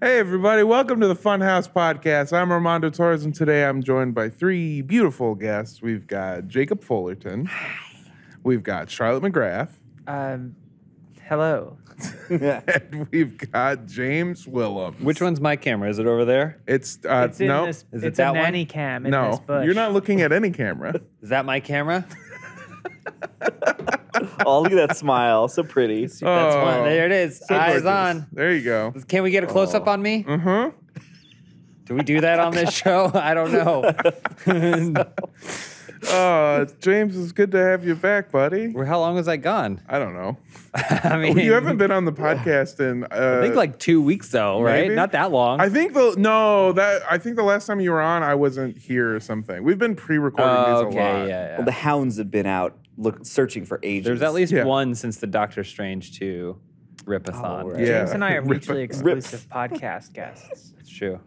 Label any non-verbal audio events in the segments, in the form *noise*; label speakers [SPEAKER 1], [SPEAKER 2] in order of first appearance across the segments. [SPEAKER 1] Hey, everybody, welcome to the Funhouse Podcast. I'm Armando Torres, and today I'm joined by three beautiful guests. We've got Jacob Fullerton, we've got Charlotte McGrath, *laughs*
[SPEAKER 2] Um, hello.
[SPEAKER 1] and we've got James Willem.
[SPEAKER 3] Which one's my camera? Is it over there?
[SPEAKER 1] It's, uh,
[SPEAKER 2] It's in
[SPEAKER 1] no,
[SPEAKER 2] this.
[SPEAKER 3] Is it
[SPEAKER 2] it's a
[SPEAKER 3] that one?
[SPEAKER 2] nanny cam in this
[SPEAKER 1] no,
[SPEAKER 2] bush.
[SPEAKER 1] you're not looking at any camera.
[SPEAKER 3] Is that my
[SPEAKER 4] *laughs*
[SPEAKER 3] camera?
[SPEAKER 4] Oh, look at that smile. So pretty.
[SPEAKER 3] That's
[SPEAKER 1] Oh,
[SPEAKER 3] one. There it is.
[SPEAKER 1] so
[SPEAKER 3] Eyes
[SPEAKER 1] gorgeous.
[SPEAKER 3] on.
[SPEAKER 1] There you go.
[SPEAKER 3] Can we get a close
[SPEAKER 4] Oh.
[SPEAKER 3] up on me?
[SPEAKER 1] Uh huh.
[SPEAKER 3] Do we do that on
[SPEAKER 1] *laughs*
[SPEAKER 3] this show? I don't know.
[SPEAKER 1] Uh, James, it's good to have you back, buddy.
[SPEAKER 3] Where- How long was I gone?
[SPEAKER 1] *laughs* I don't know.
[SPEAKER 3] *laughs* I mean,
[SPEAKER 1] You haven't been on the podcast in. Uh,
[SPEAKER 3] I think like two weeks though, right?
[SPEAKER 1] maybe?
[SPEAKER 3] Not that long.
[SPEAKER 1] I think the no that I think the last time you were on, I wasn't here or something. We've been pre-recording
[SPEAKER 3] Oh,
[SPEAKER 1] these
[SPEAKER 3] okay,
[SPEAKER 1] a lot.
[SPEAKER 3] yeah.
[SPEAKER 4] Well,
[SPEAKER 3] yeah.
[SPEAKER 4] the hounds have been out look searching for ages.
[SPEAKER 3] There's at least
[SPEAKER 1] Yeah.
[SPEAKER 3] one since the Doctor Strange two ripathon.
[SPEAKER 4] Oh, right.
[SPEAKER 1] Yeah.
[SPEAKER 2] James
[SPEAKER 1] *laughs*
[SPEAKER 2] and I are
[SPEAKER 1] Rip- *laughs*
[SPEAKER 2] mutually exclusive podcast guests.
[SPEAKER 3] It's true.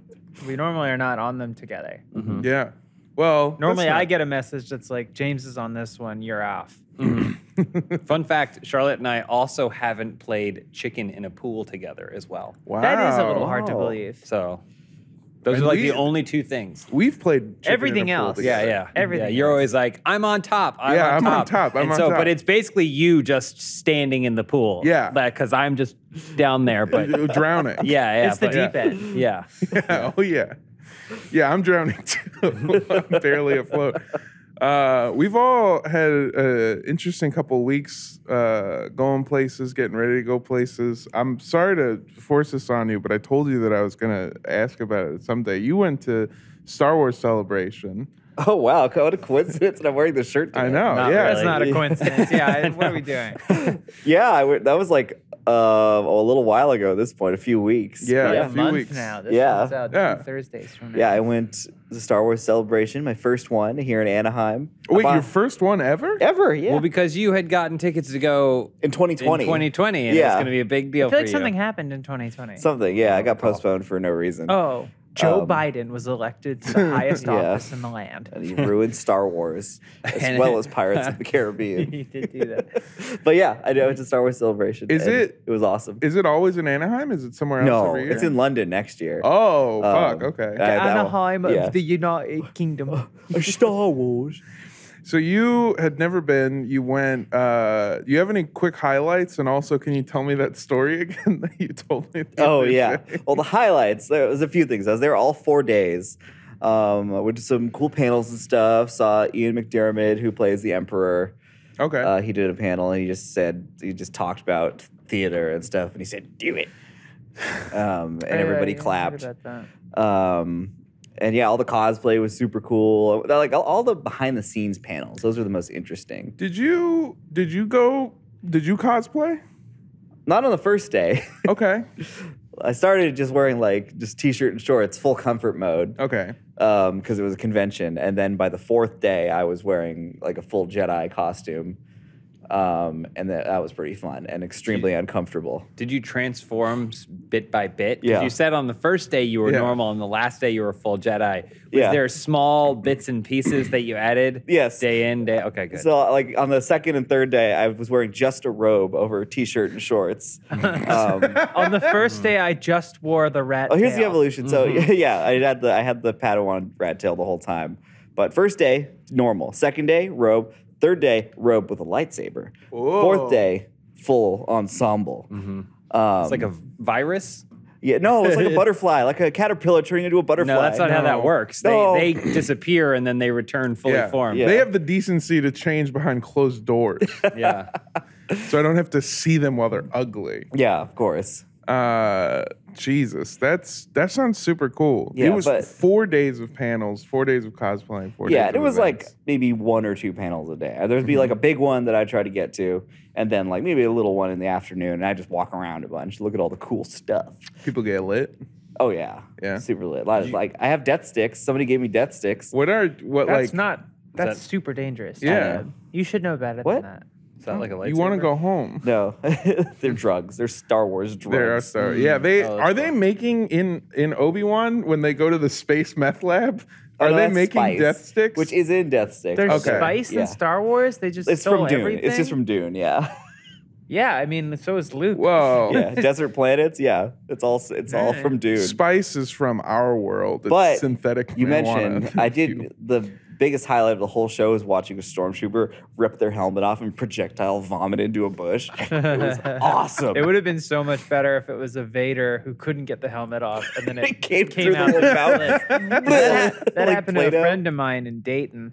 [SPEAKER 2] We normally are not on them together.
[SPEAKER 1] Yeah. Well, Mm-hmm. that's
[SPEAKER 2] Mm-hmm. Normally,
[SPEAKER 1] not-
[SPEAKER 2] I get a message that's like, "James is on this one. You're off."
[SPEAKER 3] Fun fact: Charlotte and I also haven't played chicken in a pool together as well.
[SPEAKER 1] Wow.
[SPEAKER 2] That is a little hard to
[SPEAKER 1] Oh.
[SPEAKER 4] Wow.
[SPEAKER 2] believe.
[SPEAKER 3] So those
[SPEAKER 1] And
[SPEAKER 3] are like
[SPEAKER 1] we-
[SPEAKER 3] the only two things.
[SPEAKER 1] We've played chicken
[SPEAKER 2] Everything
[SPEAKER 1] in a pool
[SPEAKER 2] else.
[SPEAKER 3] Yeah,
[SPEAKER 1] together.
[SPEAKER 3] yeah,
[SPEAKER 2] Everything
[SPEAKER 3] Yeah, you're
[SPEAKER 2] else.
[SPEAKER 3] always like, I'm on top. I'm
[SPEAKER 1] Yeah,
[SPEAKER 3] on
[SPEAKER 1] I'm on
[SPEAKER 3] top.
[SPEAKER 1] top, I'm
[SPEAKER 3] and
[SPEAKER 1] on
[SPEAKER 3] so,
[SPEAKER 1] top.
[SPEAKER 3] but it's basically you just standing in the pool.
[SPEAKER 1] Yeah.
[SPEAKER 3] because I'm just down
[SPEAKER 1] *laughs*
[SPEAKER 3] there. But yeah,
[SPEAKER 1] You'll drown
[SPEAKER 2] *laughs*
[SPEAKER 1] it.
[SPEAKER 3] yeah,
[SPEAKER 2] it's the
[SPEAKER 3] but-
[SPEAKER 1] yeah. *laughs*
[SPEAKER 2] deep end.
[SPEAKER 3] Yeah,
[SPEAKER 1] Yeah, Oh yeah. Yeah, I'm drowning *laughs* too. I'm barely afloat. Uh, we've all had an interesting couple weeks uh, going places, getting ready to go places. I'm sorry to force this on you, but I told you that I was going to ask about it someday. You went to Star Wars Celebration.
[SPEAKER 4] *laughs* Oh wow, what a coincidence! And I'm wearing the shirt.
[SPEAKER 1] *laughs*
[SPEAKER 4] Today.
[SPEAKER 1] I know.
[SPEAKER 3] Not
[SPEAKER 1] yeah.
[SPEAKER 2] That's not
[SPEAKER 1] *laughs*
[SPEAKER 2] a
[SPEAKER 4] Yeah.
[SPEAKER 2] coincidence. Yeah, what are we doing?
[SPEAKER 4] Yeah, I w- that was like uh, a little while ago. At this point, a few weeks.
[SPEAKER 1] Yeah,
[SPEAKER 2] We're
[SPEAKER 1] a
[SPEAKER 2] a
[SPEAKER 1] few
[SPEAKER 2] month
[SPEAKER 1] weeks.
[SPEAKER 2] now. This
[SPEAKER 4] Yeah.
[SPEAKER 2] comes out
[SPEAKER 1] Yeah.
[SPEAKER 2] two Thursdays from now.
[SPEAKER 4] Yeah, I went to the Star Wars Celebration, my first one here in Anaheim.
[SPEAKER 1] Wait,
[SPEAKER 2] Uh-huh.
[SPEAKER 4] About-
[SPEAKER 1] your first one ever?
[SPEAKER 4] *laughs* ever? Yeah.
[SPEAKER 3] Well, because you had gotten tickets to go
[SPEAKER 4] in 2020.
[SPEAKER 3] in 2020, and it's
[SPEAKER 4] Yeah.
[SPEAKER 3] going to be a big deal
[SPEAKER 2] I feel
[SPEAKER 3] for
[SPEAKER 2] like
[SPEAKER 3] you.
[SPEAKER 2] something happened in 2020.
[SPEAKER 4] Something. Yeah, I got postponed for no reason.
[SPEAKER 2] oh, Joe
[SPEAKER 4] Um,
[SPEAKER 2] Biden was elected to
[SPEAKER 1] *laughs*
[SPEAKER 2] the highest
[SPEAKER 4] Yeah.
[SPEAKER 2] office in the land.
[SPEAKER 4] And he ruined Star Wars as
[SPEAKER 3] And-
[SPEAKER 4] well as Pirates of the
[SPEAKER 2] *laughs*
[SPEAKER 4] Caribbean.
[SPEAKER 2] he did do that.
[SPEAKER 4] but yeah, I went to Star Wars Celebration.
[SPEAKER 1] Is
[SPEAKER 4] and
[SPEAKER 1] it-
[SPEAKER 4] It was awesome.
[SPEAKER 1] Is it always in Anaheim? Is it somewhere else?
[SPEAKER 4] No,
[SPEAKER 1] every year?
[SPEAKER 4] it's in London next year.
[SPEAKER 1] Oh, fuck.
[SPEAKER 4] Um,
[SPEAKER 1] Okay.
[SPEAKER 4] I- that one.
[SPEAKER 2] Anaheim of
[SPEAKER 4] Yeah.
[SPEAKER 2] the United
[SPEAKER 4] *laughs*
[SPEAKER 2] Kingdom.
[SPEAKER 4] Star Wars.
[SPEAKER 1] So you had never been. You went. Uh, you have any quick highlights? And also, can you tell me that story *laughs* again that you told me? the
[SPEAKER 4] *laughs* Oh
[SPEAKER 1] other
[SPEAKER 4] yeah.
[SPEAKER 1] day?
[SPEAKER 4] Well, the highlights. There was a few things. I was there all four days. Um, I went to some cool panels and stuff. Saw Ian McDiarmid, who plays the Emperor.
[SPEAKER 1] Okay.
[SPEAKER 4] Uh, he did a panel and he just said he just talked about theater and stuff. And he said, "Do *laughs* it," um, and everybody clapped. Um, and yeah, all the cosplay was super cool. Like all, all the behind the scenes panels. Those were the most interesting.
[SPEAKER 1] did you did you go? Did you cosplay?
[SPEAKER 4] Not on the first day. *laughs*
[SPEAKER 1] Okay.
[SPEAKER 4] I started just wearing like just t-shirt and shorts, full comfort mode,
[SPEAKER 1] Okay.
[SPEAKER 4] because um, it was a convention. And then by the fourth day, I was wearing like a full Jedi costume, um, and that, that was pretty fun and extremely uncomfortable.
[SPEAKER 3] Did you transform s- bit by bit? 'Cause
[SPEAKER 4] Yeah.
[SPEAKER 3] You said on the first day you were
[SPEAKER 1] Yeah.
[SPEAKER 3] normal, and the last day you were full Jedi. Was
[SPEAKER 4] Yeah.
[SPEAKER 3] there small bits and pieces that you added?
[SPEAKER 4] Yes.
[SPEAKER 3] Day in, day. Okay, good.
[SPEAKER 4] So like on the second and third day, I was wearing just a robe over a t-shirt and shorts. um,
[SPEAKER 2] *laughs* On the first day, I just wore the rat.
[SPEAKER 4] Oh, here's the
[SPEAKER 2] tail.
[SPEAKER 4] evolution. So *laughs* yeah, I had the I had the Padawan rat tail the whole time. But first day, normal. Second day, robe. Third day, robe with a lightsaber.
[SPEAKER 1] Whoa.
[SPEAKER 4] Fourth day, full ensemble. Um,
[SPEAKER 3] it's like a
[SPEAKER 1] Mm.
[SPEAKER 3] virus.
[SPEAKER 4] yeah, no,
[SPEAKER 1] *laughs*
[SPEAKER 4] it's like a butterfly, like a caterpillar turning into a butterfly.
[SPEAKER 3] No, that's not how
[SPEAKER 1] No.
[SPEAKER 3] that works. They,
[SPEAKER 4] No.
[SPEAKER 3] they disappear and then they return fully
[SPEAKER 1] yeah.
[SPEAKER 3] formed.
[SPEAKER 4] Yeah.
[SPEAKER 1] They have the decency to change behind closed
[SPEAKER 4] *laughs*
[SPEAKER 1] doors,
[SPEAKER 3] Yeah.
[SPEAKER 1] so I don't have to see them while they're ugly.
[SPEAKER 4] Yeah, of course.
[SPEAKER 1] Uh, Jesus, that's that sounds super cool.
[SPEAKER 4] Yeah,
[SPEAKER 1] it was
[SPEAKER 4] but-
[SPEAKER 1] four days of panels, four days of cosplaying, four days.
[SPEAKER 4] Yeah, and it
[SPEAKER 1] of
[SPEAKER 4] was like
[SPEAKER 1] events. Mm-hmm.
[SPEAKER 4] maybe one or two panels a day. There'd be like a big one that I try to get to, and then like maybe a little one in the afternoon, and I just walk around a bunch, look at all the cool stuff.
[SPEAKER 1] people get lit.
[SPEAKER 4] Oh yeah,
[SPEAKER 1] Yeah.
[SPEAKER 4] super lit. A lot of, like I have death sticks. Somebody gave me death sticks.
[SPEAKER 1] What are what
[SPEAKER 2] That's
[SPEAKER 1] like?
[SPEAKER 2] not. That's
[SPEAKER 3] that-
[SPEAKER 2] super dangerous.
[SPEAKER 1] Yeah.
[SPEAKER 2] Adam. You should know better than
[SPEAKER 4] What?
[SPEAKER 2] that.
[SPEAKER 3] *laughs* Is that like a
[SPEAKER 1] you want to
[SPEAKER 3] lightsaber?
[SPEAKER 1] go home?
[SPEAKER 4] No, *laughs* they're drugs. They're Star Wars drugs.
[SPEAKER 1] *laughs* There are Star.
[SPEAKER 4] Mm.
[SPEAKER 1] Yeah, they
[SPEAKER 3] Oh, that's
[SPEAKER 1] are they making in in Obi Wan when they go to the space meth lab.
[SPEAKER 4] Oh,
[SPEAKER 1] Are
[SPEAKER 4] no,
[SPEAKER 1] they
[SPEAKER 4] that's
[SPEAKER 1] making
[SPEAKER 4] Spice,
[SPEAKER 1] death sticks?
[SPEAKER 4] Which is *laughs* in Death Sticks.
[SPEAKER 2] There's
[SPEAKER 1] Okay.
[SPEAKER 2] spice
[SPEAKER 4] Yeah.
[SPEAKER 2] in Star Wars. They just
[SPEAKER 4] it's
[SPEAKER 2] stole
[SPEAKER 4] from Dune.
[SPEAKER 2] everything.
[SPEAKER 4] It's just from Dune. Yeah.
[SPEAKER 2] Yeah, I mean, so is Luke. *laughs*
[SPEAKER 1] Whoa.
[SPEAKER 4] Oh,
[SPEAKER 1] *laughs*
[SPEAKER 4] Yeah, desert planets. Yeah, it's all it's all
[SPEAKER 2] Alright.
[SPEAKER 4] from Dune.
[SPEAKER 1] Spice is from our world. It's
[SPEAKER 4] But
[SPEAKER 1] synthetic.
[SPEAKER 4] you
[SPEAKER 1] marijuana.
[SPEAKER 4] mentioned
[SPEAKER 1] *laughs*
[SPEAKER 4] I
[SPEAKER 1] Thank
[SPEAKER 4] did
[SPEAKER 1] you.
[SPEAKER 4] the biggest highlight of the whole show is watching a stormtrooper rip their helmet off and projectile vomit into
[SPEAKER 2] *laughs*
[SPEAKER 4] a bush. It was awesome.
[SPEAKER 2] It would have been so much better if it was a Vader who couldn't get the helmet off, and
[SPEAKER 4] *laughs*
[SPEAKER 2] then it,
[SPEAKER 4] It came through the
[SPEAKER 2] out
[SPEAKER 4] little
[SPEAKER 2] and
[SPEAKER 4] mouth.
[SPEAKER 2] slipped. *laughs*
[SPEAKER 4] *laughs*
[SPEAKER 2] that that happened to a friend of mine in Dayton.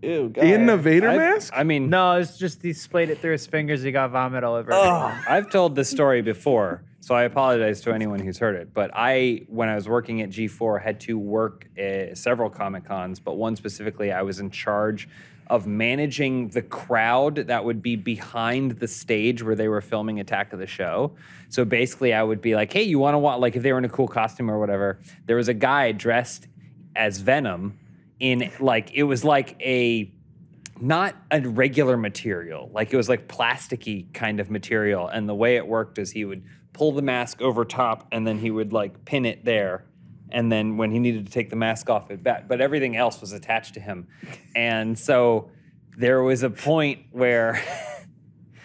[SPEAKER 4] Ew, God. *laughs*
[SPEAKER 1] in the Vader
[SPEAKER 3] I've-
[SPEAKER 1] mask.
[SPEAKER 3] I mean,
[SPEAKER 2] No, it's just he splayed it through his fingers. He got vomit all over.
[SPEAKER 4] Ugh.
[SPEAKER 3] I've told this story before, so I apologize to anyone who's heard it. But I, when I was working at G4, had to work uh, several Comic Cons, but one specifically, I was in charge of managing the crowd that would be behind the stage where they were filming Attack of the Show. So basically, I would be like, hey, you want to watch, like if they were in a cool costume or whatever, there was a guy dressed as Venom in like, it was like a not a regular material. Like it was like plasticky kind of material. And the way it worked is he would pull the mask over top and then he would like pin it there. And then when he needed to take the mask off, it back. But everything else was attached to him. And so there was a point where *laughs*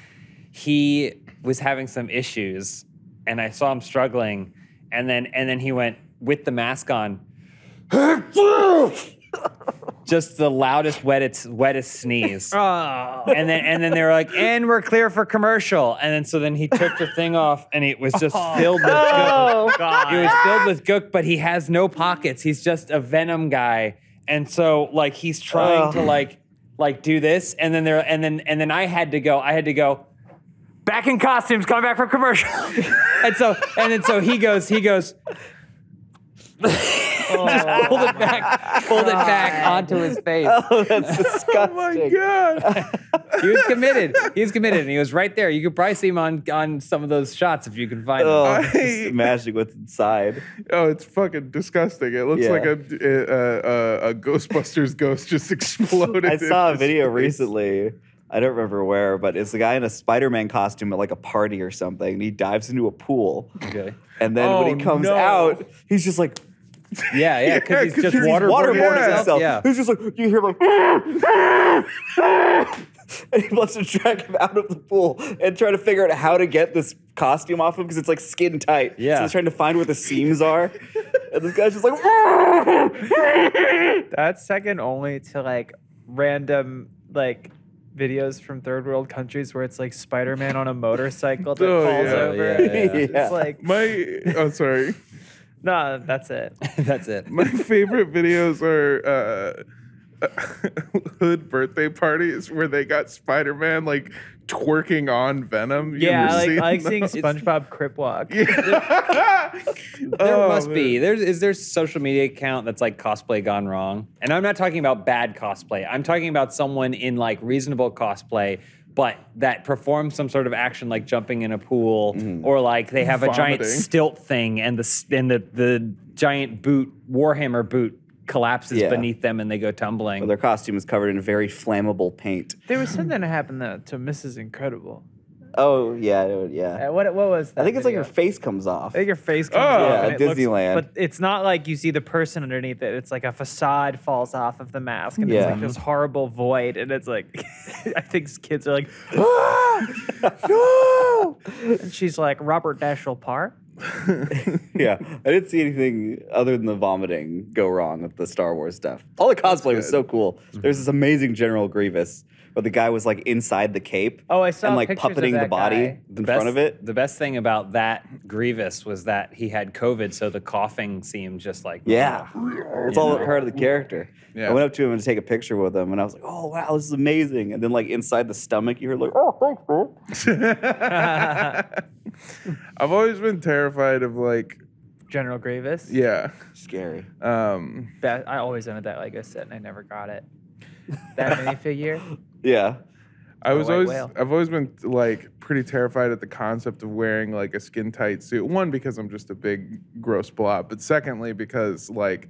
[SPEAKER 3] he was having some issues and I saw him struggling. And then and then he went with the mask on. Just the loudest, wettest, wettest sneeze
[SPEAKER 2] Oh.
[SPEAKER 3] and then and then they were like, and we're clear for commercial. And then so then he took the thing off, and it was just filled with gook.
[SPEAKER 2] Oh God!
[SPEAKER 3] It was filled with gook, but he has no pockets. He's just a venom guy, and so like he's trying to like like do this, and then there and then and then I had to go. I had to go. Back in costumes, coming back from commercial, *laughs* and so and then so he goes, he goes,
[SPEAKER 2] *laughs* Oh.
[SPEAKER 3] pulled it back, pulled it back onto his face.
[SPEAKER 4] Oh, that's disgusting.
[SPEAKER 1] *laughs* oh my
[SPEAKER 4] *laughs*
[SPEAKER 1] god!
[SPEAKER 3] He was committed. He was committed, and he was right there. You could probably see him on on some of those shots if you can find him.
[SPEAKER 4] Oh,
[SPEAKER 1] I-
[SPEAKER 4] just imagining
[SPEAKER 1] *laughs*
[SPEAKER 4] what's inside.
[SPEAKER 1] Oh, it's fucking disgusting. It looks
[SPEAKER 4] Yeah.
[SPEAKER 1] like a a, a a Ghostbusters ghost just *laughs* exploded.
[SPEAKER 4] *laughs* I
[SPEAKER 1] in
[SPEAKER 4] saw a
[SPEAKER 1] his
[SPEAKER 4] video
[SPEAKER 1] face.
[SPEAKER 4] recently. I don't remember where, but it's a guy in a Spider-Man costume at like a party or something, and he dives into a pool.
[SPEAKER 3] Okay.
[SPEAKER 4] And then when
[SPEAKER 1] Oh,
[SPEAKER 4] he comes
[SPEAKER 1] no.
[SPEAKER 4] out, he's just like
[SPEAKER 3] Yeah, yeah, because
[SPEAKER 1] Yeah,
[SPEAKER 3] he's
[SPEAKER 1] 'cause
[SPEAKER 3] just
[SPEAKER 1] he's
[SPEAKER 3] waterboarding,
[SPEAKER 1] waterboarding
[SPEAKER 4] waterboarding himself.
[SPEAKER 3] Yeah.
[SPEAKER 4] He's just like you hear like, *laughs* and he wants to drag him out of the pool and try to figure out how to get this costume off him because it's like skin tight.
[SPEAKER 3] Yeah.
[SPEAKER 4] so he's trying to find where the seams are, and this guy's just *laughs* like.
[SPEAKER 2] That's second only to like random like videos from third world countries where it's like Spider-Man on a motorcycle that
[SPEAKER 1] Oh,
[SPEAKER 2] falls
[SPEAKER 1] yeah.
[SPEAKER 2] over.
[SPEAKER 3] Yeah, yeah.
[SPEAKER 4] Yeah.
[SPEAKER 2] It's like
[SPEAKER 1] My oh sorry.
[SPEAKER 2] no, that's it.
[SPEAKER 3] *laughs* That's it.
[SPEAKER 1] My favorite videos are uh, *laughs* hood birthday parties where they got Spider Man like twerking on Venom. You
[SPEAKER 2] yeah,
[SPEAKER 1] ever
[SPEAKER 2] I
[SPEAKER 1] seen
[SPEAKER 2] like, I like seeing
[SPEAKER 1] those?
[SPEAKER 2] SpongeBob Crip Walk.
[SPEAKER 1] Yeah.
[SPEAKER 3] There
[SPEAKER 1] Oh,
[SPEAKER 3] must
[SPEAKER 1] man.
[SPEAKER 3] be. There's is there a social media account that's like cosplay gone wrong? And I'm not talking about bad cosplay. I'm talking about someone in like reasonable cosplay, but that performs some sort of action like jumping in a pool
[SPEAKER 4] Mm-hmm.
[SPEAKER 3] or like they have a giant
[SPEAKER 1] Vomiting.
[SPEAKER 3] stilt thing and the s- and the the giant boot Warhammer boot collapses
[SPEAKER 4] Yeah.
[SPEAKER 3] beneath them and they go tumbling.
[SPEAKER 4] Well, their costume is covered in very flammable paint.
[SPEAKER 2] There was something that happened though to Mrs. Incredible.
[SPEAKER 4] Oh yeah, dude, yeah.
[SPEAKER 2] Uh, what what was? That
[SPEAKER 4] I think it's like
[SPEAKER 2] video?
[SPEAKER 4] your face comes off.
[SPEAKER 2] I think your face comes
[SPEAKER 1] Oh.
[SPEAKER 2] off.
[SPEAKER 1] Yeah,
[SPEAKER 2] and it looks-
[SPEAKER 4] Disneyland.
[SPEAKER 2] but it's not like you see the person underneath it. It's like a facade falls off of the mask, and it's
[SPEAKER 4] Yeah.
[SPEAKER 2] like this horrible void. And it's like, *laughs* I think kids are like,
[SPEAKER 4] *laughs* no!
[SPEAKER 2] and she's like, Robert Dashiell Parr. *laughs*
[SPEAKER 4] yeah, I didn't see anything other than the vomiting go wrong with the Star Wars stuff. All the cosplay was so cool. There's this amazing General Grievous, where the guy was like inside the cape.
[SPEAKER 2] Oh, I saw
[SPEAKER 4] and like
[SPEAKER 2] pictures of
[SPEAKER 4] puppeting the
[SPEAKER 2] that
[SPEAKER 4] body
[SPEAKER 2] guy.
[SPEAKER 4] in
[SPEAKER 3] best-
[SPEAKER 4] front of it.
[SPEAKER 3] The best thing about that Grievous was that he had COVID, so the coughing seemed just like
[SPEAKER 4] Yeah, it's all part of the character.
[SPEAKER 1] Yeah.
[SPEAKER 4] I went up to him to take a picture with him, and I was like, "Oh wow, this is amazing!" And then like inside the stomach, you heard like, "Oh thanks, bro."
[SPEAKER 1] *laughs* I've always been terrified of like
[SPEAKER 2] General Grievous.
[SPEAKER 1] yeah.
[SPEAKER 4] Scary.
[SPEAKER 1] Um,
[SPEAKER 2] That I always wanted that Lego set, and I never got it. That minifigure.
[SPEAKER 4] Yeah.
[SPEAKER 1] I
[SPEAKER 2] Or a
[SPEAKER 1] was
[SPEAKER 2] white
[SPEAKER 1] always
[SPEAKER 2] whale.
[SPEAKER 1] I've always been like pretty terrified at the concept of wearing like a skin tight suit. One because I'm just a big gross blob, but secondly because like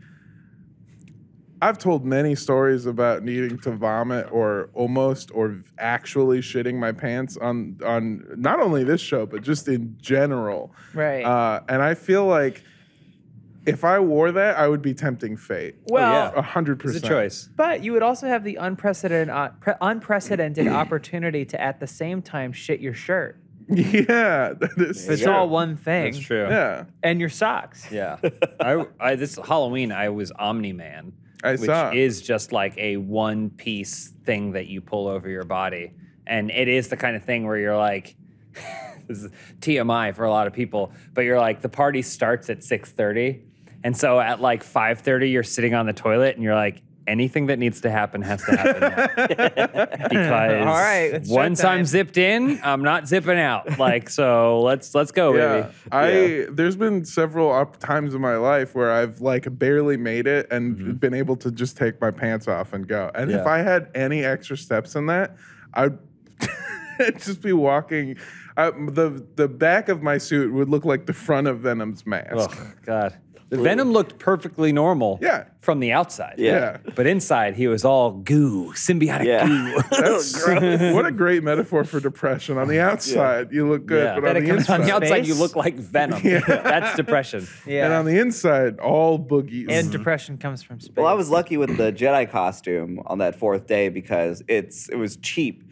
[SPEAKER 1] I've told many stories about needing to vomit or almost or actually shitting my pants on on not only this show but just in general.
[SPEAKER 2] Right.
[SPEAKER 1] Uh, and I feel like if I wore that, I would be tempting fate.
[SPEAKER 2] well,
[SPEAKER 3] yeah.
[SPEAKER 1] A hundred
[SPEAKER 3] It's a
[SPEAKER 1] percent.
[SPEAKER 3] choice.
[SPEAKER 2] But you would also have the unprecedented, uh, pre- unprecedented opportunity to at the same time shit your shirt.
[SPEAKER 1] *laughs* Yeah, that is
[SPEAKER 2] It's
[SPEAKER 1] true.
[SPEAKER 2] all one thing.
[SPEAKER 3] That's true.
[SPEAKER 1] Yeah,
[SPEAKER 2] And your socks.
[SPEAKER 3] Yeah. I, I this Halloween I was Omni Man,
[SPEAKER 1] I
[SPEAKER 3] which
[SPEAKER 1] saw.
[SPEAKER 3] is just like a one piece thing that you pull over your body. And it is the kind of thing where you're like *laughs* this is TMI for a lot of people, but you're like the party starts at 6:30. And so at like 5:30 you're sitting on the toilet and you're like anything that needs to happen has to happen. now." because
[SPEAKER 2] All right, it's
[SPEAKER 3] once
[SPEAKER 2] showtime.
[SPEAKER 3] I'm zipped in, I'm not zipping out. Like so, let's let's go,
[SPEAKER 1] yeah,
[SPEAKER 3] baby.
[SPEAKER 1] I there's been several op- times in my life where I've like barely made it and been able to just take my pants off and go. And if
[SPEAKER 3] Yeah.
[SPEAKER 1] I had any extra steps in that, I'd *laughs* just be walking. I, the the back of my suit would look like the front of Venom's mask.
[SPEAKER 3] Oh God, the venom looked perfectly normal.
[SPEAKER 1] Yeah.
[SPEAKER 3] from the outside.
[SPEAKER 1] Yeah.
[SPEAKER 3] but inside he was all goo, symbiotic
[SPEAKER 4] *laughs* Yeah.
[SPEAKER 3] goo.
[SPEAKER 1] That's what a great metaphor for depression. On the outside, you look good,
[SPEAKER 3] Yeah.
[SPEAKER 1] but
[SPEAKER 2] Then
[SPEAKER 1] on
[SPEAKER 2] it
[SPEAKER 1] the
[SPEAKER 2] comes
[SPEAKER 1] inside,
[SPEAKER 3] On the
[SPEAKER 2] Space?
[SPEAKER 3] outside, you look like
[SPEAKER 4] *laughs*
[SPEAKER 3] venom. That's depression.
[SPEAKER 1] and um,
[SPEAKER 2] Yeah. And,
[SPEAKER 1] on the inside, all boogies.
[SPEAKER 2] depression comes from space.
[SPEAKER 4] Well, I was lucky with
[SPEAKER 2] *clears throat*
[SPEAKER 4] the Jedi costume on that fourth day because it's it was cheap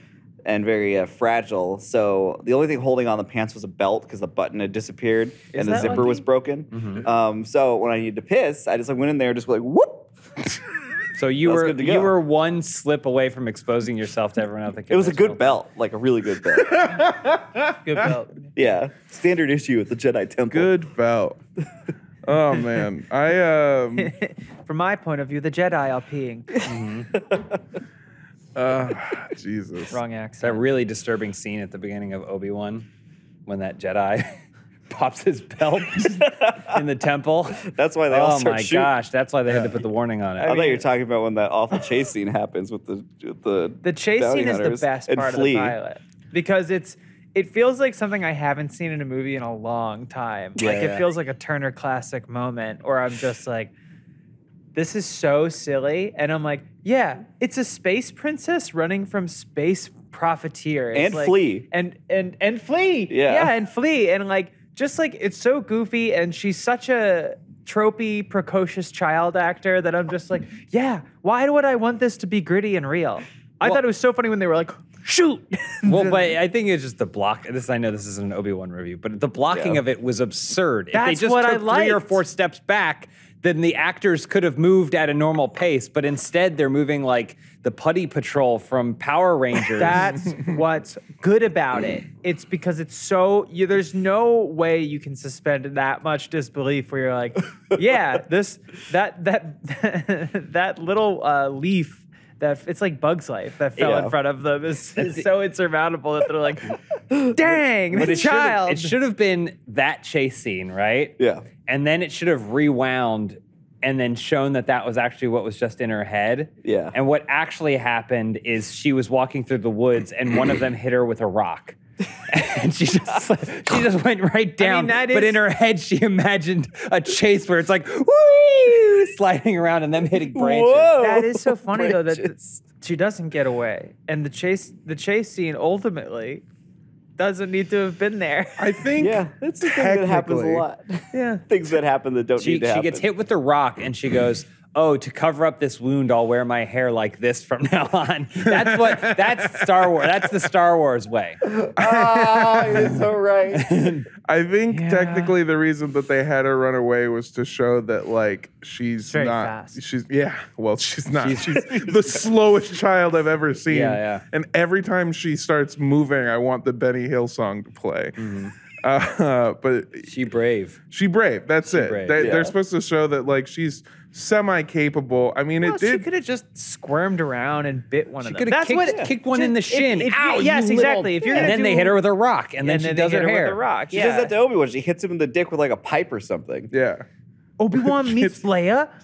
[SPEAKER 4] and very uh, fragile. So the only thing holding on the pants was a belt because the button had disappeared and the
[SPEAKER 2] that Mm-hmm.
[SPEAKER 4] zipper
[SPEAKER 2] lucky?
[SPEAKER 4] was broken. Um, so when I needed to piss, I just like went in there, just like whoop.
[SPEAKER 3] So you
[SPEAKER 4] That's
[SPEAKER 3] were
[SPEAKER 4] good to
[SPEAKER 3] you
[SPEAKER 4] go.
[SPEAKER 3] were one slip away from exposing yourself to everyone out the
[SPEAKER 4] It was a
[SPEAKER 3] conventional.
[SPEAKER 4] good belt, like a really good belt.
[SPEAKER 2] *laughs*
[SPEAKER 4] *laughs*
[SPEAKER 2] Good belt. *laughs*
[SPEAKER 4] yeah, standard issue at the Jedi Temple.
[SPEAKER 1] Good belt. oh man, I um,
[SPEAKER 2] from my point of view, the Jedi are
[SPEAKER 4] *laughs*
[SPEAKER 2] peeing.
[SPEAKER 1] uh, *sighs* Jesus.
[SPEAKER 2] Wrong
[SPEAKER 3] That
[SPEAKER 2] accent.
[SPEAKER 3] really disturbing scene at the beginning of Obi Wan, when that Jedi *laughs* pops his
[SPEAKER 4] *laughs*
[SPEAKER 3] belt in the temple.
[SPEAKER 4] That's why they all
[SPEAKER 3] Oh
[SPEAKER 4] start
[SPEAKER 3] my
[SPEAKER 4] shooting.
[SPEAKER 3] gosh, that's why they had to put the warning on it.
[SPEAKER 4] I, thought you were talking about when that awful chase scene happens with the with the
[SPEAKER 2] the chase
[SPEAKER 4] bounty
[SPEAKER 2] scene is the
[SPEAKER 4] hunters
[SPEAKER 2] best
[SPEAKER 4] and
[SPEAKER 2] part
[SPEAKER 4] flee.
[SPEAKER 2] of the pilot because it's it feels like something I haven't seen in a movie in a long time. like
[SPEAKER 3] Yeah.
[SPEAKER 2] it feels like a Turner classic moment, or I'm just like, this is so silly, and I'm like, yeah, it's a space princess running from space profiteer It's
[SPEAKER 4] And
[SPEAKER 2] like-
[SPEAKER 4] flee.
[SPEAKER 2] and and and flee,
[SPEAKER 4] Yeah.
[SPEAKER 2] yeah, and flee, and like just like it's so goofy, and she's such a tropey, precocious child actor that I'm just like, yeah, why would I want this to be gritty and real? I thought it was so funny when they were like, shoot.
[SPEAKER 3] Well, but I think it's just the block. This I know this isn't an Obi Wan review, but the blocking
[SPEAKER 4] Yeah.
[SPEAKER 3] of it was absurd. if they
[SPEAKER 2] That's
[SPEAKER 3] just
[SPEAKER 2] what I
[SPEAKER 3] took three or
[SPEAKER 2] liked.
[SPEAKER 3] four steps back, then the actors could have moved at a normal pace. But instead, they're moving like the putty patrol from Power Rangers. *laughs*
[SPEAKER 2] That's what's good about it. It's because it's so you, there's no way you can suspend that much disbelief where you're like, yeah, this that *laughs* that that little uh, leaf that it's like Bug's Life that fell
[SPEAKER 4] Yeah.
[SPEAKER 2] in front of them
[SPEAKER 3] *laughs*
[SPEAKER 2] is, is so insurmountable that they're like, dang,
[SPEAKER 3] but
[SPEAKER 2] the
[SPEAKER 3] it should have-
[SPEAKER 2] child.
[SPEAKER 3] it should have been that chase scene, right?
[SPEAKER 4] Yeah.
[SPEAKER 3] And then it should have rewound and then shown that that was actually what was just in her head.
[SPEAKER 4] Yeah.
[SPEAKER 3] And what actually happened is she was walking through the woods and one of them hit her with a rock. *laughs* and she just she just went right down.
[SPEAKER 2] that
[SPEAKER 3] but
[SPEAKER 2] is-
[SPEAKER 3] in her head, she imagined a chase where it's like woo sliding around and them hitting branches.
[SPEAKER 4] Whoa.
[SPEAKER 2] that is so funny though that th-
[SPEAKER 4] Branches.
[SPEAKER 2] she doesn't get away, and the chase the chase scene ultimately doesn't need to have been there. *laughs*
[SPEAKER 1] I think
[SPEAKER 4] *laughs* Yeah, that's the thing that happens a
[SPEAKER 1] technically-
[SPEAKER 4] lot.
[SPEAKER 2] Yeah.
[SPEAKER 4] *laughs* things that happen that don't
[SPEAKER 3] She,
[SPEAKER 4] need to
[SPEAKER 3] she
[SPEAKER 4] happen.
[SPEAKER 3] gets hit with the rock and she goes, "Oh, to cover up this wound, I'll wear my hair like this from *laughs* now on." That's what. That's Star Wars. That's the Star Wars way.
[SPEAKER 4] Ah,
[SPEAKER 2] *laughs*
[SPEAKER 4] you're so *laughs* right.
[SPEAKER 1] I think
[SPEAKER 2] Yeah.
[SPEAKER 1] technically the reason that they had her run away was to show that like she's
[SPEAKER 2] Very
[SPEAKER 1] not
[SPEAKER 2] fast.
[SPEAKER 1] she's yeah well she's not she's, the slowest child I've ever seen
[SPEAKER 3] Yeah, yeah.
[SPEAKER 1] and every time she starts moving I want the Benny Hill song to play *laughs* uh, but
[SPEAKER 3] She brave.
[SPEAKER 1] she brave that's it
[SPEAKER 3] brave,
[SPEAKER 1] they,
[SPEAKER 4] yeah.
[SPEAKER 1] are supposed to show that like she's semi capable I mean
[SPEAKER 2] Well,
[SPEAKER 1] it
[SPEAKER 2] she
[SPEAKER 1] did
[SPEAKER 2] could have just squirmed around and bit one
[SPEAKER 3] She
[SPEAKER 2] of them.
[SPEAKER 3] could
[SPEAKER 2] That's
[SPEAKER 3] have kicked,
[SPEAKER 2] what
[SPEAKER 3] kicked one in the
[SPEAKER 2] Just- if-
[SPEAKER 3] shin.
[SPEAKER 2] if you-
[SPEAKER 3] Ow! you
[SPEAKER 2] yes,
[SPEAKER 3] little-
[SPEAKER 2] exactly. If you're
[SPEAKER 3] and
[SPEAKER 2] gonna
[SPEAKER 3] then they
[SPEAKER 2] do-
[SPEAKER 3] hit her with a rock, and,
[SPEAKER 2] and
[SPEAKER 3] she
[SPEAKER 2] then
[SPEAKER 3] does
[SPEAKER 2] they hit her,
[SPEAKER 3] hair
[SPEAKER 2] with a rock.
[SPEAKER 4] She
[SPEAKER 2] yeah.
[SPEAKER 4] does that to Obi Wan. She hits him in the dick with like a pipe or something.
[SPEAKER 1] yeah
[SPEAKER 2] Obi *laughs* Wan meets Leia.
[SPEAKER 4] *laughs*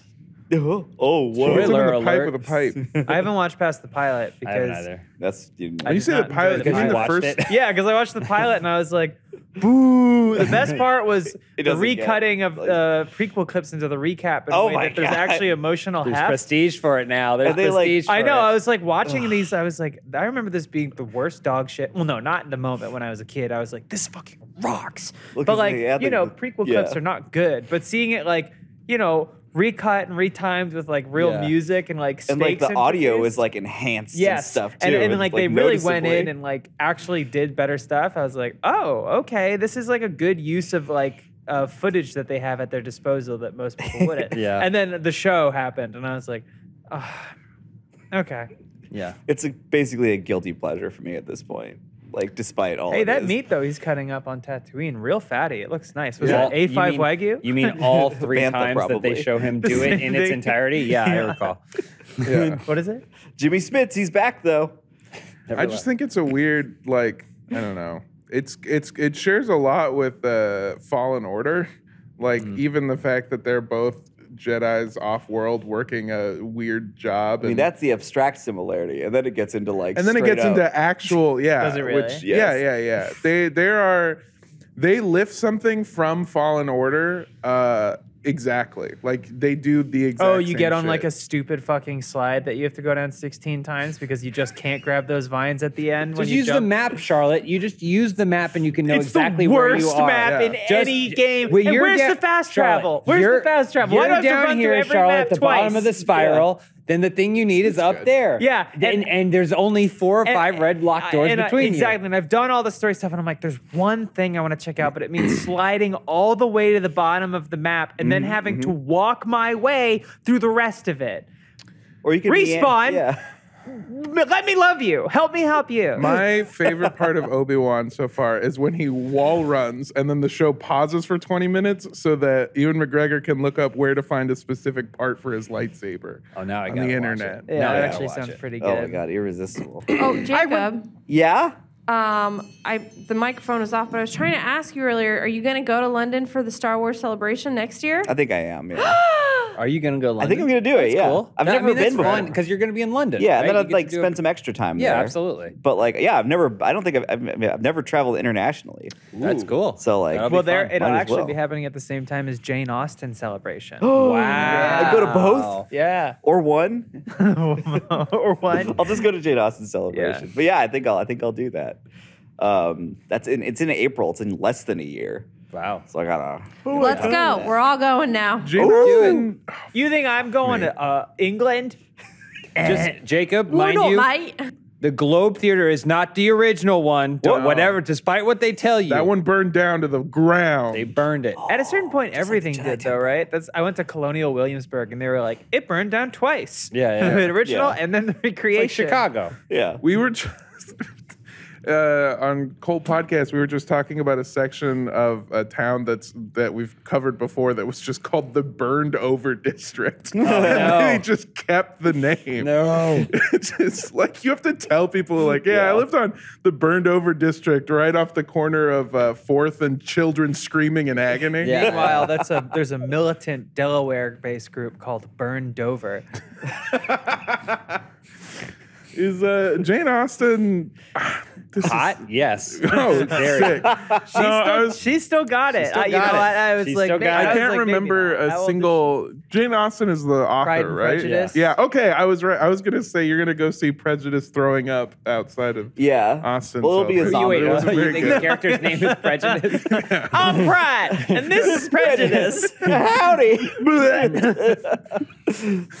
[SPEAKER 4] Oh, oh
[SPEAKER 1] Hits him
[SPEAKER 4] whoa.
[SPEAKER 3] Spoiler
[SPEAKER 1] in the pipe
[SPEAKER 3] alert.
[SPEAKER 1] with a pipe
[SPEAKER 2] I *laughs* haven't watched past the pilot
[SPEAKER 3] I haven't
[SPEAKER 2] because
[SPEAKER 3] either.
[SPEAKER 4] That's you
[SPEAKER 1] when you
[SPEAKER 2] did
[SPEAKER 1] say the
[SPEAKER 2] not enjoy
[SPEAKER 1] pilot
[SPEAKER 2] the
[SPEAKER 1] you mean
[SPEAKER 2] pilot.
[SPEAKER 1] the
[SPEAKER 3] Watched
[SPEAKER 1] first
[SPEAKER 3] it.
[SPEAKER 2] yeah, because I watched the pilot and I was like, *laughs* boo. The best part *laughs* was
[SPEAKER 4] It
[SPEAKER 2] the
[SPEAKER 4] doesn't get-
[SPEAKER 2] recutting of uh, prequel clips into the recap and
[SPEAKER 4] Oh
[SPEAKER 2] way
[SPEAKER 4] my
[SPEAKER 2] that there's
[SPEAKER 4] God.
[SPEAKER 2] actually emotional
[SPEAKER 3] There's
[SPEAKER 2] heft.
[SPEAKER 3] prestige for it now. There's
[SPEAKER 4] Are they, like-
[SPEAKER 3] prestige.
[SPEAKER 2] I
[SPEAKER 3] for
[SPEAKER 2] know.
[SPEAKER 3] it.
[SPEAKER 2] I was like watching these. I was like, I remember this being the worst dog shit. Well, no, not in the moment when I was a kid. I was like, this fucking rocks.
[SPEAKER 4] Look,
[SPEAKER 2] but
[SPEAKER 4] it's
[SPEAKER 2] like,
[SPEAKER 4] like, I
[SPEAKER 2] you
[SPEAKER 4] think
[SPEAKER 2] know,
[SPEAKER 4] that-
[SPEAKER 2] prequel
[SPEAKER 4] yeah.
[SPEAKER 2] clips are not good. But seeing it like, you know, recut and retimed with like real
[SPEAKER 3] Yeah.
[SPEAKER 2] music and like
[SPEAKER 4] and like
[SPEAKER 2] stakes
[SPEAKER 4] the audio
[SPEAKER 2] introduced.
[SPEAKER 4] was like enhanced and
[SPEAKER 2] yes
[SPEAKER 4] stuff too.
[SPEAKER 2] and, and,
[SPEAKER 4] It's,
[SPEAKER 2] like, they really went
[SPEAKER 4] noticeably-
[SPEAKER 2] in and like actually did better stuff i was like oh okay this is like a good use of like uh, footage that they have at their disposal that most people wouldn't
[SPEAKER 3] Yeah.
[SPEAKER 2] and then the show happened and i was like ah, okay
[SPEAKER 3] Yeah.
[SPEAKER 4] it's a, basically a guilty pleasure for me at this point. Like despite all
[SPEAKER 2] hey
[SPEAKER 4] it
[SPEAKER 2] that
[SPEAKER 4] is.
[SPEAKER 2] meat though he's cutting up on tatooine real fatty it looks nice *laughs* was
[SPEAKER 3] Yeah.
[SPEAKER 2] that
[SPEAKER 3] All- you
[SPEAKER 2] a5
[SPEAKER 3] mean-
[SPEAKER 2] wagyu
[SPEAKER 3] You mean all three
[SPEAKER 4] Bantha,
[SPEAKER 3] times that
[SPEAKER 4] probably.
[SPEAKER 3] they show
[SPEAKER 2] *laughs*
[SPEAKER 3] him
[SPEAKER 2] The
[SPEAKER 3] do it
[SPEAKER 2] same
[SPEAKER 3] in its
[SPEAKER 2] thing.
[SPEAKER 3] entirety? Yeah,
[SPEAKER 2] *laughs*
[SPEAKER 3] I
[SPEAKER 2] Yeah.
[SPEAKER 3] recall.
[SPEAKER 1] *laughs* Yeah.
[SPEAKER 2] *laughs* what is it
[SPEAKER 4] Jimmy Smits, he's back though.
[SPEAKER 1] I just think it's a weird, like, I don't know. It's it's it shares a lot with uh, Fallen Order, like
[SPEAKER 4] Mm-hmm.
[SPEAKER 1] even the fact that they're both Jedi's off-world working a weird job.
[SPEAKER 4] I mean
[SPEAKER 1] and-
[SPEAKER 4] that's the abstract similarity, and then it gets into like
[SPEAKER 1] and then it
[SPEAKER 4] straight
[SPEAKER 1] gets
[SPEAKER 4] up-
[SPEAKER 1] into actual yeah
[SPEAKER 2] Does it really?
[SPEAKER 1] which yeah
[SPEAKER 4] Yes.
[SPEAKER 1] yeah yeah they there are they lift something from fallen order uh exactly like they do the exact
[SPEAKER 2] Oh, you get
[SPEAKER 1] same
[SPEAKER 2] on like a
[SPEAKER 1] shit.
[SPEAKER 2] stupid fucking slide that you have to go down 16 times because you just can't grab those vines at the end. when
[SPEAKER 3] Just
[SPEAKER 2] you
[SPEAKER 3] use
[SPEAKER 2] jump.
[SPEAKER 3] the map, Charlotte. You just use the map, and you can know
[SPEAKER 2] it's
[SPEAKER 3] exactly
[SPEAKER 2] the
[SPEAKER 3] where
[SPEAKER 2] worst
[SPEAKER 3] you are.
[SPEAKER 2] map
[SPEAKER 1] Yeah.
[SPEAKER 2] in
[SPEAKER 3] Just-
[SPEAKER 2] any game.
[SPEAKER 3] Well,
[SPEAKER 2] and
[SPEAKER 3] you're
[SPEAKER 2] where's
[SPEAKER 3] da-
[SPEAKER 2] the fast
[SPEAKER 3] Charlotte,
[SPEAKER 2] travel? Where's
[SPEAKER 3] you're-
[SPEAKER 2] the fast travel? Why do
[SPEAKER 3] you're
[SPEAKER 2] I have to
[SPEAKER 3] down
[SPEAKER 2] run
[SPEAKER 3] here,
[SPEAKER 2] through every
[SPEAKER 3] Charlotte,
[SPEAKER 2] map
[SPEAKER 3] at the
[SPEAKER 2] twice?
[SPEAKER 3] bottom of the spiral. Then the thing you need is up
[SPEAKER 1] good.
[SPEAKER 3] there.
[SPEAKER 2] Yeah,
[SPEAKER 3] and, and,
[SPEAKER 2] and-
[SPEAKER 3] there's only four or
[SPEAKER 2] And-
[SPEAKER 3] five red locked doors
[SPEAKER 2] and I-
[SPEAKER 3] between
[SPEAKER 2] exactly. And I've done all the story stuff, and I'm like, there's one thing I want to check out, but it means sliding all the way to the bottom of the map and
[SPEAKER 3] Mm-hmm,
[SPEAKER 2] then having to walk my way through the rest of it.
[SPEAKER 4] or you can
[SPEAKER 2] Respawn.
[SPEAKER 4] Yeah.
[SPEAKER 2] Let me love you. Help me help you.
[SPEAKER 1] my favorite part of Obi-Wan so far is when he wall runs and then the show pauses for 20 minutes so that Ewan McGregor can look up where to find a specific part for his lightsaber.
[SPEAKER 3] you. Oh, now I
[SPEAKER 1] On
[SPEAKER 3] got
[SPEAKER 1] the internet.
[SPEAKER 2] yeah,
[SPEAKER 4] I
[SPEAKER 2] it
[SPEAKER 4] gotta
[SPEAKER 2] actually
[SPEAKER 3] watch
[SPEAKER 2] sounds
[SPEAKER 3] it.
[SPEAKER 2] pretty good.
[SPEAKER 4] Oh my god, irresistible. *clears throat*
[SPEAKER 5] Oh, Jacob.
[SPEAKER 4] yeah?
[SPEAKER 5] Um, I the microphone is off, but I was trying to ask you earlier. Are you going to go to London for the Star Wars celebration next year?
[SPEAKER 4] I think I am, yeah.
[SPEAKER 3] Are you gonna go? To London?
[SPEAKER 4] think I'm gonna do it,
[SPEAKER 3] That's
[SPEAKER 4] yeah.
[SPEAKER 3] Cool.
[SPEAKER 4] I've
[SPEAKER 3] That-
[SPEAKER 4] never
[SPEAKER 3] I mean, that's
[SPEAKER 4] been before.
[SPEAKER 3] fun because you're gonna be in London.
[SPEAKER 4] yeah,
[SPEAKER 3] right?
[SPEAKER 4] and then
[SPEAKER 3] You
[SPEAKER 4] I'd
[SPEAKER 3] get
[SPEAKER 4] like
[SPEAKER 3] to do
[SPEAKER 4] spend
[SPEAKER 3] it-
[SPEAKER 4] some extra time
[SPEAKER 3] Yeah,
[SPEAKER 4] there.
[SPEAKER 3] absolutely.
[SPEAKER 4] But like, yeah, I've never I don't think I've I've, I've never traveled internationally.
[SPEAKER 3] That's cool.
[SPEAKER 4] So, like-
[SPEAKER 3] That'll be
[SPEAKER 2] Well, there
[SPEAKER 3] fun.
[SPEAKER 2] it'll
[SPEAKER 4] Might as
[SPEAKER 2] actually
[SPEAKER 4] well.
[SPEAKER 2] be happening at the same time as Jane Austen celebration.
[SPEAKER 3] *gasps* wow.
[SPEAKER 4] I go to both
[SPEAKER 2] yeah,
[SPEAKER 4] or one.
[SPEAKER 2] *laughs* or one.
[SPEAKER 4] *laughs* I'll just go to
[SPEAKER 3] *laughs*
[SPEAKER 4] Jane Austen's celebration. But yeah, I think I'll I think I'll do that. Um, that's in it's in April. It's in less than a year.
[SPEAKER 3] Wow.
[SPEAKER 4] So I gotta.
[SPEAKER 5] Let's go. We're all going now.
[SPEAKER 1] Jane
[SPEAKER 4] Ooh.
[SPEAKER 1] Austen,
[SPEAKER 2] You think I'm going to uh, England?
[SPEAKER 3] Just Jacob,
[SPEAKER 5] We're
[SPEAKER 3] mind
[SPEAKER 5] not,
[SPEAKER 3] you, *laughs*
[SPEAKER 5] mate.
[SPEAKER 3] the Globe Theater is not the original one. Don't-
[SPEAKER 1] Wow.
[SPEAKER 3] Whatever, despite what they tell you,
[SPEAKER 1] that one burned down to the ground.
[SPEAKER 3] they burned it.
[SPEAKER 2] At a certain point, everything
[SPEAKER 4] Jedi
[SPEAKER 2] did though, right? That's I went to Colonial Williamsburg, and they were like, it burned down twice.
[SPEAKER 3] Yeah,
[SPEAKER 2] *laughs*
[SPEAKER 3] yeah,
[SPEAKER 2] the
[SPEAKER 3] yeah.
[SPEAKER 2] original
[SPEAKER 4] Yeah.
[SPEAKER 2] and then the recreation.
[SPEAKER 3] Like Chicago.
[SPEAKER 4] Yeah.
[SPEAKER 1] We were just *laughs* uh, on Cold Podcast. We were just talking about a section of a town that's that we've covered before that was just called the Burned Over District, *laughs* and
[SPEAKER 3] Oh, no.
[SPEAKER 1] they just kept the name.
[SPEAKER 3] No.
[SPEAKER 1] *laughs* it's just like you have to tell people, like, yeah, I lived on the Burned Over District, right off the corner of uh, Fourth and Children Screaming in Agony.
[SPEAKER 2] *laughs*
[SPEAKER 3] Yeah.
[SPEAKER 2] Meanwhile, that's a there's a militant Delaware-based group called Burn Dover.
[SPEAKER 1] Is uh, Jane Austen ah, this is-
[SPEAKER 3] Hot? Yes.
[SPEAKER 1] *laughs* Oh, it's
[SPEAKER 3] There
[SPEAKER 1] sick.
[SPEAKER 2] *laughs*
[SPEAKER 3] it
[SPEAKER 1] no, I was
[SPEAKER 2] She still got it.
[SPEAKER 3] still
[SPEAKER 2] I, you
[SPEAKER 3] got
[SPEAKER 2] know,
[SPEAKER 3] it.
[SPEAKER 2] I, I was
[SPEAKER 3] She
[SPEAKER 2] like,
[SPEAKER 3] still
[SPEAKER 2] man,
[SPEAKER 3] got
[SPEAKER 1] I
[SPEAKER 3] it.
[SPEAKER 2] was
[SPEAKER 1] can't
[SPEAKER 2] like, maybe
[SPEAKER 1] remember
[SPEAKER 2] not.
[SPEAKER 1] a
[SPEAKER 2] How old is
[SPEAKER 1] single. Jane Austen is the author,
[SPEAKER 2] Pride and
[SPEAKER 1] right?
[SPEAKER 2] Prejudice.
[SPEAKER 1] Yeah. Okay, I was right. I was gonna say you're gonna go see Prejudice throwing up outside of *laughs*
[SPEAKER 4] Yeah.
[SPEAKER 1] Austen.
[SPEAKER 4] Well, it'll be a
[SPEAKER 1] Celebration.
[SPEAKER 3] You,
[SPEAKER 4] zombie.
[SPEAKER 3] wait,
[SPEAKER 1] It wasn't
[SPEAKER 3] you
[SPEAKER 1] very
[SPEAKER 3] think the
[SPEAKER 1] good.
[SPEAKER 3] character's name is Prejudice?
[SPEAKER 2] I'm Pride, and this is Prejudice.
[SPEAKER 4] *laughs*
[SPEAKER 3] *laughs*
[SPEAKER 4] Howdy. *laughs*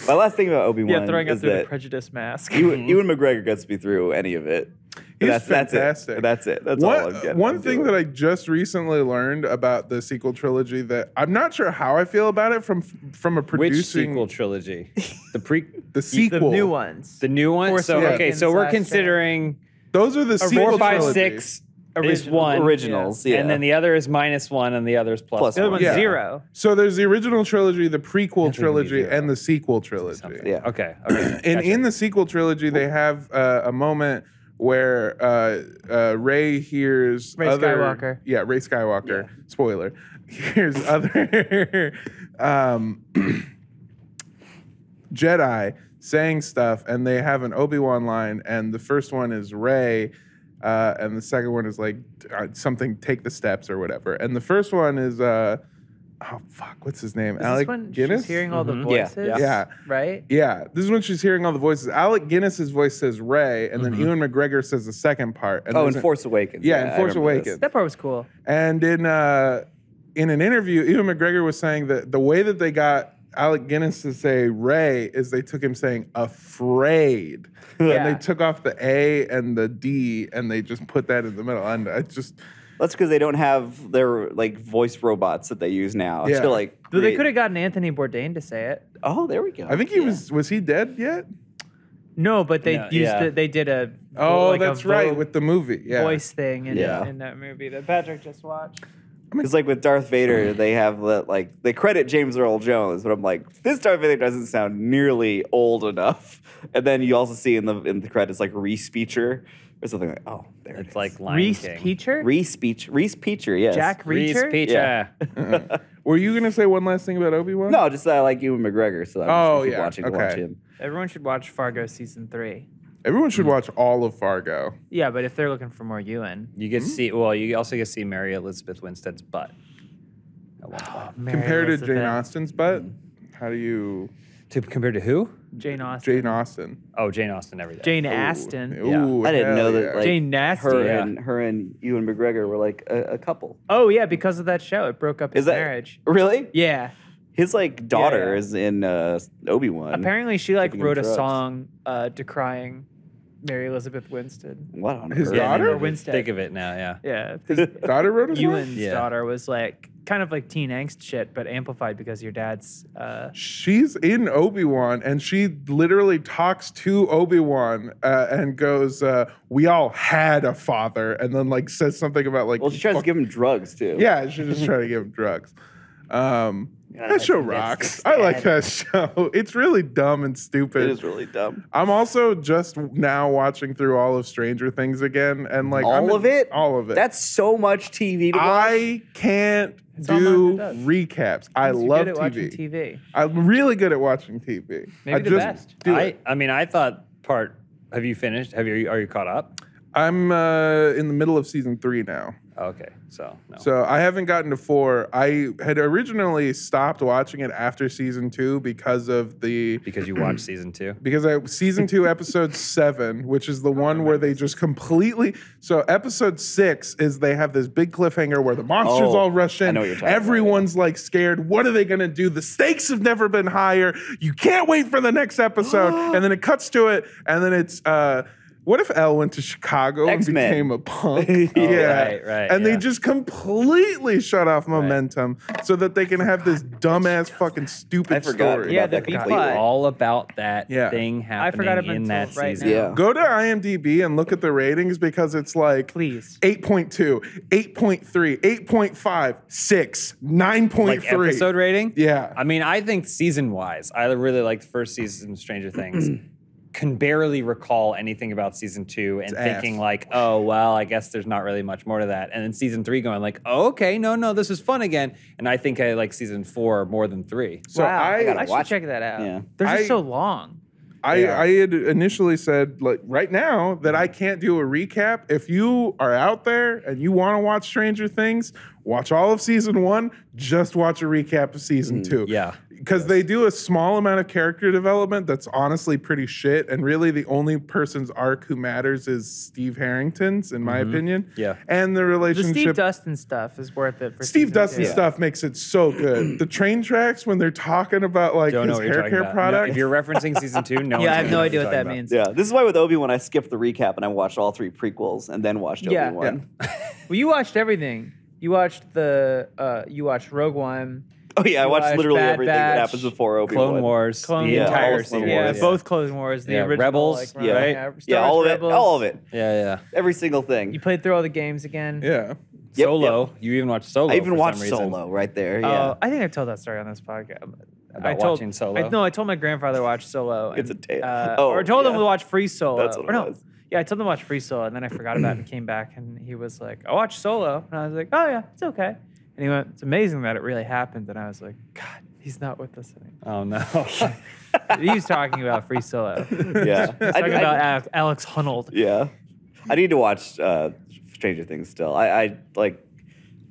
[SPEAKER 4] My last thing about Obi Wan
[SPEAKER 2] yeah, throwing up
[SPEAKER 4] is
[SPEAKER 2] through the
[SPEAKER 4] that
[SPEAKER 2] Prejudice mask.
[SPEAKER 4] Ewan, *laughs* Ewan McGregor gets me through any of it.
[SPEAKER 1] Mm-hmm. He's
[SPEAKER 4] that's that's
[SPEAKER 1] fantastic.
[SPEAKER 4] it. That's it. That's all
[SPEAKER 1] One,
[SPEAKER 4] I'm getting.
[SPEAKER 1] one thing that I just recently learned about the sequel trilogy that I'm not sure how I feel about it from from a
[SPEAKER 3] Which
[SPEAKER 1] producing
[SPEAKER 3] sequel trilogy? The pre,
[SPEAKER 1] the
[SPEAKER 2] the
[SPEAKER 1] sequel
[SPEAKER 2] new ones.
[SPEAKER 3] the new one.
[SPEAKER 2] Force
[SPEAKER 3] so okay,
[SPEAKER 2] Awakens
[SPEAKER 3] so we're
[SPEAKER 2] slash Phantom.
[SPEAKER 3] considering
[SPEAKER 1] Those are the sequel
[SPEAKER 3] four, five,
[SPEAKER 1] trilogy.
[SPEAKER 3] six is
[SPEAKER 2] Original.
[SPEAKER 3] one,
[SPEAKER 4] originals. Yeah.
[SPEAKER 3] and then the other is minus one, and the other is plus.
[SPEAKER 4] Plus
[SPEAKER 2] the other one's
[SPEAKER 1] Yeah.
[SPEAKER 2] zero.
[SPEAKER 1] So there's the original trilogy, the prequel
[SPEAKER 3] Nothing to be
[SPEAKER 1] trilogy,
[SPEAKER 3] zero.
[SPEAKER 1] and the sequel trilogy.
[SPEAKER 4] yeah.
[SPEAKER 3] Okay. Okay.
[SPEAKER 1] And
[SPEAKER 3] gotcha.
[SPEAKER 1] in the sequel trilogy, they have uh, a moment where uh, uh, Ray hears
[SPEAKER 2] Ray
[SPEAKER 1] other,
[SPEAKER 2] Skywalker.
[SPEAKER 1] Yeah, Ray Skywalker. Spoiler. *laughs* Hears other um, *clears throat* Jedi saying stuff, and they have an Obi Wan line, and the first one is Ray. Uh, and the second one is like uh, something, take the steps or whatever. And the first one is, uh, oh fuck, what's his name?
[SPEAKER 2] Is this
[SPEAKER 1] Alec
[SPEAKER 2] when
[SPEAKER 1] Guinness?
[SPEAKER 2] she's hearing all the
[SPEAKER 3] Mhm.
[SPEAKER 4] Yeah.
[SPEAKER 2] voices?
[SPEAKER 1] Yeah.
[SPEAKER 2] Right?
[SPEAKER 1] Yeah, this is when she's hearing all the voices. Alec Guinness's voice says Ray, and then Ewan McGregor says the second part. And
[SPEAKER 4] Mm-hmm. oh,
[SPEAKER 1] there's
[SPEAKER 4] in
[SPEAKER 1] an-
[SPEAKER 4] Force Awakens.
[SPEAKER 1] Yeah, in
[SPEAKER 4] I
[SPEAKER 1] Force
[SPEAKER 4] remember
[SPEAKER 1] Awakens.
[SPEAKER 2] That part was cool.
[SPEAKER 1] And in uh, in an interview, Ewan McGregor was saying that the way that they got Alec Guinness to say Ray is they took him saying afraid.
[SPEAKER 4] *laughs*
[SPEAKER 1] And
[SPEAKER 2] Yeah.
[SPEAKER 1] they took off the A and the D and they just put that in the middle. And I just,
[SPEAKER 4] That's because they don't have their like voice robots that they use now.
[SPEAKER 1] Yeah.
[SPEAKER 4] To, like,
[SPEAKER 2] Though they
[SPEAKER 4] create-
[SPEAKER 2] could have gotten Anthony Bourdain to say it.
[SPEAKER 4] Oh, there we go.
[SPEAKER 1] I think he was, was he dead yet?
[SPEAKER 2] No, but they
[SPEAKER 3] No,
[SPEAKER 2] used
[SPEAKER 4] yeah.
[SPEAKER 2] the, they did a
[SPEAKER 1] Oh,
[SPEAKER 2] like a
[SPEAKER 1] that's right,
[SPEAKER 2] vo-
[SPEAKER 1] with the movie. Yeah.
[SPEAKER 2] voice thing in,
[SPEAKER 4] Yeah.
[SPEAKER 2] in that movie that Patrick just watched.
[SPEAKER 4] Because like with Darth
[SPEAKER 1] *sighs*
[SPEAKER 4] Vader, they have that like they credit James Earl Jones, but I'm like, this Darth Vader doesn't sound nearly old enough. *laughs* And then you also see in the in the credits like Reese Beecher or something like, oh, there it
[SPEAKER 3] It's
[SPEAKER 4] is.
[SPEAKER 3] like Lion
[SPEAKER 2] Reese
[SPEAKER 3] King.
[SPEAKER 2] Peacher,
[SPEAKER 4] Reese Beecher, Reese Beecher, yes.
[SPEAKER 2] Jack
[SPEAKER 3] Reese
[SPEAKER 2] Reacher.
[SPEAKER 3] Peacher.
[SPEAKER 4] Yeah.
[SPEAKER 1] Were you going to say one last thing about Obi Wan?
[SPEAKER 4] No, just that I like Ewan McGregor, so I'm
[SPEAKER 1] Oh,
[SPEAKER 4] just gonna keep
[SPEAKER 1] yeah,
[SPEAKER 4] watching to watch
[SPEAKER 1] okay.
[SPEAKER 4] him.
[SPEAKER 2] Everyone should watch Fargo season three.
[SPEAKER 1] Everyone should watch all of Fargo.
[SPEAKER 2] Yeah, but if they're looking for more Ewan,
[SPEAKER 3] You get to see. Well, you also get to see Mary Elizabeth Winstead's butt. At one point.
[SPEAKER 2] Oh, Mary
[SPEAKER 1] Compared to
[SPEAKER 2] Elizabeth-
[SPEAKER 1] Jane Austen's butt, how do you.
[SPEAKER 3] To compared to who?
[SPEAKER 2] Jane Austen,
[SPEAKER 1] Jane Austen.
[SPEAKER 3] Oh, Jane Austen every day.
[SPEAKER 2] Jane
[SPEAKER 1] Ooh.
[SPEAKER 2] Aston,
[SPEAKER 1] Ooh,
[SPEAKER 4] I didn't
[SPEAKER 1] hell
[SPEAKER 4] know that,
[SPEAKER 1] yeah.
[SPEAKER 4] like-
[SPEAKER 2] Jane Nasty.
[SPEAKER 4] Her
[SPEAKER 3] Yeah.
[SPEAKER 4] and her and Ewan McGregor were like a, a couple.
[SPEAKER 2] Oh yeah, because of that show, it broke up his
[SPEAKER 4] Is that-
[SPEAKER 2] marriage.
[SPEAKER 4] Really?
[SPEAKER 2] Yeah,
[SPEAKER 4] His like daughter
[SPEAKER 2] yeah.
[SPEAKER 4] is in uh, Obi Wan.
[SPEAKER 2] apparently she like
[SPEAKER 4] giving him
[SPEAKER 2] wrote a
[SPEAKER 4] drugs.
[SPEAKER 2] song uh, decrying Mary Elizabeth Winstead.
[SPEAKER 4] what on
[SPEAKER 1] His
[SPEAKER 4] earth?
[SPEAKER 1] Yeah, daughter?
[SPEAKER 3] I
[SPEAKER 2] Or Winstead.
[SPEAKER 3] Think of it now, yeah.
[SPEAKER 2] *laughs* Yeah,
[SPEAKER 1] daughter wrote a song?
[SPEAKER 2] Ewan's
[SPEAKER 3] Yeah.
[SPEAKER 2] daughter was like kind of like teen angst shit, but amplified because your dad's. Uh,
[SPEAKER 1] She's in Obi Wan, and she literally talks to Obi Wan uh, and goes, uh, "We all had a father," and then like says something about like,
[SPEAKER 4] Well, she tries to
[SPEAKER 1] fuck-
[SPEAKER 4] give him drugs too.
[SPEAKER 1] yeah, she just trying to give him drugs. Um, that show rocks. I like that *laughs* show. It's really dumb and stupid.
[SPEAKER 4] It is really dumb.
[SPEAKER 1] I'm also just now watching through all of Stranger Things again, and like
[SPEAKER 4] all
[SPEAKER 1] I'm
[SPEAKER 4] of
[SPEAKER 1] in-
[SPEAKER 4] it?
[SPEAKER 1] all of it.
[SPEAKER 4] That's so much TV to watch.
[SPEAKER 1] I can't
[SPEAKER 2] It's all
[SPEAKER 1] do
[SPEAKER 2] Martha does.
[SPEAKER 1] recaps. I
[SPEAKER 2] you're
[SPEAKER 1] love
[SPEAKER 2] good at watching
[SPEAKER 1] TV.
[SPEAKER 2] TV.
[SPEAKER 1] I'm really good at watching TV.
[SPEAKER 2] Maybe
[SPEAKER 1] I
[SPEAKER 2] the
[SPEAKER 1] just
[SPEAKER 2] best.
[SPEAKER 1] Do
[SPEAKER 3] I,
[SPEAKER 1] it.
[SPEAKER 3] I mean, I thought part. Have you finished? Have you? Are you caught up?
[SPEAKER 1] I'm uh, in the middle of season three now,
[SPEAKER 3] Oh, Okay, so no.
[SPEAKER 1] so I haven't gotten to four. I had originally stopped watching it after season two because of the
[SPEAKER 3] because you watched season two.
[SPEAKER 1] because I season two,
[SPEAKER 4] *laughs*
[SPEAKER 1] episode seven, which is the
[SPEAKER 4] Oh,
[SPEAKER 1] one where they just completely. So episode six is they have this big cliffhanger where the monsters
[SPEAKER 4] Oh,
[SPEAKER 1] all rush in.
[SPEAKER 4] I know what you're talking about, yeah.
[SPEAKER 1] Everyone's like scared. What are they gonna do? The stakes have never been higher. You can't wait for the next
[SPEAKER 4] *gasps*
[SPEAKER 1] episode. and then it cuts to it, and then it's. uh what if Elle went to Chicago
[SPEAKER 4] X-Men. Oh,
[SPEAKER 1] and became
[SPEAKER 4] *laughs*
[SPEAKER 1] a punk?
[SPEAKER 3] right, right,
[SPEAKER 1] And they
[SPEAKER 3] yeah.
[SPEAKER 1] just completely shut off momentum so that they can have
[SPEAKER 4] *laughs*
[SPEAKER 1] this dumbass fucking stupid
[SPEAKER 4] I forgot
[SPEAKER 1] story.
[SPEAKER 4] about
[SPEAKER 2] Yeah,
[SPEAKER 4] that
[SPEAKER 2] the B
[SPEAKER 4] completely.
[SPEAKER 2] plot.
[SPEAKER 3] All about that
[SPEAKER 1] Yeah.
[SPEAKER 3] thing
[SPEAKER 2] I
[SPEAKER 3] happening
[SPEAKER 2] forgot up
[SPEAKER 3] in
[SPEAKER 2] until
[SPEAKER 3] that
[SPEAKER 2] right
[SPEAKER 3] season.
[SPEAKER 2] now.
[SPEAKER 4] Yeah.
[SPEAKER 1] Go to IMDb and look at the ratings because it's like
[SPEAKER 2] Please.
[SPEAKER 1] 8.2, 8.3, 8.5, 6, 9.3.
[SPEAKER 3] Like episode rating.
[SPEAKER 1] Yeah.
[SPEAKER 3] I mean, I think season wise, I really liked the first season of Stranger Things.
[SPEAKER 1] *clears throat*
[SPEAKER 3] Can barely recall anything about season two and
[SPEAKER 1] It's ass.
[SPEAKER 3] thinking like, oh well, I guess there's not really much more to that. And then season three going like, oh, okay, no, no, this is fun again. And I think I like season four more than three.
[SPEAKER 1] so
[SPEAKER 2] wow,
[SPEAKER 1] I- I
[SPEAKER 2] I,
[SPEAKER 1] gotta
[SPEAKER 2] should
[SPEAKER 4] watch
[SPEAKER 2] check that out.
[SPEAKER 4] Yeah.
[SPEAKER 2] They're just
[SPEAKER 1] I-
[SPEAKER 2] so long.
[SPEAKER 1] I,
[SPEAKER 3] Yeah.
[SPEAKER 1] I had initially said like right now that I can't do a recap. If you are out there and you want to watch Stranger Things, watch all of season one. Just watch a recap of season two.
[SPEAKER 3] Mm, Yeah.
[SPEAKER 1] because they do a small amount of character development that's honestly pretty shit. And really, the only person's arc who matters is Steve Harrington's, in my opinion.
[SPEAKER 3] Mm-hmm. Yeah.
[SPEAKER 1] and the
[SPEAKER 2] The
[SPEAKER 1] relationship.
[SPEAKER 2] Steve Dustin stuff is worth it. For
[SPEAKER 1] Steve
[SPEAKER 2] season
[SPEAKER 1] Dustin
[SPEAKER 2] two.
[SPEAKER 1] stuff makes it so good. The train tracks when they're talking about like
[SPEAKER 3] Don't know
[SPEAKER 1] his
[SPEAKER 3] what you're
[SPEAKER 1] hair
[SPEAKER 3] talking
[SPEAKER 1] care
[SPEAKER 3] about. No,
[SPEAKER 1] product.
[SPEAKER 3] if you're referencing season two,
[SPEAKER 2] *laughs*
[SPEAKER 3] no.
[SPEAKER 2] Yeah, I have
[SPEAKER 3] one's gonna
[SPEAKER 2] no
[SPEAKER 3] know
[SPEAKER 2] idea
[SPEAKER 3] you're
[SPEAKER 2] what
[SPEAKER 3] talking
[SPEAKER 2] that
[SPEAKER 3] about.
[SPEAKER 2] means.
[SPEAKER 4] Yeah, this is why with Obi Wan I skipped the recap and I watched all three prequels and then watched
[SPEAKER 2] Yeah.
[SPEAKER 4] Obi Wan.
[SPEAKER 2] Well, you watched everything. You watched the. Uh, you watched Rogue One.
[SPEAKER 4] *laughs* Oh yeah, I
[SPEAKER 2] You
[SPEAKER 4] watched
[SPEAKER 2] watched
[SPEAKER 4] literally
[SPEAKER 2] Bad
[SPEAKER 4] everything
[SPEAKER 2] Batch,
[SPEAKER 4] that happens before Obi Wan.
[SPEAKER 3] Clone Wars,
[SPEAKER 2] Clone
[SPEAKER 3] the
[SPEAKER 2] Wars.
[SPEAKER 3] entire
[SPEAKER 4] Yeah,
[SPEAKER 3] series.
[SPEAKER 2] yeah,
[SPEAKER 4] Wars.
[SPEAKER 2] both Clone Wars. The
[SPEAKER 3] Yeah,
[SPEAKER 2] original.
[SPEAKER 3] Rebels,
[SPEAKER 2] like,
[SPEAKER 3] Yeah.
[SPEAKER 2] right?
[SPEAKER 3] right?
[SPEAKER 2] Yeah, Star
[SPEAKER 4] yeah,
[SPEAKER 2] Wars
[SPEAKER 4] all of it,
[SPEAKER 2] Rebels.
[SPEAKER 4] all of it,
[SPEAKER 3] Yeah, yeah.
[SPEAKER 4] every single thing.
[SPEAKER 2] You played through all the games again.
[SPEAKER 1] yeah,
[SPEAKER 4] Yep,
[SPEAKER 3] Solo.
[SPEAKER 4] yep.
[SPEAKER 3] You even watched Solo.
[SPEAKER 4] I even
[SPEAKER 3] for
[SPEAKER 4] watched
[SPEAKER 3] some reason.
[SPEAKER 4] Solo right there.
[SPEAKER 2] Oh,
[SPEAKER 3] *laughs*
[SPEAKER 4] Yeah,
[SPEAKER 2] I think I told that story on this podcast. I
[SPEAKER 3] About
[SPEAKER 2] told,
[SPEAKER 3] watching Solo?
[SPEAKER 2] I, no, I told my grandfather to watch Solo.
[SPEAKER 4] It's
[SPEAKER 2] and,
[SPEAKER 4] a tale.
[SPEAKER 2] Uh,
[SPEAKER 4] Oh,
[SPEAKER 2] or I told him
[SPEAKER 4] yeah.
[SPEAKER 2] to watch Free Solo.
[SPEAKER 4] That's what
[SPEAKER 2] or
[SPEAKER 4] it
[SPEAKER 2] no,
[SPEAKER 4] was.
[SPEAKER 2] yeah, I told him to watch Free Solo, and then I forgot about it and came back, and he was like, "I watched Solo," and I was like, "Oh yeah, it's okay." And he went, "It's amazing that it really happened," and I was like, "God, he's not with us anymore."
[SPEAKER 3] Oh no.
[SPEAKER 2] he was talking about Free Solo. Talking
[SPEAKER 4] yeah. I, I-
[SPEAKER 2] about Alex, Alex Honnold.
[SPEAKER 4] yeah, I need to watch uh, Stranger Things still. I, I like.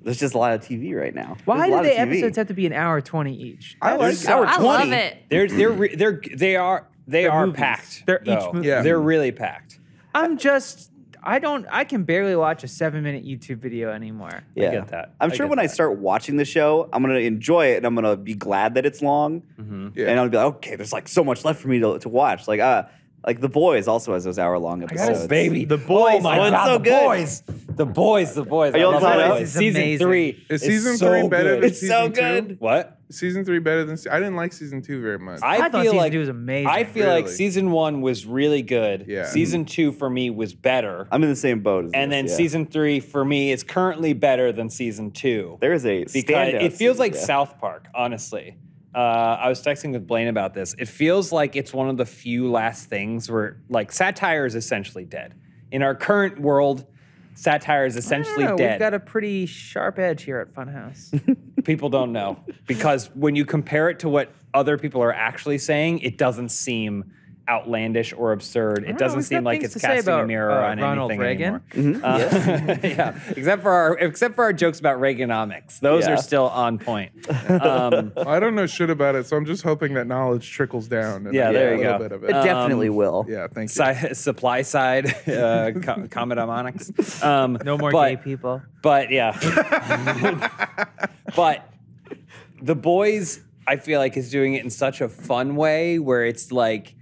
[SPEAKER 4] There's just a lot of TV right now.
[SPEAKER 2] Why
[SPEAKER 4] There's a
[SPEAKER 2] do
[SPEAKER 4] lot of
[SPEAKER 2] the
[SPEAKER 4] TV.
[SPEAKER 2] episodes have to be an hour twenty each?
[SPEAKER 1] I like
[SPEAKER 4] There's
[SPEAKER 1] it.
[SPEAKER 4] hour
[SPEAKER 5] I
[SPEAKER 4] 20.
[SPEAKER 5] love it.
[SPEAKER 3] They're they're re- they're they are they
[SPEAKER 2] They're
[SPEAKER 3] are
[SPEAKER 2] movies.
[SPEAKER 3] packed.
[SPEAKER 2] They're each
[SPEAKER 3] though.
[SPEAKER 2] movie.
[SPEAKER 1] Yeah.
[SPEAKER 3] They're really packed.
[SPEAKER 2] I'm just I don't. I can barely watch a seven minute YouTube video anymore.
[SPEAKER 4] Yeah.
[SPEAKER 3] get that.
[SPEAKER 4] I'm
[SPEAKER 3] I
[SPEAKER 4] sure
[SPEAKER 3] get
[SPEAKER 4] when I
[SPEAKER 3] that.
[SPEAKER 4] start watching the show, I'm gonna enjoy it and I'm gonna be glad that it's long.
[SPEAKER 3] Mm-hmm.
[SPEAKER 1] Yeah.
[SPEAKER 4] And I'll be like, okay, there's like so much left for me to, to watch. Like uh like The Boys also has those hour long
[SPEAKER 3] Oh,
[SPEAKER 4] episodes.
[SPEAKER 3] baby, the
[SPEAKER 4] boys.
[SPEAKER 3] Oh my
[SPEAKER 4] Oh, it's
[SPEAKER 3] god,
[SPEAKER 4] so
[SPEAKER 3] the
[SPEAKER 4] good.
[SPEAKER 3] boys, the boys, the boys.
[SPEAKER 4] Are
[SPEAKER 3] I
[SPEAKER 4] y'all
[SPEAKER 3] love
[SPEAKER 4] caught
[SPEAKER 3] the
[SPEAKER 4] up?
[SPEAKER 3] boys.
[SPEAKER 2] It's
[SPEAKER 3] Season
[SPEAKER 2] amazing.
[SPEAKER 3] three
[SPEAKER 1] Is
[SPEAKER 3] is
[SPEAKER 1] season
[SPEAKER 3] so
[SPEAKER 1] three better
[SPEAKER 3] good.
[SPEAKER 1] than
[SPEAKER 4] It's
[SPEAKER 1] season
[SPEAKER 4] so
[SPEAKER 1] two?
[SPEAKER 4] good.
[SPEAKER 3] What?
[SPEAKER 1] Season three better than se- I didn't like season two very much.
[SPEAKER 2] I,
[SPEAKER 3] I
[SPEAKER 2] thought
[SPEAKER 3] feel
[SPEAKER 2] season
[SPEAKER 3] like
[SPEAKER 2] two was amazing.
[SPEAKER 3] I feel like
[SPEAKER 1] Really?
[SPEAKER 3] season one was really good.
[SPEAKER 1] Yeah.
[SPEAKER 3] Season
[SPEAKER 2] Mm-hmm.
[SPEAKER 3] two for me was better.
[SPEAKER 4] I'm in the same boat as
[SPEAKER 3] and
[SPEAKER 4] this,
[SPEAKER 3] then
[SPEAKER 4] yeah.
[SPEAKER 3] season three for me is currently better than season two.
[SPEAKER 4] there is a
[SPEAKER 3] because
[SPEAKER 4] standout
[SPEAKER 3] it feels
[SPEAKER 4] season,
[SPEAKER 3] like
[SPEAKER 4] yeah.
[SPEAKER 3] South Park, honestly. Uh, I was texting with Blaine about this. It feels like it's one of the few last things where, like, satire is essentially dead. In our current world, satire is
[SPEAKER 2] I don't
[SPEAKER 3] essentially
[SPEAKER 2] know,
[SPEAKER 3] dead.
[SPEAKER 2] We've got a pretty sharp edge here at
[SPEAKER 4] *laughs*
[SPEAKER 2] Funhouse.
[SPEAKER 3] people don't know because when you compare it to what other people are actually saying, it doesn't seem outlandish or absurd. It
[SPEAKER 2] know,
[SPEAKER 3] doesn't
[SPEAKER 2] we've
[SPEAKER 3] seem
[SPEAKER 2] got
[SPEAKER 3] like
[SPEAKER 2] things
[SPEAKER 3] it's
[SPEAKER 2] to say
[SPEAKER 3] casting a
[SPEAKER 2] about,
[SPEAKER 3] mirror
[SPEAKER 2] uh,
[SPEAKER 3] on
[SPEAKER 2] Ronald
[SPEAKER 3] anything
[SPEAKER 2] Reagan.
[SPEAKER 3] anymore. Uh, *laughs* yeah, except for our except for our jokes about Reaganomics, those
[SPEAKER 4] Yeah.
[SPEAKER 3] are still on point.
[SPEAKER 2] *laughs*
[SPEAKER 3] Um,
[SPEAKER 1] Well, I don't know shit about it, so I'm just hoping that knowledge trickles down. And
[SPEAKER 3] Yeah,
[SPEAKER 1] I get
[SPEAKER 3] there
[SPEAKER 1] a
[SPEAKER 3] you
[SPEAKER 1] little
[SPEAKER 3] go.
[SPEAKER 1] Bit of
[SPEAKER 4] It
[SPEAKER 1] it.
[SPEAKER 4] definitely
[SPEAKER 3] um,
[SPEAKER 4] will.
[SPEAKER 1] yeah, thank you.
[SPEAKER 3] si- supply side uh, com- Comedomonics. Um,
[SPEAKER 2] No more
[SPEAKER 3] but-
[SPEAKER 2] gay people.
[SPEAKER 3] But yeah.
[SPEAKER 4] *laughs*
[SPEAKER 3] but the boys, I feel like, is doing it in such a fun way where it's like,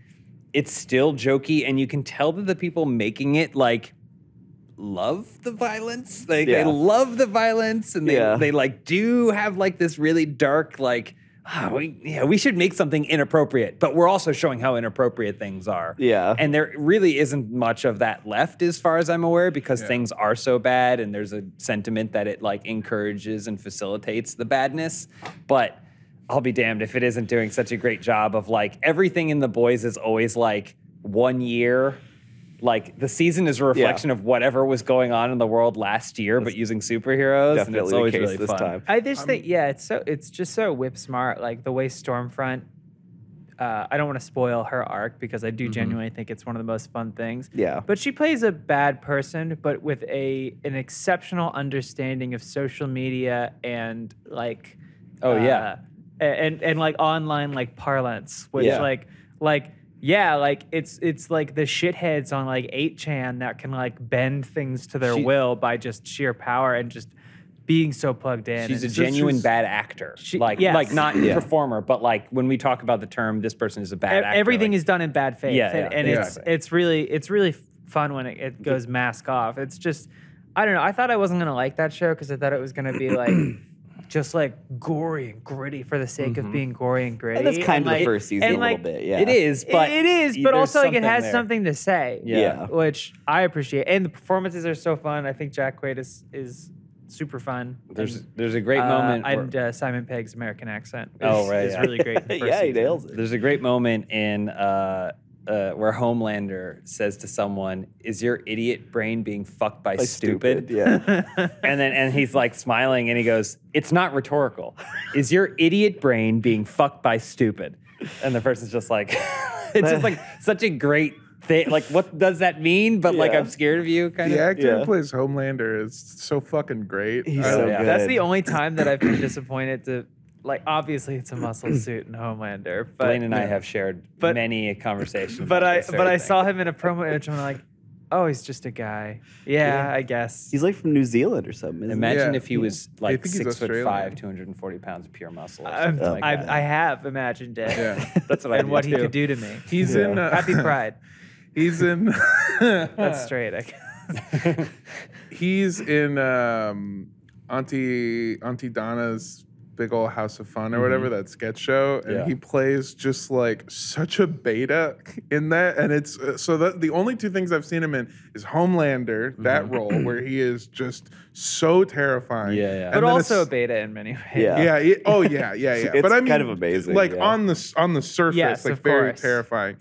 [SPEAKER 3] it's still jokey, and you can tell that the people making it like love the violence. Like
[SPEAKER 4] Yeah.
[SPEAKER 3] they love the violence, and they
[SPEAKER 4] Yeah.
[SPEAKER 3] they like do have like this really dark like. "Ah, we, yeah, we should make something inappropriate, but we're also showing how inappropriate things are.
[SPEAKER 4] Yeah.
[SPEAKER 3] and there really isn't much of that left, as far as I'm aware, because
[SPEAKER 1] Yeah.
[SPEAKER 3] things are so bad, and there's a sentiment that it like encourages and facilitates the badness. But I'll be damned if it isn't doing such a great job of like everything in the boys is always like one year. Like the season is a reflection of whatever was going on in the world last year, but using superheroes, and
[SPEAKER 4] Definitely
[SPEAKER 3] it's
[SPEAKER 4] the
[SPEAKER 3] always
[SPEAKER 4] case
[SPEAKER 3] really
[SPEAKER 4] this
[SPEAKER 3] fun.
[SPEAKER 4] time.
[SPEAKER 2] I just think yeah, it's so it's just so whip smart. Like the way Stormfront. Uh, I don't want to spoil her arc because I do
[SPEAKER 3] Mm-hmm.
[SPEAKER 2] genuinely think it's one of the most fun things.
[SPEAKER 4] Yeah.
[SPEAKER 2] But she plays a bad person, but with a an exceptional understanding of social media and like
[SPEAKER 3] Oh, yeah.
[SPEAKER 2] uh, and and like online like parlance, which
[SPEAKER 4] Yeah.
[SPEAKER 2] like like yeah, like it's it's like the shitheads on like 8chan that can like bend things to their
[SPEAKER 3] She-
[SPEAKER 2] will by just sheer power and just being so plugged in.
[SPEAKER 3] She's a
[SPEAKER 2] and-
[SPEAKER 3] genuine bad actor,
[SPEAKER 2] She-
[SPEAKER 3] like
[SPEAKER 2] yes.
[SPEAKER 3] like not
[SPEAKER 4] Yeah.
[SPEAKER 3] performer, but like when we talk about the term, this person is a bad
[SPEAKER 2] E-
[SPEAKER 3] actor.
[SPEAKER 2] everything
[SPEAKER 3] like-
[SPEAKER 2] is done in bad faith.
[SPEAKER 3] Yeah,
[SPEAKER 2] and,
[SPEAKER 3] yeah,
[SPEAKER 2] and
[SPEAKER 1] exactly.
[SPEAKER 2] it's it's really it's really fun when it, it goes mask off. It's just I don't know. I thought I wasn't gonna like that show because I thought it was gonna be
[SPEAKER 3] *clears throat*
[SPEAKER 2] like just like gory and gritty for the sake
[SPEAKER 3] Mm-hmm.
[SPEAKER 2] of being gory and gritty.
[SPEAKER 4] And that's kind
[SPEAKER 2] and,
[SPEAKER 4] of
[SPEAKER 2] like-
[SPEAKER 4] the first season
[SPEAKER 2] and,
[SPEAKER 4] a
[SPEAKER 2] like,
[SPEAKER 4] little bit. Yeah.
[SPEAKER 3] It is,
[SPEAKER 2] it-
[SPEAKER 3] but
[SPEAKER 2] it is, but
[SPEAKER 3] there's
[SPEAKER 2] also like it has
[SPEAKER 3] there.
[SPEAKER 2] something to say.
[SPEAKER 3] Yeah.
[SPEAKER 4] Yeah.
[SPEAKER 2] which I appreciate, and the performances are so fun. I think Jack Quaid is is super fun.
[SPEAKER 3] There's
[SPEAKER 2] And,
[SPEAKER 3] there's a great
[SPEAKER 2] uh,
[SPEAKER 3] moment. where-
[SPEAKER 2] and uh, Simon Pegg's American accent. Is,
[SPEAKER 3] Oh, right,
[SPEAKER 2] is
[SPEAKER 3] *laughs* yeah.
[SPEAKER 2] really great. in the first
[SPEAKER 4] *laughs* yeah, he
[SPEAKER 2] season.
[SPEAKER 4] nails it.
[SPEAKER 3] there's a great moment in uh, uh, where Homelander says to someone, "Is your idiot brain being fucked by
[SPEAKER 4] Like
[SPEAKER 3] stupid?"
[SPEAKER 4] Yeah.
[SPEAKER 3] *laughs* And then and he's like smiling and he goes, "It's not rhetorical. Is your idiot brain being fucked by stupid?" And the person's just like, *laughs* "It's
[SPEAKER 2] *laughs*
[SPEAKER 3] just like such a great thing. Like, what does that mean? But like,
[SPEAKER 4] Yeah.
[SPEAKER 3] I'm scared of you, kind
[SPEAKER 1] the
[SPEAKER 3] of."
[SPEAKER 1] actor
[SPEAKER 4] Yeah.
[SPEAKER 1] who plays Homelander is so fucking great.
[SPEAKER 4] He's
[SPEAKER 1] I
[SPEAKER 4] so
[SPEAKER 1] love-
[SPEAKER 4] good.
[SPEAKER 2] That's the only time that I've been disappointed to like obviously it's a muscle suit in Homelander, but
[SPEAKER 3] Blaine and I have shared
[SPEAKER 2] But-
[SPEAKER 3] many a conversation.
[SPEAKER 2] but
[SPEAKER 3] about
[SPEAKER 2] I
[SPEAKER 3] this
[SPEAKER 2] but
[SPEAKER 3] very
[SPEAKER 2] I
[SPEAKER 3] thing.
[SPEAKER 2] saw him in a promo image and I'm like, oh, he's just a guy. Yeah, I guess.
[SPEAKER 4] He's like from New Zealand or something. isn't he?
[SPEAKER 3] Imagine
[SPEAKER 1] Yeah.
[SPEAKER 3] if he was
[SPEAKER 1] I
[SPEAKER 3] like
[SPEAKER 1] think he's
[SPEAKER 3] six foot
[SPEAKER 1] Australian.
[SPEAKER 3] five, 240 pounds of pure muscle.
[SPEAKER 2] *laughs*
[SPEAKER 3] Or
[SPEAKER 2] I'm-
[SPEAKER 3] something like
[SPEAKER 2] I,
[SPEAKER 3] that.
[SPEAKER 2] I have imagined it.
[SPEAKER 1] Yeah.
[SPEAKER 3] That's what
[SPEAKER 2] *laughs*
[SPEAKER 3] I
[SPEAKER 2] And
[SPEAKER 3] do,
[SPEAKER 2] what he
[SPEAKER 3] too.
[SPEAKER 2] could do to me.
[SPEAKER 1] He's in uh,
[SPEAKER 2] Happy Pride.
[SPEAKER 1] He's
[SPEAKER 3] *laughs*
[SPEAKER 1] in *laughs*
[SPEAKER 2] That's straight. I guess.
[SPEAKER 1] he's in um, Auntie Auntie Donna's big old House of Fun or whatever that sketch show, and
[SPEAKER 3] Mm-hmm. Yeah.
[SPEAKER 1] he plays just like such a beta in that. And it's uh, so that the only two things I've seen him in is Homelander, that role where he is just so terrifying.
[SPEAKER 3] Mm-hmm. Yeah, yeah.
[SPEAKER 1] And
[SPEAKER 2] But
[SPEAKER 1] then a
[SPEAKER 2] also a
[SPEAKER 1] s-
[SPEAKER 2] beta in many ways.
[SPEAKER 4] Yeah.
[SPEAKER 1] yeah. it- oh yeah.
[SPEAKER 4] *laughs*
[SPEAKER 1] Yeah. Yeah.
[SPEAKER 4] It's
[SPEAKER 1] but I mean,
[SPEAKER 4] kind of amazing,
[SPEAKER 1] Like
[SPEAKER 4] yeah.
[SPEAKER 1] on the s- on the surface,
[SPEAKER 2] Yes,
[SPEAKER 1] like
[SPEAKER 2] of
[SPEAKER 1] very
[SPEAKER 2] course.
[SPEAKER 1] terrifying.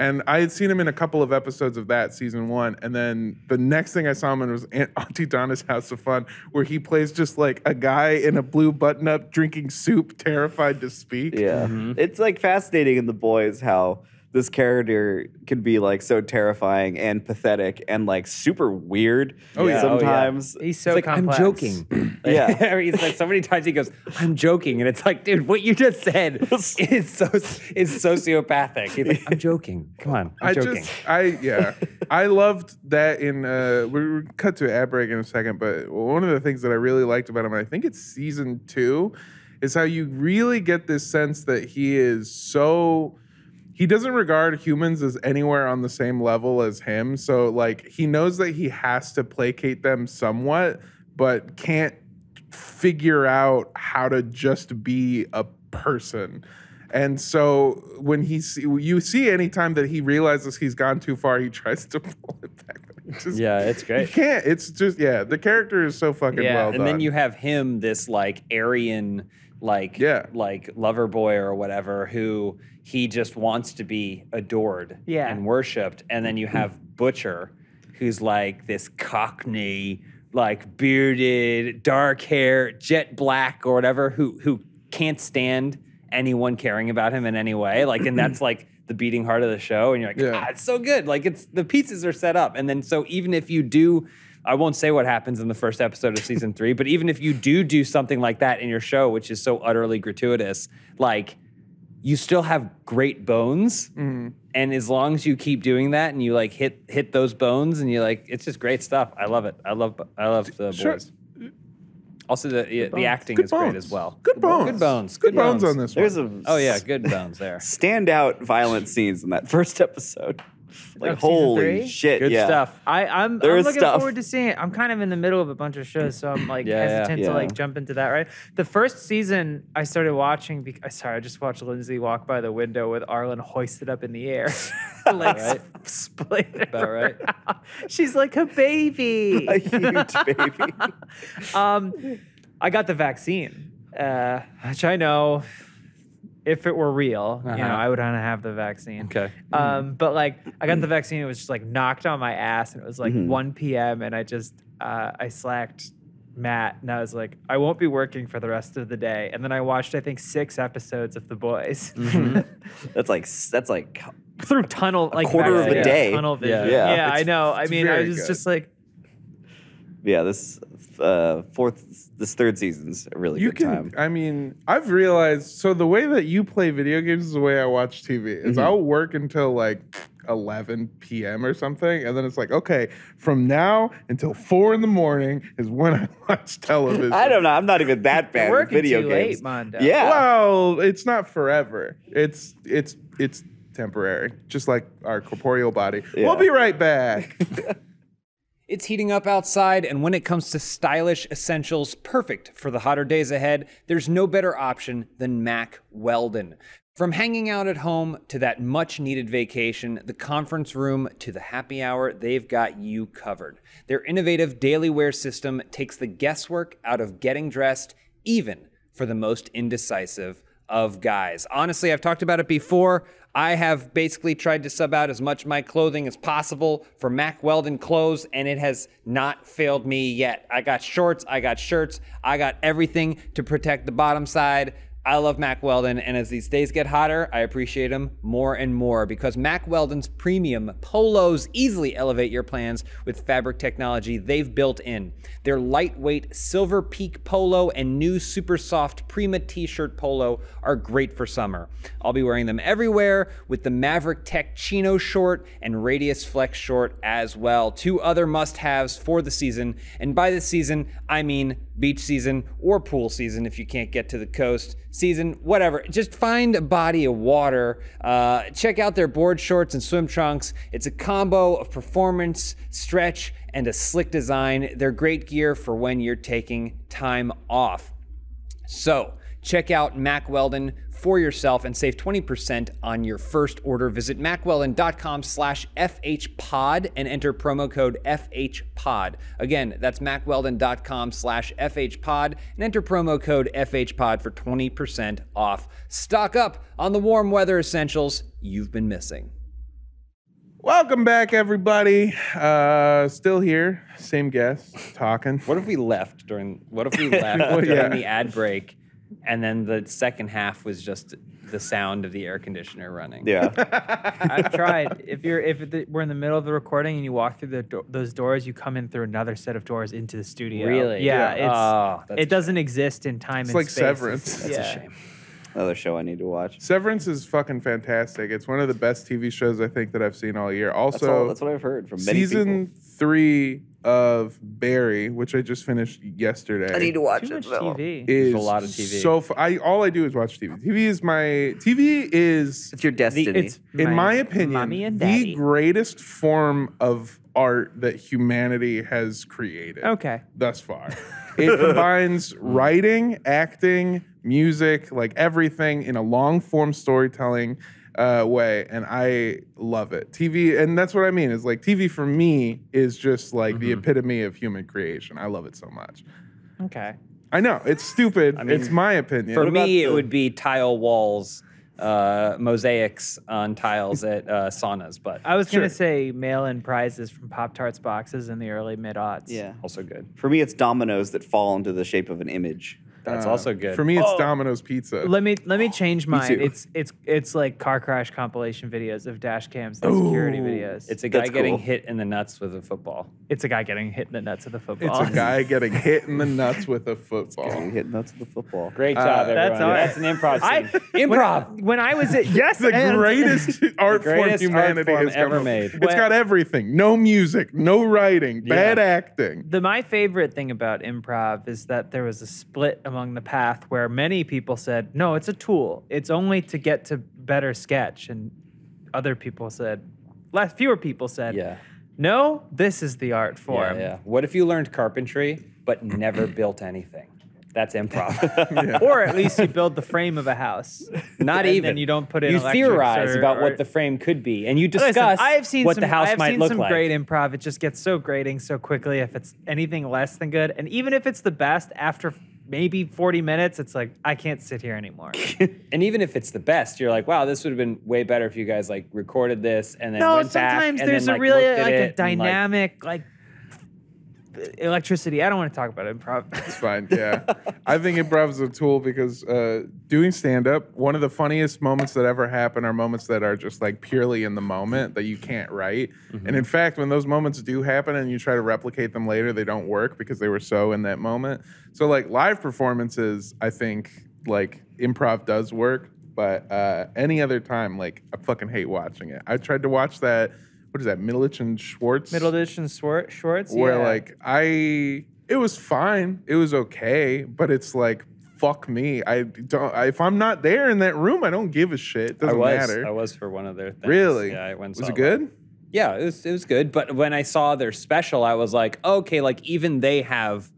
[SPEAKER 1] And I had seen him in a couple of episodes of that season one, and then the next thing I saw him in was Aunt Auntie Donna's House of Fun, where he plays just like a guy in a blue button-up drinking soup, terrified to speak.
[SPEAKER 4] Yeah. It's like fascinating in the boys how this character can be like so terrifying and pathetic and like super weird
[SPEAKER 1] Oh, yeah.
[SPEAKER 3] Oh, yeah.
[SPEAKER 4] sometimes.
[SPEAKER 2] He's
[SPEAKER 3] It's
[SPEAKER 2] so
[SPEAKER 3] like
[SPEAKER 2] complex.
[SPEAKER 3] I'm
[SPEAKER 2] *clears throat*
[SPEAKER 3] joking. Like, *laughs*
[SPEAKER 4] Yeah.
[SPEAKER 3] he's like so many times he goes, "I'm joking," and it's like, dude, what you just said
[SPEAKER 2] *laughs*
[SPEAKER 3] *laughs* is so is sociopathic. He's like, "I'm joking." Come on, I'm
[SPEAKER 1] I
[SPEAKER 3] joking.
[SPEAKER 1] just, I
[SPEAKER 3] *laughs*
[SPEAKER 1] yeah, I loved that. In uh, we were cut to an ad break in a second, but one of the things that I really liked about him, and I think it's season two, is how you really get this sense that he is so. He doesn't regard humans as anywhere on the same level as him. So, like, he knows that he has to placate them somewhat, but can't figure out how to just be a person. And so when he see, you see anytime that he realizes he's gone too far, he tries to *laughs* pull it back. but he Just,
[SPEAKER 3] yeah, it's
[SPEAKER 1] you *laughs*
[SPEAKER 3] great.
[SPEAKER 1] can't. It's just yeah. The character is so fucking
[SPEAKER 2] Yeah,
[SPEAKER 1] well
[SPEAKER 3] and
[SPEAKER 1] done.
[SPEAKER 3] then you have him, this like Aryan, like
[SPEAKER 1] Yeah.
[SPEAKER 3] like lover boy or whatever, who he just wants to be adored
[SPEAKER 2] Yeah.
[SPEAKER 3] and worshipped. And then you have Butcher, who's like this Cockney, like bearded, dark hair, jet black or whatever, who who can't stand anyone caring about him in any way. Like, and that's like the beating heart of the show. And you're like,
[SPEAKER 1] Yeah.
[SPEAKER 3] ah, it's so good. Like it's the pieces are set up. And then so even if you do, I won't say what happens in the first episode of season three, but even if you do do something like that in your show, which is so utterly gratuitous, like you still have great bones.
[SPEAKER 1] Mm-hmm.
[SPEAKER 3] And as long as you keep doing that and you like hit hit those bones and you like it's just great stuff. I love it. I love I love the
[SPEAKER 1] Sure.
[SPEAKER 3] boys. Also the yeah, the acting
[SPEAKER 1] Good
[SPEAKER 3] is
[SPEAKER 1] bones.
[SPEAKER 3] great as well.
[SPEAKER 1] Good bones.
[SPEAKER 3] Good bones.
[SPEAKER 1] Good bones on this
[SPEAKER 4] There's
[SPEAKER 1] one.
[SPEAKER 4] a
[SPEAKER 3] Oh yeah, good
[SPEAKER 1] *laughs*
[SPEAKER 3] bones there.
[SPEAKER 4] standout violent scenes in that *laughs* first episode. Like
[SPEAKER 2] Of season
[SPEAKER 4] holy
[SPEAKER 2] three?
[SPEAKER 4] shit!
[SPEAKER 3] Good
[SPEAKER 4] yeah.
[SPEAKER 3] stuff.
[SPEAKER 2] I, I'm,
[SPEAKER 4] There
[SPEAKER 2] I'm
[SPEAKER 4] is
[SPEAKER 2] looking
[SPEAKER 4] stuff.
[SPEAKER 2] forward to seeing it. I'm kind of in the middle of a bunch of shows, so I'm like
[SPEAKER 3] Yeah, yeah,
[SPEAKER 2] hesitant
[SPEAKER 4] yeah.
[SPEAKER 2] to like jump into that. Right, the first season I started watching. Be- I sorry, I just watched Lindsay walk by the window with Arlen hoisted up in the
[SPEAKER 3] *laughs*
[SPEAKER 2] air, like
[SPEAKER 3] Right.
[SPEAKER 2] right. split.
[SPEAKER 3] About right.
[SPEAKER 2] She's like a baby.
[SPEAKER 3] *laughs*
[SPEAKER 4] *laughs* A huge baby.
[SPEAKER 2] um, I got the vaccine, uh, which I know if it were real, you know,
[SPEAKER 3] Uh-huh.
[SPEAKER 2] I would want to have the vaccine.
[SPEAKER 3] Okay.
[SPEAKER 2] Um, but like, I got the vaccine. It was just like knocked on my ass, and it was like 1 p.m. And I just uh, I slacked Matt, and I was like, I won't be working for the rest of the day. And then I watched I think six episodes of The Boys
[SPEAKER 4] That's like that's like
[SPEAKER 2] *laughs* through tunnel like
[SPEAKER 4] quarter of
[SPEAKER 3] a
[SPEAKER 2] vaccine
[SPEAKER 4] day.
[SPEAKER 2] tunnel vision.
[SPEAKER 3] Yeah.
[SPEAKER 4] Yeah.
[SPEAKER 2] Yeah, I
[SPEAKER 4] It's
[SPEAKER 2] know. I mean, I
[SPEAKER 1] very
[SPEAKER 2] was
[SPEAKER 1] good.
[SPEAKER 2] just like,
[SPEAKER 4] yeah. This uh, fourth, this third season's a really
[SPEAKER 1] you
[SPEAKER 4] good
[SPEAKER 1] can.
[SPEAKER 4] time.
[SPEAKER 1] I mean, I've realized. So the way that you play video games is the way I watch TV. Is
[SPEAKER 4] Mm-hmm.
[SPEAKER 1] I'll work until like 11 p.m. or something, and then it's like, okay, from now until four in the morning is when I *laughs* watch television.
[SPEAKER 4] I don't know. I'm not
[SPEAKER 2] *laughs*
[SPEAKER 4] even that bad at
[SPEAKER 2] working
[SPEAKER 4] video
[SPEAKER 2] too
[SPEAKER 4] games.
[SPEAKER 2] late, Mondo.
[SPEAKER 4] Yeah.
[SPEAKER 1] Well, it's not forever. It's it's it's temporary, just like our corporeal body.
[SPEAKER 4] Yeah.
[SPEAKER 1] We'll be right back.
[SPEAKER 4] *laughs*
[SPEAKER 3] It's heating up outside, and when it comes to stylish essentials perfect for the hotter days ahead, there's no better option than Mac Weldon. From hanging out at home to that much needed vacation, the conference room to the happy hour, they've got you covered. Their innovative daily wear system takes the guesswork out of getting dressed, even for the most indecisive of guys. Honestly, I've talked about it before. I have basically tried to sub out as much of my clothing as possible for Mac Weldon clothes, and it has not failed me yet. I got shorts, I got shirts, I got everything to protect the bottom side. I love Mac Weldon, and as these days get hotter, I appreciate them more and more because Mac Weldon's premium polos easily elevate your plans with fabric technology they've built in. Their lightweight Silver Peak polo and new super soft Prima t shirt polo are great for summer. I'll be wearing them everywhere with the Maverick Tech Chino short and Radius Flex short as well. Two other must haves for the season, and by the season, I mean beach season or pool season if you can't get to the coast season, whatever. Just find a body of water. Uh, check out their board shorts and swim trunks. It's a combo of performance, stretch, and a slick design. They're great gear for when you're taking time off. So check out Mack Weldon for yourself and save 20% on your first order. Visit macweldon.com slash fhpod and enter promo code fhpod. Again, that's macweldon.com slash fhpod and enter promo code fhpod for 20% off. Stock up on the warm weather essentials you've been missing.
[SPEAKER 1] Welcome back, everybody. Uh, still here, same guest, talking. *laughs*
[SPEAKER 3] What if we left during, what if we left
[SPEAKER 1] Well, yeah.
[SPEAKER 3] ad break and then the second half was just the sound of the air conditioner running.
[SPEAKER 4] Yeah.
[SPEAKER 2] *laughs* I've tried. If you're if the, we're in the middle of the recording and you walk through the do- those doors, you come in through another set of doors into the studio.
[SPEAKER 3] Really?
[SPEAKER 2] Yeah.
[SPEAKER 3] Yeah.
[SPEAKER 2] It's,
[SPEAKER 3] Oh, that's a
[SPEAKER 2] it doesn't exist in time.
[SPEAKER 1] It's
[SPEAKER 2] and
[SPEAKER 1] like
[SPEAKER 2] space.
[SPEAKER 1] Severance.
[SPEAKER 2] It's-
[SPEAKER 3] That's
[SPEAKER 2] yeah.
[SPEAKER 3] a shame.
[SPEAKER 4] Another show I need to watch.
[SPEAKER 1] Severance is fucking fantastic. It's one of the best TV shows I think that I've seen all year. Also,
[SPEAKER 4] That's all. That's what I've heard from many
[SPEAKER 1] season
[SPEAKER 4] people.
[SPEAKER 1] three of Barry, which I just finished yesterday.
[SPEAKER 4] to watch
[SPEAKER 2] Too much TV.
[SPEAKER 1] is
[SPEAKER 3] There's a lot of TV.
[SPEAKER 1] So fu- I all I do is watch TV. TV is my TV is
[SPEAKER 4] It's your destiny.
[SPEAKER 2] it's
[SPEAKER 1] in my
[SPEAKER 2] mommy
[SPEAKER 1] opinion
[SPEAKER 2] and
[SPEAKER 1] the
[SPEAKER 2] daddy.
[SPEAKER 1] greatest form of art that humanity has created
[SPEAKER 2] okay.
[SPEAKER 1] thus far. It
[SPEAKER 3] *laughs*
[SPEAKER 1] combines
[SPEAKER 3] Mm.
[SPEAKER 1] writing, acting, music, like everything in a long form storytelling uh, way, and I love it. TV, and that's what I mean is like TV for me is just like the
[SPEAKER 3] Mm-hmm.
[SPEAKER 1] epitome of human creation. I love it so much.
[SPEAKER 2] Okay.
[SPEAKER 1] I know it's stupid. it's my opinion.
[SPEAKER 3] For me,
[SPEAKER 4] the-
[SPEAKER 3] it would be tile walls, uh, mosaics on tiles at uh, saunas, but
[SPEAKER 2] I was gonna say mail-in prizes from Pop Tarts boxes in the early mid aughts.
[SPEAKER 4] yeah.
[SPEAKER 3] also good.
[SPEAKER 4] For me, it's dominoes that fall into the shape of an image.
[SPEAKER 3] That's
[SPEAKER 1] Uh,
[SPEAKER 3] also good. Oh,
[SPEAKER 1] For me, it's Domino's Pizza.
[SPEAKER 2] Let me let me change mine.
[SPEAKER 4] too.
[SPEAKER 2] It's it's it's like car crash compilation videos of dash cams and security videos.
[SPEAKER 3] it's a guy
[SPEAKER 4] That's
[SPEAKER 3] getting
[SPEAKER 4] cool.
[SPEAKER 3] hit in the nuts with a football.
[SPEAKER 2] it's a guy getting hit in the nuts of the
[SPEAKER 1] it's
[SPEAKER 2] football.
[SPEAKER 1] a guy
[SPEAKER 3] *laughs*
[SPEAKER 1] getting hit in the nuts with a
[SPEAKER 4] You
[SPEAKER 2] Oh.
[SPEAKER 1] football.
[SPEAKER 4] hit nuts with the football.
[SPEAKER 3] Great job,
[SPEAKER 1] Uh,
[SPEAKER 3] everyone.
[SPEAKER 2] that's all right.
[SPEAKER 3] an improv
[SPEAKER 2] *laughs* I-
[SPEAKER 3] scene. *laughs* improv.
[SPEAKER 2] when I was at
[SPEAKER 1] *laughs*
[SPEAKER 2] yes,
[SPEAKER 1] The
[SPEAKER 2] and-
[SPEAKER 1] greatest art form
[SPEAKER 3] greatest art
[SPEAKER 1] humanity
[SPEAKER 3] form
[SPEAKER 1] has come
[SPEAKER 3] ever
[SPEAKER 1] up with.
[SPEAKER 3] made.
[SPEAKER 1] It's got everything. No music, no writing, bad acting.
[SPEAKER 2] The my favorite thing about improv is that there was a split among the path where many people said, "No, it's a tool. It's only to get to better sketch," and other people said, less fewer people said,
[SPEAKER 3] Yeah.
[SPEAKER 2] "No, this is the art form."
[SPEAKER 3] Yeah, yeah. What if you learned carpentry but never built anything? That's improv.
[SPEAKER 2] Or at least you *laughs* build the frame of a house.
[SPEAKER 3] Not
[SPEAKER 2] And
[SPEAKER 3] even.
[SPEAKER 2] then you don't put in
[SPEAKER 3] You
[SPEAKER 2] electrics
[SPEAKER 3] theorize
[SPEAKER 2] or-
[SPEAKER 3] about
[SPEAKER 2] or-
[SPEAKER 3] what the frame could be, and you discuss
[SPEAKER 2] Listen, I have seen
[SPEAKER 3] what
[SPEAKER 2] some,
[SPEAKER 3] the house
[SPEAKER 2] I have
[SPEAKER 3] might
[SPEAKER 2] seen
[SPEAKER 3] look
[SPEAKER 2] some
[SPEAKER 3] like.
[SPEAKER 2] great improv. It just gets so grating so quickly if it's anything less than good, and even if it's the best after maybe 40 minutes, it's like I can't sit here anymore.
[SPEAKER 3] and even if it's the best, you're like, wow, this would have been way better if you guys like recorded this and then
[SPEAKER 2] no,
[SPEAKER 3] went back
[SPEAKER 2] sometimes
[SPEAKER 3] and
[SPEAKER 2] there's
[SPEAKER 3] then,
[SPEAKER 2] a
[SPEAKER 3] like,
[SPEAKER 2] really
[SPEAKER 3] looked at
[SPEAKER 2] like
[SPEAKER 3] it
[SPEAKER 2] a
[SPEAKER 3] and,
[SPEAKER 2] dynamic like, electricity. I don't want to talk about improv. *laughs*
[SPEAKER 1] It's fine. Yeah. I think improv is a tool because uh, doing stand up, one of the funniest moments that ever happen are moments that are just like purely in the moment that you can't write. And in fact, when those moments do happen and you try to replicate them later, they don't work because they were so in that moment. So, like live performances, I think like improv does work, but uh, any other time, like I fucking hate watching it. I tried to watch that. What is that? Middlich and Schwartz.
[SPEAKER 2] Middle edition Swar- Schwartz.
[SPEAKER 1] where
[SPEAKER 2] yeah.
[SPEAKER 1] like I it was fine, it was okay, but it's like fuck me. I don't I, if I'm not there in that room, I don't give a shit. It
[SPEAKER 3] Like, I
[SPEAKER 1] doesn't
[SPEAKER 3] was.
[SPEAKER 1] matter.
[SPEAKER 3] I was for one of their things.
[SPEAKER 1] really?
[SPEAKER 3] Yeah, I went.
[SPEAKER 1] was
[SPEAKER 3] and saw
[SPEAKER 1] it good?
[SPEAKER 3] Yeah, it was. It was good. But when I saw their special, I was like, okay, like even they have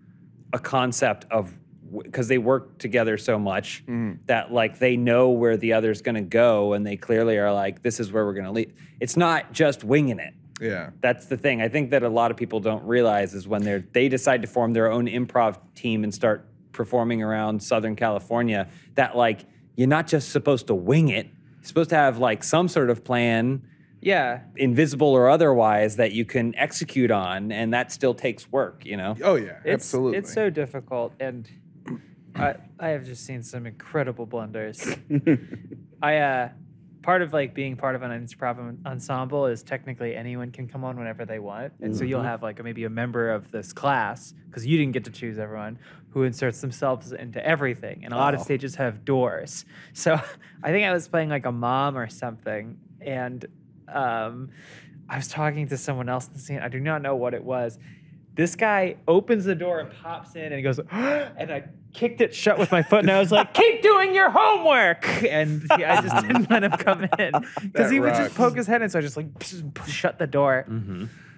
[SPEAKER 3] a concept of because they work together so much
[SPEAKER 1] Mm-hmm.
[SPEAKER 3] that like they know where the other's going to go, and they clearly are like, this is where we're going to leave. It's not just winging it.
[SPEAKER 1] Yeah.
[SPEAKER 3] That's the thing. I think that a lot of people don't realize is when they're they decide to form their own improv team and start performing around Southern California that like you're not just supposed to wing it. You're supposed to have like some sort of plan,
[SPEAKER 2] yeah.
[SPEAKER 3] invisible or otherwise, that you can execute on, and that still takes work, you know?
[SPEAKER 1] Oh yeah,
[SPEAKER 2] It's,
[SPEAKER 1] absolutely.
[SPEAKER 2] It's so difficult, and I, I have just seen some incredible blunders. I uh, part of like being part of an improv en- ensemble is technically anyone can come on whenever they want, and so you'll have like maybe a member of this class because you didn't get to choose everyone who inserts themselves into everything, and a lot of stages have doors. So *laughs* I think I was playing like a mom or something, and um, I was talking to someone else in the scene. I do not know what it was. This guy opens the door and pops in and he goes, *gasps* and I kicked it shut with my foot and I
[SPEAKER 1] *laughs*
[SPEAKER 2] was like, keep doing your homework. And he- I just didn't let him come in because
[SPEAKER 1] That
[SPEAKER 2] he would just
[SPEAKER 1] rocks. Mm-hmm.
[SPEAKER 2] poke his head in. So I just like *laughs* shut the door.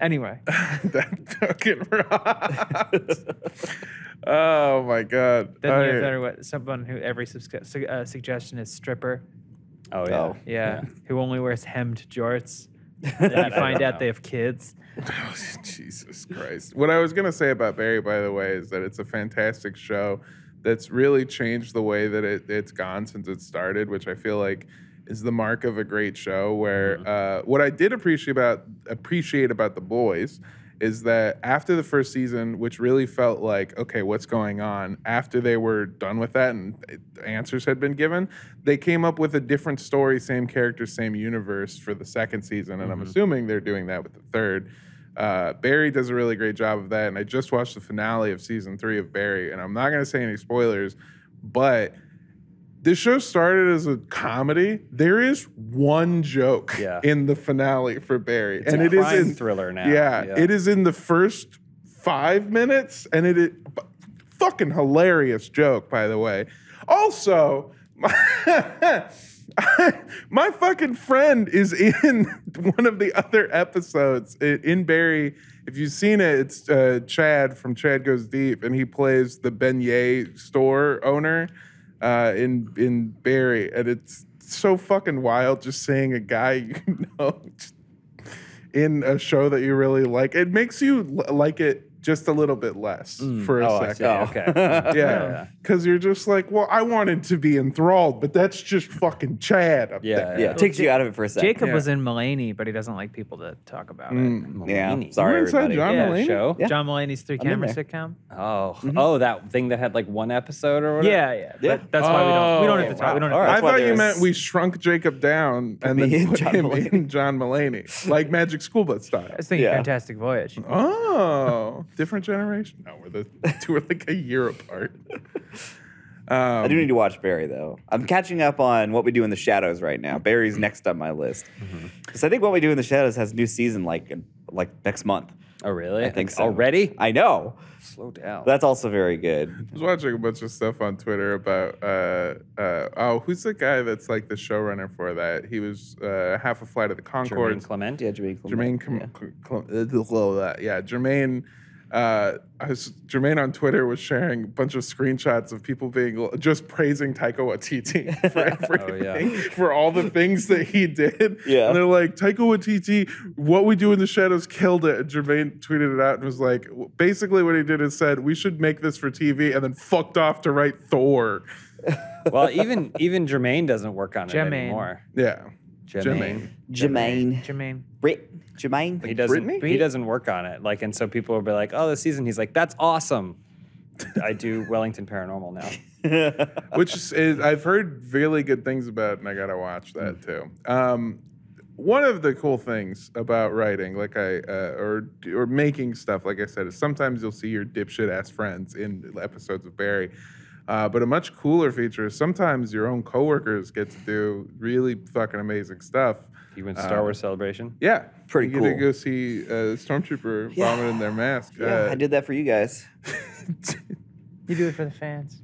[SPEAKER 2] Anyway,
[SPEAKER 1] *laughs* that fucking rocks. oh my god.
[SPEAKER 2] then
[SPEAKER 1] I-
[SPEAKER 2] you have everyone- someone who every subscri- su- uh, suggestion is stripper.
[SPEAKER 3] Oh
[SPEAKER 4] Oh.
[SPEAKER 2] Yeah, Who only wears hemmed jorts.
[SPEAKER 3] That
[SPEAKER 2] Then
[SPEAKER 3] I
[SPEAKER 2] you find
[SPEAKER 3] don't
[SPEAKER 2] out
[SPEAKER 3] know.
[SPEAKER 2] they have kids.
[SPEAKER 1] *laughs* Jesus Christ. What I was going to say about Barry, by the way, is that it's a fantastic show that's really changed the way that it, it's gone since it started, which I feel like is the mark of a great show. Where uh, what I did appreciate about appreciate about the boys is that after the first season, which really felt like, okay, what's going on, after they were done with that and it- answers had been given, they came up with a different story, same character, same universe for the second season. And I'm assuming they're doing that with the third. Uh, Barry does a really great job of that. And I just watched the finale of season three of Barry. And I'm not going to say any spoilers, but this show started as a comedy. There is one joke
[SPEAKER 3] Yeah.
[SPEAKER 1] in the finale for Barry,
[SPEAKER 3] It's
[SPEAKER 1] and
[SPEAKER 3] a
[SPEAKER 1] it is
[SPEAKER 3] crime
[SPEAKER 1] in
[SPEAKER 3] thriller now.
[SPEAKER 1] Yeah, it is in the first five minutes, and it is fucking hilarious joke, by the way. Also. *laughs* My, my fucking friend is in *laughs* one of the other episodes i- in Barry. If you've seen it, it's uh, Chad from Chad Goes Deep, and he plays the beignet store owner uh, in in Barry, and it's so fucking wild just seeing a guy *laughs* you know just in a show that you really like. It makes you l- like it just a little bit less
[SPEAKER 2] Mm.
[SPEAKER 1] for a
[SPEAKER 3] Oh,
[SPEAKER 2] *laughs*
[SPEAKER 3] I see.
[SPEAKER 1] second.
[SPEAKER 3] *laughs* Okay.
[SPEAKER 1] Yeah, because you're just like, well, I wanted to be enthralled, but that's just fucking Chad up
[SPEAKER 3] Yeah.
[SPEAKER 1] there.
[SPEAKER 4] Yeah, it takes you out of it for a second.
[SPEAKER 2] Jacob
[SPEAKER 1] Yeah.
[SPEAKER 2] was in Mulaney, but he doesn't like people to talk about
[SPEAKER 1] Mm.
[SPEAKER 4] Yeah,
[SPEAKER 3] Mulaney.
[SPEAKER 4] sorry
[SPEAKER 1] We're inside
[SPEAKER 4] everybody.
[SPEAKER 1] John
[SPEAKER 2] Yeah,
[SPEAKER 1] Mulaney?
[SPEAKER 3] Show.
[SPEAKER 2] it. John Mulaney's three camera
[SPEAKER 4] there.
[SPEAKER 2] sitcom.
[SPEAKER 3] Oh, oh, that thing that had like one episode or whatever.
[SPEAKER 2] Mm-hmm. Yeah, yeah.
[SPEAKER 4] Yeah.
[SPEAKER 2] But that's why we don't. We don't have to
[SPEAKER 1] Oh,
[SPEAKER 2] talk. We don't
[SPEAKER 4] wow.
[SPEAKER 2] have to
[SPEAKER 1] I
[SPEAKER 4] That's why
[SPEAKER 1] thought you
[SPEAKER 4] there's-
[SPEAKER 1] meant we shrunk Jacob
[SPEAKER 2] *laughs*
[SPEAKER 1] down and then
[SPEAKER 4] me in
[SPEAKER 1] put
[SPEAKER 4] John
[SPEAKER 1] him
[SPEAKER 4] Mulaney.
[SPEAKER 1] in John Mulaney, like Magic School Bus style.
[SPEAKER 2] *laughs* I was thinking
[SPEAKER 4] Yeah.
[SPEAKER 2] Fantastic Voyage.
[SPEAKER 1] Mm. Oh, different generation. No, we're the *laughs* two are like a year apart.
[SPEAKER 4] I do need to watch Barry though. I'm catching up on what we do in the shadows right now. Barry's next on my list
[SPEAKER 2] Mm-hmm.
[SPEAKER 4] because I think what we do in the shadows has new season like in- like next month.
[SPEAKER 3] Oh, really?
[SPEAKER 4] I think so.
[SPEAKER 3] Already?
[SPEAKER 4] I know
[SPEAKER 3] Slow down.
[SPEAKER 4] that's also very good.
[SPEAKER 1] I was watching a bunch of stuff on Twitter about uh, uh, oh, who's the guy that's like the showrunner for that? He was uh, half a flight of the
[SPEAKER 3] Jermaine
[SPEAKER 1] Concords.
[SPEAKER 3] Clement.
[SPEAKER 4] Yeah, Jermaine.
[SPEAKER 1] Jermaine,
[SPEAKER 4] Clement,
[SPEAKER 1] com- com- uh, blah, blah, blah. yeah, Jermaine. Uh, I was, Jermaine on Twitter was sharing a bunch of screenshots of people being l- just praising Taika Waititi *laughs* for
[SPEAKER 3] yeah.
[SPEAKER 1] everything, for all the things that he did.
[SPEAKER 4] Yeah.
[SPEAKER 1] and they're like Taika Waititi, what we do in the shadows killed it. And Jermaine tweeted it out and was like, w- basically what he did is said we should make this for TV, and then fucked off to write Thor.
[SPEAKER 3] well, even even Jermaine doesn't work on
[SPEAKER 2] Jermaine.
[SPEAKER 3] it anymore.
[SPEAKER 1] Yeah,
[SPEAKER 3] Jermaine.
[SPEAKER 4] Jermaine.
[SPEAKER 2] Jermaine.
[SPEAKER 4] Brit. Jermaine.
[SPEAKER 3] He doesn't.
[SPEAKER 1] Brittany?
[SPEAKER 3] He doesn't work on it. Like, and so people will be like, "Oh, this season." He's like, "That's awesome." I do Wellington Paranormal now.
[SPEAKER 1] which is, is I've heard really good things about, and I gotta watch that
[SPEAKER 4] Mm.
[SPEAKER 1] too. Um, one of the cool things about writing, like I uh, or or making stuff, like I said, is sometimes you'll see your dipshit ass friends in episodes of Barry. Uh, but a much cooler feature is sometimes your own coworkers get to do really fucking amazing stuff.
[SPEAKER 3] You went Star Wars Celebration.
[SPEAKER 1] Yeah,
[SPEAKER 4] Pretty
[SPEAKER 1] you get to
[SPEAKER 4] cool.
[SPEAKER 1] go see a stormtrooper
[SPEAKER 4] Yeah.
[SPEAKER 1] vomit in their mask.
[SPEAKER 4] Yeah,
[SPEAKER 1] Uh,
[SPEAKER 4] I did that for you guys.
[SPEAKER 2] You do it for the fans.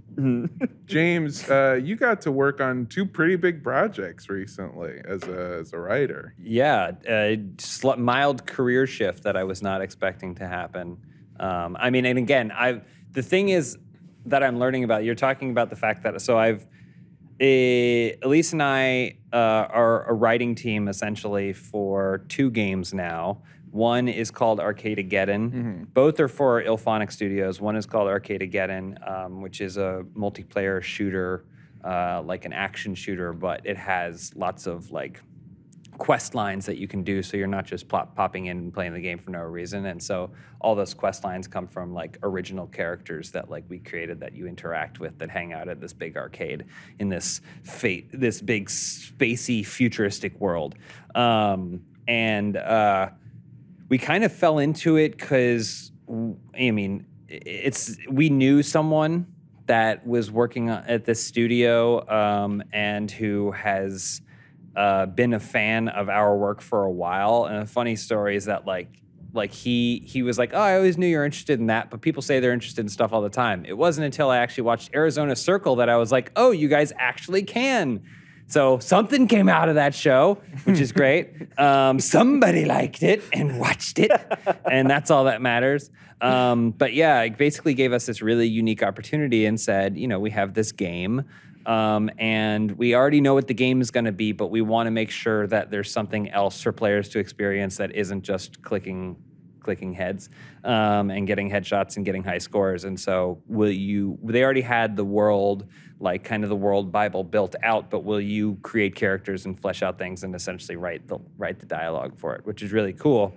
[SPEAKER 1] James, uh, you got to work on two pretty big projects recently as a as a writer.
[SPEAKER 3] Yeah, uh, sl- mild career shift that I was not expecting to happen. Um, I mean, and again, I the thing is that I'm learning about. You're talking about the fact that so I've eh, Elise and I uh, are a writing team essentially for two games now. One is called Arcadegeddon. Both are for Ilphonic Studios. One is called Arcadegeddon, um, which is a multiplayer shooter, uh, like an action shooter, but it has lots of like quest lines that you can do so you're not just plop, popping in and playing the game for no reason and so all those quest lines come from like original characters that like we created that you interact with that hang out at this big arcade in this fate this big spacey futuristic world um, and uh, we kind of fell into it because I mean, it's we knew someone that was working on- at this studio um, and who has uh, been a fan of our work for a while. And a funny story is that like like he he was like, oh, I always knew you're interested in that, but people say they're interested in stuff all the time. It wasn't until I actually watched Arizona Circle that I was like, oh, you guys actually can. So something came out of that show, which is great. Um, somebody liked it and watched it, and that's all that matters. Um, but yeah, it basically gave us this really unique opportunity and said, you know, we have this game. Um, and we already know what the game is going to be, but we want to make sure that there's something else for players to experience that isn't just clicking clicking heads um, and getting headshots and getting high scores. And so, will you? They already had the world, like kind of the world Bible built out, but will you create characters and flesh out things and essentially write the write the dialogue for it, which is really cool.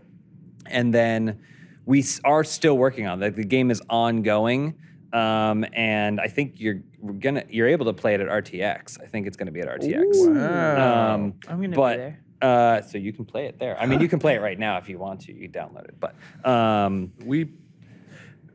[SPEAKER 3] And then. we s- are still working on. Like the game is ongoing, um, and I think you're we're gonna you're able to play it at RTX. I think it's gonna be at RTX.
[SPEAKER 1] Wow.
[SPEAKER 3] Um,
[SPEAKER 2] Oh, I'm gonna be
[SPEAKER 3] but,
[SPEAKER 2] there.
[SPEAKER 3] Uh, so you can play it there. I mean, you can play it right now if you want to. You can download it, but um,
[SPEAKER 1] we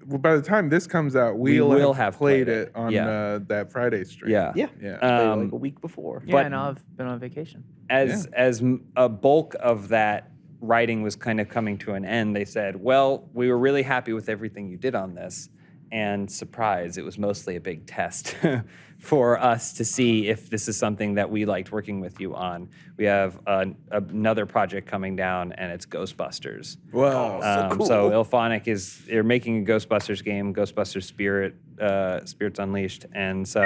[SPEAKER 1] well, by the time this comes out,
[SPEAKER 3] We
[SPEAKER 1] we'll
[SPEAKER 3] will
[SPEAKER 1] have
[SPEAKER 3] have
[SPEAKER 1] played
[SPEAKER 3] played it.
[SPEAKER 1] it on
[SPEAKER 3] Yeah.
[SPEAKER 1] uh, that Friday stream.
[SPEAKER 3] yeah,
[SPEAKER 4] Yeah.
[SPEAKER 1] yeah.
[SPEAKER 4] Played,
[SPEAKER 3] Um,
[SPEAKER 4] like a week before.
[SPEAKER 2] Yeah,
[SPEAKER 3] but-
[SPEAKER 2] and I'll have been on vacation.
[SPEAKER 3] as as m- a bulk of that writing was kind of coming to an end, they said, "Well, we were really happy with everything you did on this." And surprise, it was mostly a big test *laughs* for us to see if this is something that we liked working with you on. We have an, another project coming down, and it's Ghostbusters.
[SPEAKER 4] Oh,
[SPEAKER 1] Well,
[SPEAKER 4] uh,
[SPEAKER 3] Um, so Ilphonic is they're making a Ghostbusters game, Ghostbusters Spirit, uh, Spirits Unleashed, and so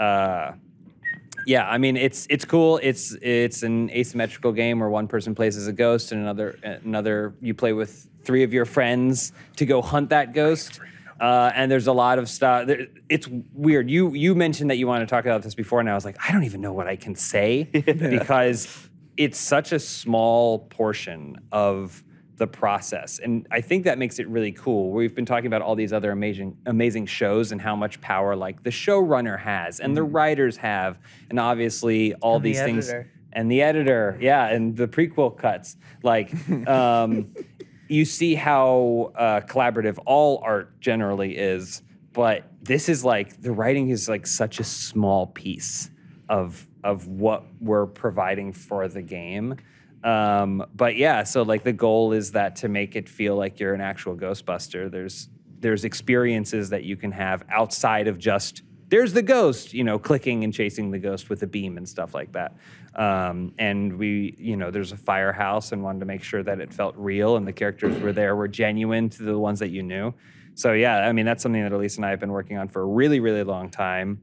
[SPEAKER 3] uh, yeah, I mean it's it's cool. It's it's an asymmetrical game where one person plays as a ghost and another another you play with three of your friends to go hunt that ghost. Uh, and there's a lot of stuff. There, it's weird. You you mentioned that you wanted to talk about this before, and I was like, I don't even know what I can say because it's such a small portion of the process. And I think that makes it really cool. We've been talking about all these other amazing amazing shows and how much power like the showrunner has and the writers have and obviously
[SPEAKER 2] Mm-hmm.
[SPEAKER 3] all
[SPEAKER 2] And the
[SPEAKER 3] these things
[SPEAKER 2] editor.
[SPEAKER 3] and the editor, yeah, and the prequel cuts.
[SPEAKER 2] *laughs*
[SPEAKER 3] Like um you see how uh, collaborative all art generally is, but this is like the writing is like such a small piece of of what we're providing for the game. Um, but yeah, so like the goal is that to make it feel like you're an actual Ghostbuster. There's there's experiences that you can have outside of just there's the ghost, you know, clicking and chasing the ghost with a beam and stuff like that. Um, and we, you know, there's a firehouse and wanted to make sure that it felt real and the characters were there were genuine to the ones that you knew. So yeah, I mean that's something that Elise and I have been working on for a really, really long time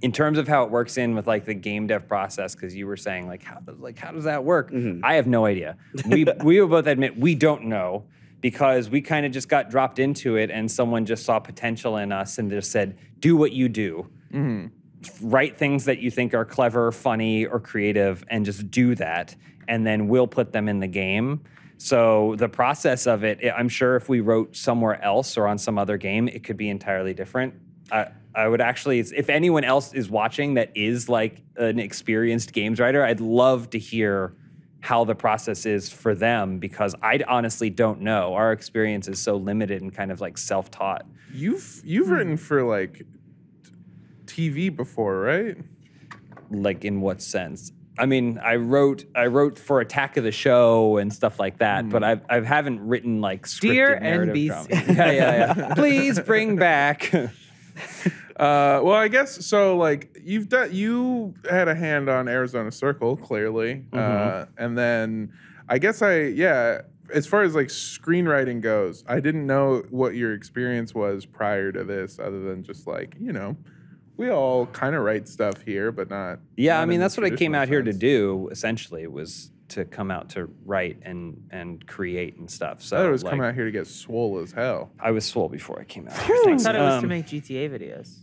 [SPEAKER 3] in terms of how it works in with like the game dev process because you were saying like how does like how does that work i have no idea we we will both admit we don't know because we kind of just got dropped into it and someone just saw potential in us and just said do what you do write things that you think are clever, funny, or creative, and just do that, and then we'll put them in the game. So the process of it, I- I'm sure if we wrote somewhere else or on some other game, it could be entirely different. I, I would actually, if anyone else is watching that is like an experienced games writer, I'd love to hear how the process is for them because I honestly don't know. Our experience is so limited and kind of like self-taught.
[SPEAKER 1] you've
[SPEAKER 3] hmm.
[SPEAKER 1] you've written for like t- TV before, right?
[SPEAKER 3] like in what sense? I mean, I wrote I wrote for Attack of the Show and stuff like that, but I've I haven't written like scripted
[SPEAKER 2] Dear
[SPEAKER 3] narrative
[SPEAKER 2] NBC.
[SPEAKER 3] drama. *laughs* yeah, yeah, yeah. Please bring back.
[SPEAKER 1] Uh, well, I guess so. Like you've done, you had a hand on Arizona Circle, clearly, uh,
[SPEAKER 3] Mm-hmm.
[SPEAKER 1] and then I guess I yeah. As far as like screenwriting goes, I didn't know what your experience was prior to this, other than just like you know, we all kind of write stuff here, but not.
[SPEAKER 3] yeah,
[SPEAKER 1] not
[SPEAKER 3] I
[SPEAKER 1] in
[SPEAKER 3] mean,
[SPEAKER 1] the
[SPEAKER 3] that's what I came
[SPEAKER 1] traditional
[SPEAKER 3] out here to
[SPEAKER 1] sense.
[SPEAKER 3] do. Essentially, was to come out to write and and create and stuff. So
[SPEAKER 1] I thought it was
[SPEAKER 3] like,
[SPEAKER 1] coming out here to get swole as
[SPEAKER 3] *laughs*
[SPEAKER 1] hell.
[SPEAKER 3] I was swole before I came out. Here.
[SPEAKER 2] I
[SPEAKER 3] Thanks.
[SPEAKER 2] thought it was to
[SPEAKER 3] Um,
[SPEAKER 2] make GTA videos.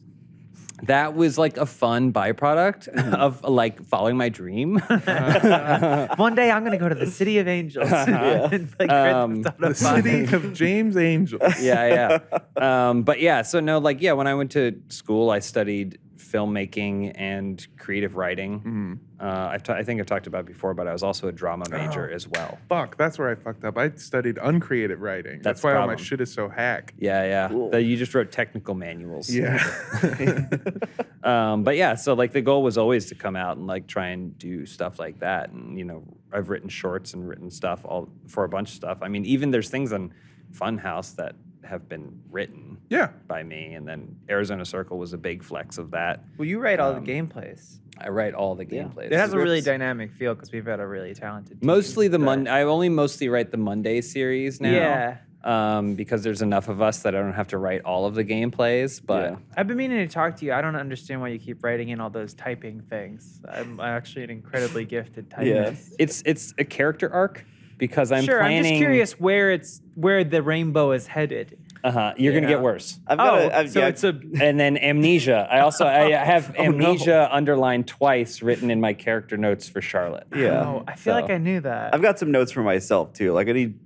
[SPEAKER 3] that was like a fun byproduct of like following my dream.
[SPEAKER 2] One day I'm gonna go to the City of Angels *laughs* and play Grand Theft Auto
[SPEAKER 1] The
[SPEAKER 2] 5.
[SPEAKER 1] city of James Angel.
[SPEAKER 3] *laughs* yeah, yeah. Um, but yeah, so no, like, yeah, when I went to school, I studied filmmaking and creative writing. Uh, I've t- I think I've talked about it before, but I was also a drama major as well.
[SPEAKER 1] Fuck, that's where I fucked up. I studied uncreative writing. That's,
[SPEAKER 3] That's
[SPEAKER 1] why all my
[SPEAKER 3] problem.
[SPEAKER 1] shit is so hack.
[SPEAKER 3] Yeah, yeah. That you just wrote technical manuals.
[SPEAKER 1] Yeah.
[SPEAKER 3] *laughs*
[SPEAKER 1] *laughs*
[SPEAKER 3] Um, but yeah, so like the goal was always to come out and like try and do stuff like that. And you know, I've written shorts and written stuff all for a bunch of stuff. I mean, even there's things on Funhouse that have been written
[SPEAKER 1] yeah.
[SPEAKER 3] by me, and then Arizona Circle was a big flex of that.
[SPEAKER 2] *laughs* Well, you write all the gameplays.
[SPEAKER 3] I write all the gameplays.
[SPEAKER 2] It has a really dynamic feel because we've got a really talented. Team.
[SPEAKER 3] mostly the
[SPEAKER 2] but-
[SPEAKER 3] Monday. I only mostly write the Monday series now.
[SPEAKER 2] Yeah.
[SPEAKER 3] Um, because there's enough of us that I don't have to write all of the gameplays, but
[SPEAKER 4] Yeah.
[SPEAKER 2] I've been meaning to talk to you. I don't understand why you keep writing in all those typing things. I'm actually an incredibly
[SPEAKER 3] *laughs*
[SPEAKER 2] gifted typist.
[SPEAKER 3] it's it's a character arc because I'm
[SPEAKER 2] sure,
[SPEAKER 3] planning.
[SPEAKER 2] I'm just curious where it's where the rainbow is headed.
[SPEAKER 3] Uh-huh, you're gonna
[SPEAKER 2] Yeah.
[SPEAKER 3] get worse.
[SPEAKER 4] I've got
[SPEAKER 2] oh,
[SPEAKER 4] a- I've-
[SPEAKER 2] so
[SPEAKER 4] yeah,
[SPEAKER 2] it's a
[SPEAKER 3] and then amnesia. I
[SPEAKER 2] *laughs*
[SPEAKER 3] also I have
[SPEAKER 2] Oh, no.
[SPEAKER 3] amnesia underlined twice, written in my character notes for Charlotte.
[SPEAKER 4] Yeah.
[SPEAKER 2] Oh, I feel
[SPEAKER 3] So-
[SPEAKER 2] like I knew that.
[SPEAKER 4] I've got some notes for myself too. Like I need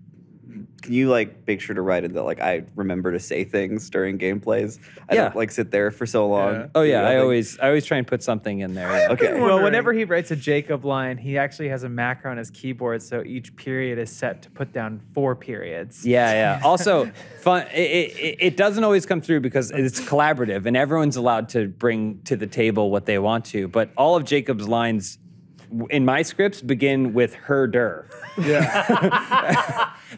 [SPEAKER 4] can you like make sure to write in that like I remember to say things during gameplays? I
[SPEAKER 3] Yeah.
[SPEAKER 4] don't like sit there for so long.
[SPEAKER 1] Yeah.
[SPEAKER 3] Oh yeah, I
[SPEAKER 4] nothing.
[SPEAKER 3] always I always try and put something in there.
[SPEAKER 4] Okay.
[SPEAKER 1] Good one.
[SPEAKER 2] *laughs* Well,
[SPEAKER 1] wondering-
[SPEAKER 2] whenever he writes a Jacob line, he actually has a macro on his keyboard, so each period is set to put down four periods.
[SPEAKER 3] Yeah, yeah. Also, fun. It, it, it doesn't always come through because it's collaborative, and everyone's allowed to bring to the table what they want to. But all of Jacob's lines w- in my scripts begin with her der.
[SPEAKER 1] Yeah.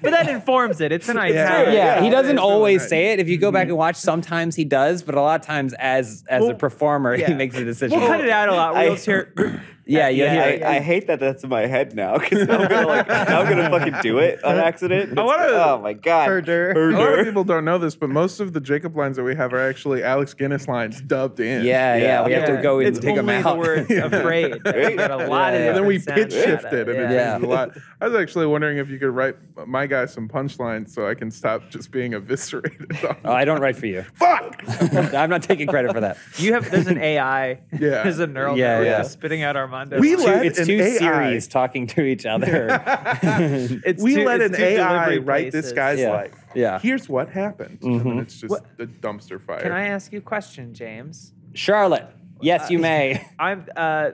[SPEAKER 2] But that informs it. It's an italic.
[SPEAKER 3] *laughs* Yeah, he
[SPEAKER 1] yeah,
[SPEAKER 3] doesn't
[SPEAKER 1] it's really
[SPEAKER 3] always
[SPEAKER 1] nice.
[SPEAKER 3] say it. If you go back and watch, sometimes he does, but a lot of times, as as a
[SPEAKER 2] Mm-hmm. Well,
[SPEAKER 3] performer, *laughs* he
[SPEAKER 2] yeah.
[SPEAKER 3] makes a decision.
[SPEAKER 2] We'll cut it out a lot.
[SPEAKER 4] I-
[SPEAKER 2] We'll hear.
[SPEAKER 3] Yeah, yeah.
[SPEAKER 2] Yeah,
[SPEAKER 3] yeah,
[SPEAKER 4] I, I hate that that's in my head now because I'm gonna like I'm gonna fucking do it on accident.
[SPEAKER 1] I wanna-
[SPEAKER 4] oh my god,
[SPEAKER 2] Herder.
[SPEAKER 1] A lot of
[SPEAKER 4] Herder.
[SPEAKER 1] people don't know this, but most of the Jacob lines that we have are actually Alex Guinness lines dubbed in.
[SPEAKER 3] yeah, yeah. We have to
[SPEAKER 2] Yeah.
[SPEAKER 3] go and
[SPEAKER 2] it's
[SPEAKER 3] dig
[SPEAKER 2] only
[SPEAKER 3] them out.
[SPEAKER 2] the word afraid. We got a lot of
[SPEAKER 3] Yeah.
[SPEAKER 1] And then we
[SPEAKER 2] different
[SPEAKER 1] pitch
[SPEAKER 2] sounds out of
[SPEAKER 1] shifted and
[SPEAKER 2] it.
[SPEAKER 1] it
[SPEAKER 2] Yeah.
[SPEAKER 1] changed a
[SPEAKER 2] *laughs*
[SPEAKER 1] lot. I was actually wondering if you could write my guy some punchlines so I can stop just being eviscerated.
[SPEAKER 3] *laughs*
[SPEAKER 1] *laughs*
[SPEAKER 3] Oh, I don't write for you. *laughs*
[SPEAKER 1] Fuck!
[SPEAKER 3] I'm not taking credit for
[SPEAKER 2] *laughs*
[SPEAKER 3] that.
[SPEAKER 2] You have there's an AI.
[SPEAKER 1] *laughs* Yeah.
[SPEAKER 2] There's a neural
[SPEAKER 3] Yeah,
[SPEAKER 2] network
[SPEAKER 3] yeah.
[SPEAKER 2] that's spitting out Armando.
[SPEAKER 1] We
[SPEAKER 3] Two-
[SPEAKER 1] let
[SPEAKER 3] it's
[SPEAKER 1] an
[SPEAKER 3] two
[SPEAKER 1] AI
[SPEAKER 3] series talking to each
[SPEAKER 2] *laughs*
[SPEAKER 3] other.
[SPEAKER 2] It's
[SPEAKER 1] we
[SPEAKER 2] two-
[SPEAKER 1] let
[SPEAKER 2] it's
[SPEAKER 1] an
[SPEAKER 2] two
[SPEAKER 1] AI
[SPEAKER 2] delivery
[SPEAKER 1] write this
[SPEAKER 2] places. Mm-hmm.
[SPEAKER 1] guy's
[SPEAKER 3] Yeah.
[SPEAKER 1] life.
[SPEAKER 3] Yeah.
[SPEAKER 1] Here's what happened. And then it's just the dumpster fire.
[SPEAKER 2] Can I ask you a question, James?
[SPEAKER 3] Charlotte, yes, you may.
[SPEAKER 2] I'm uh,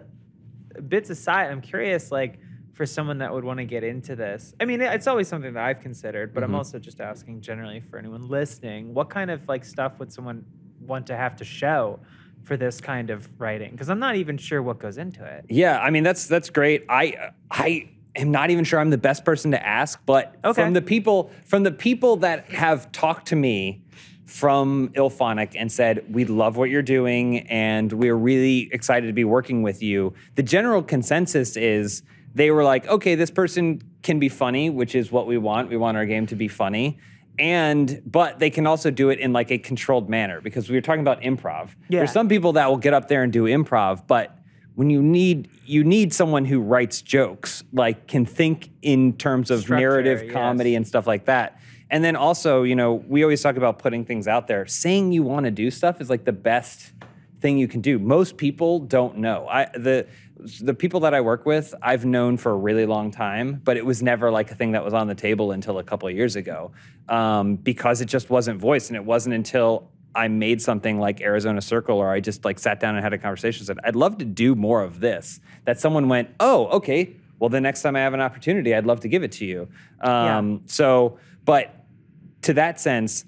[SPEAKER 2] bits aside. I'm curious, like for someone that would want to get into this. I mean, it's always something that I've considered,
[SPEAKER 3] Mm-hmm.
[SPEAKER 2] but I'm also just asking generally for anyone listening, what kind of like stuff would someone want to have to show for this kind of writing? Because I'm not even sure what goes into it.
[SPEAKER 3] *laughs* Yeah, I mean that's that's great. I I am not even sure I'm the best person to ask, but
[SPEAKER 2] Okay.
[SPEAKER 3] from the people from the people that have talked to me from Ilphonic and said we love what you're doing and we're really excited to be working with you. The general consensus is they were like, okay, this person can be funny, which is what we want. We want our game to be funny. And but they can also do it in like a controlled manner because we were talking about improv.
[SPEAKER 2] Yeah.
[SPEAKER 3] There's some some people that will get up there and do improv, but when you need you need someone who writes jokes, like can think in terms of
[SPEAKER 2] Structure,
[SPEAKER 3] narrative
[SPEAKER 2] yes.
[SPEAKER 3] comedy and stuff like that. And then also, you know, we always talk about putting things out there. Saying you want to do stuff is like the best thing you can do. Most people don't know. I the the people that I work with, I've known for a really long time, but it was never like a thing that was on the table until a couple of years ago, um, because it just wasn't voiced, and it wasn't until I made something like Arizona Circle, or I just like sat down and had a conversation. Said, I'd love to do more of this. That someone went, oh, okay. Well, the next time I have an opportunity, I'd love to give it to you. Um, So, but to that sense,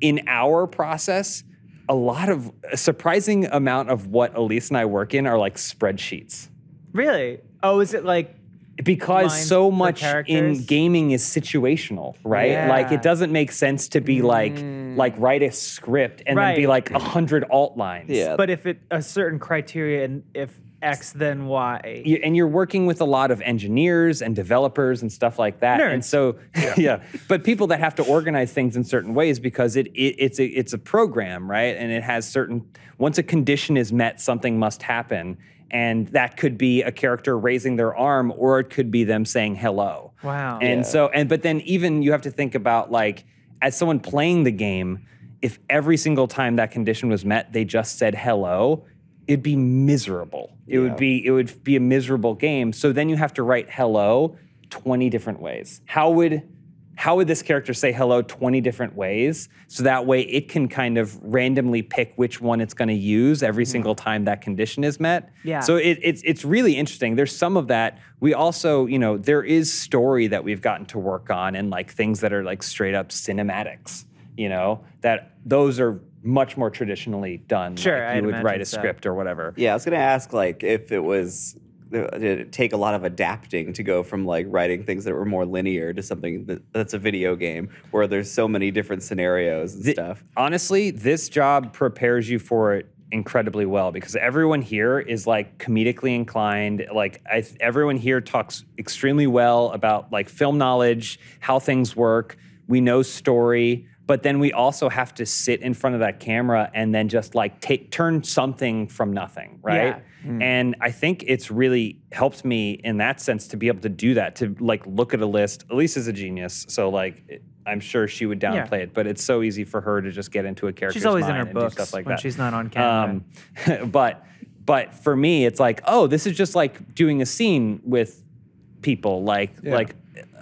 [SPEAKER 3] in our process, a lot of a surprising amount of what Elise and I work in are like spreadsheets
[SPEAKER 2] Really? Oh, is it like
[SPEAKER 3] because
[SPEAKER 2] lines
[SPEAKER 3] so
[SPEAKER 2] for
[SPEAKER 3] much in
[SPEAKER 2] characters.
[SPEAKER 3] gaming is situational, right?
[SPEAKER 2] Yeah. Mm.
[SPEAKER 3] Like it doesn't make sense to be like like write a script and then be
[SPEAKER 2] Right.
[SPEAKER 3] like a hundred alt lines.
[SPEAKER 4] Yeah.
[SPEAKER 2] but if it a certain criteria and if X then Y.
[SPEAKER 3] You- and you're working with a lot of engineers and developers and stuff like that. And
[SPEAKER 2] Nerds.
[SPEAKER 3] so, *laughs* yeah. but people that have to organize things in certain ways because it, it it's a, it's a program, right? And it has certain once a condition is met, something must happen, and that could be a character raising their arm, or it could be them saying hello.
[SPEAKER 2] Wow.
[SPEAKER 3] And so, and but then even you have to think about like as someone playing the game, if every single time that condition was met, they just said hello, it'd be miserable. It would be it would be a miserable game. So then you have to write hello 20 different ways. How would how would this character say hello 20 different ways so that way it can kind of randomly pick which one it's going to use every single time that condition is met
[SPEAKER 2] Yeah.
[SPEAKER 3] so it, it's it's really interesting. There's some of that. We also, you know, there is story that we've gotten to work on and like things that are like straight up cinematics. You know, that those are much more traditionally done.
[SPEAKER 2] Sure,
[SPEAKER 3] like
[SPEAKER 2] I'd
[SPEAKER 3] you would
[SPEAKER 2] imagine
[SPEAKER 3] write a
[SPEAKER 2] so.
[SPEAKER 3] script or whatever.
[SPEAKER 4] Yeah, I was gonna ask like if it was uh, did it take a lot of adapting to go from like writing things that were more linear to something that, that's a video game where there's so many different scenarios and stuff.
[SPEAKER 3] Honestly, this job prepares you for it incredibly well because everyone here is like comedically inclined. Like I, th- everyone here talks extremely well about like film knowledge, how things work. We know story, but then we also have to sit in front of that camera and then just like take turn something from nothing, right?
[SPEAKER 2] Yeah.
[SPEAKER 3] And I think it's really helped me in that sense to be able to do that, to like look at a list. Elise is a genius, so like it- I'm sure she would downplay it, but it's so easy for her to just get into a character.
[SPEAKER 2] She's always in her
[SPEAKER 3] book
[SPEAKER 2] books
[SPEAKER 3] stuff like
[SPEAKER 2] when
[SPEAKER 3] that.
[SPEAKER 2] she's not on camera.
[SPEAKER 3] Um, *laughs* but but for me, it's like, oh, this is just like doing a scene with people. Like like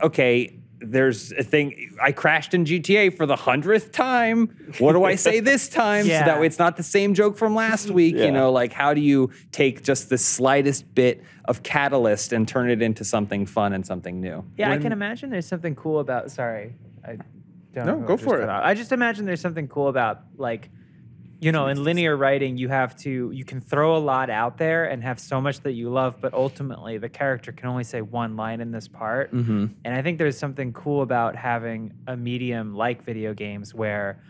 [SPEAKER 3] okay, there's a thing. I crashed in GTA for the hundredth time. What do
[SPEAKER 2] *laughs*
[SPEAKER 3] I say this time? So that
[SPEAKER 2] Yeah.
[SPEAKER 3] way it's not the same joke from
[SPEAKER 2] *laughs*
[SPEAKER 3] last week.
[SPEAKER 4] Yeah.
[SPEAKER 3] You know, like how do you take just the slightest bit of catalyst and turn it into something fun and something new?
[SPEAKER 2] Yeah, I can imagine there's something cool about. Sorry, I don't.
[SPEAKER 1] No,
[SPEAKER 2] know who
[SPEAKER 1] go
[SPEAKER 2] just
[SPEAKER 1] for
[SPEAKER 2] cut
[SPEAKER 1] it.
[SPEAKER 2] out. I just imagine there's something cool about like, you know, in linear writing, you have to you can throw a lot out there and have so much that you love, but ultimately the character can only say one line in this part.
[SPEAKER 1] Mm-hmm.
[SPEAKER 2] And I think there's something cool about having a medium like video games where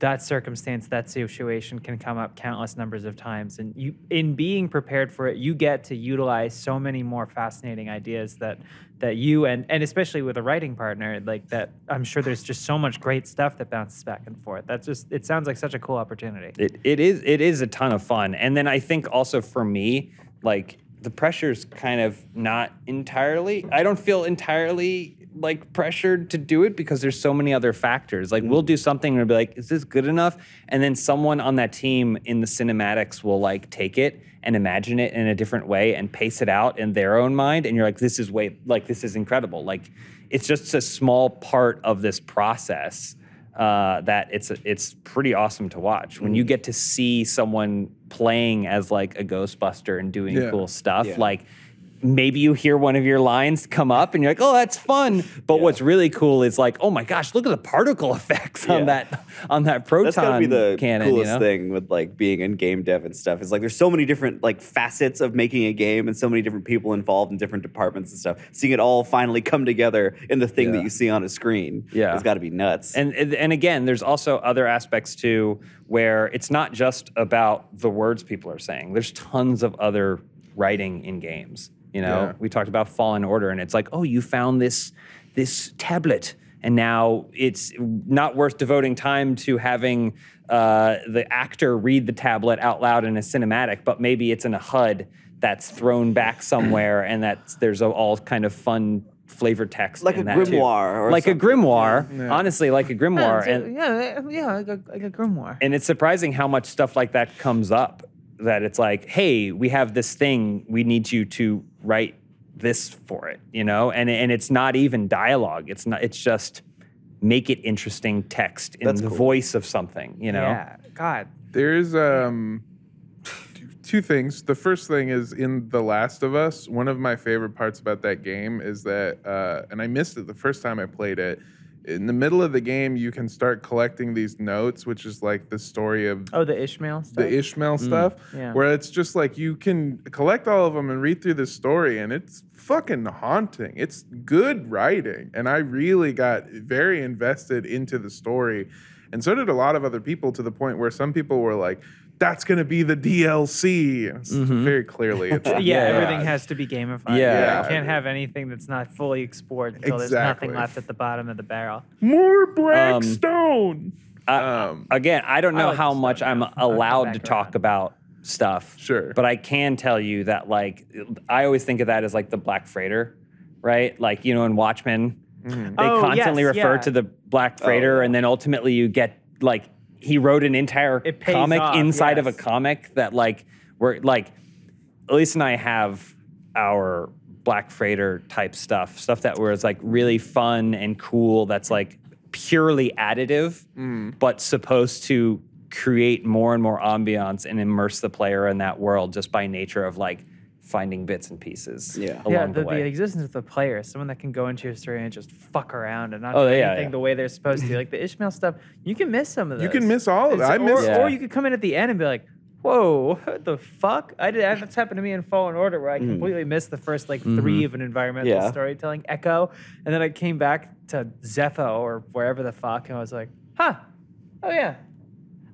[SPEAKER 2] that circumstance, that situation can come up countless numbers of times. And you, in being prepared for it, you get to utilize so many more fascinating ideas that that you and and especially with a writing partner, like that. I'm sure there's just so much great stuff that bounces back and forth. That's just it sounds like such a cool opportunity.
[SPEAKER 3] It, it is it is a ton of fun. And then I think also for me, like the pressure's kind of not entirely I don't feel entirely like pressured to do it because there's so many other factors. Like we'll do something and we'll be like, is this good enough? And then someone on that team in the cinematics will like take it and imagine it in a different way and pace it out in their own mind. And you're like, this is way like this is incredible. Like it's just a small part of this process uh, that it's it's pretty awesome to watch when
[SPEAKER 4] Mm.
[SPEAKER 3] you get to see someone playing as like a Ghostbuster and doing
[SPEAKER 1] Yeah.
[SPEAKER 3] cool stuff.
[SPEAKER 4] Yeah.
[SPEAKER 3] Like maybe you hear one of your lines come up and you're like, oh, that's fun. But what's really cool is like, oh my gosh, look at the particle effects on
[SPEAKER 4] Yeah.
[SPEAKER 3] that on that proton
[SPEAKER 4] That's gotta be the
[SPEAKER 3] cannon.
[SPEAKER 4] coolest
[SPEAKER 3] you know?
[SPEAKER 4] thing with like being in game dev and stuff. Is like there's so many different like facets of making a game and so many different people involved in different departments and stuff. Seeing it all finally come together in the thing that
[SPEAKER 3] Yeah.
[SPEAKER 4] you see on a screen,
[SPEAKER 3] Yeah.
[SPEAKER 4] it's got to be nuts.
[SPEAKER 3] And and and again, there's also other aspects too where it's not just about the words people are saying. There's tons of other writing in games. You know,
[SPEAKER 1] Yeah.
[SPEAKER 3] we talked about Fallen Order, and it's like, oh, you found this this tablet, and now it's not worth devoting time to having uh, the actor read the tablet out loud in a cinematic, but maybe it's in a HUD that's thrown back somewhere, and that's there's a, all kind of fun flavor text
[SPEAKER 4] Like
[SPEAKER 3] in
[SPEAKER 4] a
[SPEAKER 3] that too.
[SPEAKER 4] grimoire or
[SPEAKER 3] like a
[SPEAKER 4] something.
[SPEAKER 3] grimoire honestly like a grimoire
[SPEAKER 2] yeah,
[SPEAKER 3] and,
[SPEAKER 2] yeah, yeah, like a, like a grimoire.
[SPEAKER 3] and it's surprising how much stuff like that comes up that it's like hey we have this thing we need you to write this for it you know and and it's not even dialogue it's not it's just make it interesting text in
[SPEAKER 4] That's
[SPEAKER 3] the
[SPEAKER 4] cool.
[SPEAKER 3] voice of something you know
[SPEAKER 2] Yeah, God,
[SPEAKER 1] There's um t- two things. The first thing is in The Last of Us, one of my favorite parts about that game is that uh and I missed it the first time I played it. In the middle of the game, you can start collecting these notes, which is like the story of
[SPEAKER 2] oh the Ishmael stuff.
[SPEAKER 1] the Ishmael stuff,
[SPEAKER 2] Mm, yeah.
[SPEAKER 1] where it's just like you can collect all of them and read through the story, and it's fucking haunting. It's good writing, and I really got very invested into the story, and so did a lot of other people to the point where some people were like, "That's gonna be the DLC." And it's Very clearly,
[SPEAKER 2] *laughs*
[SPEAKER 1] it's
[SPEAKER 2] Mm-hmm. yeah,
[SPEAKER 1] not.
[SPEAKER 2] everything has to be gamified.
[SPEAKER 3] Yeah.
[SPEAKER 2] you can't have anything that's not fully explored until there's
[SPEAKER 1] Exactly.
[SPEAKER 2] nothing left at the bottom of the barrel.
[SPEAKER 1] more
[SPEAKER 2] Um,
[SPEAKER 1] Blackstone.
[SPEAKER 3] I-
[SPEAKER 1] um,
[SPEAKER 3] again, I don't
[SPEAKER 2] I
[SPEAKER 3] know
[SPEAKER 2] like
[SPEAKER 3] how
[SPEAKER 2] this
[SPEAKER 3] much
[SPEAKER 2] stuff.
[SPEAKER 3] I'm
[SPEAKER 2] I'll come
[SPEAKER 3] allowed
[SPEAKER 2] back
[SPEAKER 3] to talk
[SPEAKER 2] around.
[SPEAKER 3] about stuff.
[SPEAKER 1] Sure.
[SPEAKER 3] But I can tell you that, like, I always think of that as like the Black Freighter, right? Like, you know, in Watchmen, they
[SPEAKER 2] Oh,
[SPEAKER 3] constantly
[SPEAKER 2] yes,
[SPEAKER 3] refer
[SPEAKER 2] yeah.
[SPEAKER 3] to the Black Freighter, and then ultimately you get like he wrote an entire
[SPEAKER 2] It pays
[SPEAKER 3] comic
[SPEAKER 2] off,
[SPEAKER 3] inside of a
[SPEAKER 2] yes.
[SPEAKER 3] comic that like we're like Elise and I have our Black Freighter type stuff, stuff that was like really fun and cool. That's like purely additive, but supposed to create more and more ambiance and immerse the player in that world just by nature of like finding bits and pieces
[SPEAKER 4] Yeah.
[SPEAKER 3] along
[SPEAKER 2] yeah,
[SPEAKER 3] the,
[SPEAKER 2] the, the,
[SPEAKER 3] way.
[SPEAKER 2] existence of the player, is someone that can go into your story and just fuck around and not
[SPEAKER 3] Oh,
[SPEAKER 2] do
[SPEAKER 3] yeah,
[SPEAKER 2] anything
[SPEAKER 3] yeah.
[SPEAKER 2] the way they're supposed
[SPEAKER 3] *laughs*
[SPEAKER 2] to. Like the Ishmael stuff, you can miss some of those.
[SPEAKER 1] You can miss all of it.
[SPEAKER 2] It's-
[SPEAKER 1] I missed
[SPEAKER 2] Or,
[SPEAKER 3] Yeah.
[SPEAKER 2] or you could come in at the end and be like, "Whoa, *laughs* what the fuck!" I did. That's happened to me in Fallen Order, where I
[SPEAKER 3] Mm-hmm.
[SPEAKER 2] completely missed the first like three of an environmental
[SPEAKER 4] Yeah.
[SPEAKER 2] storytelling echo, and then I came back to Zepho or wherever the fuck, and I was like, "Huh? Oh yeah,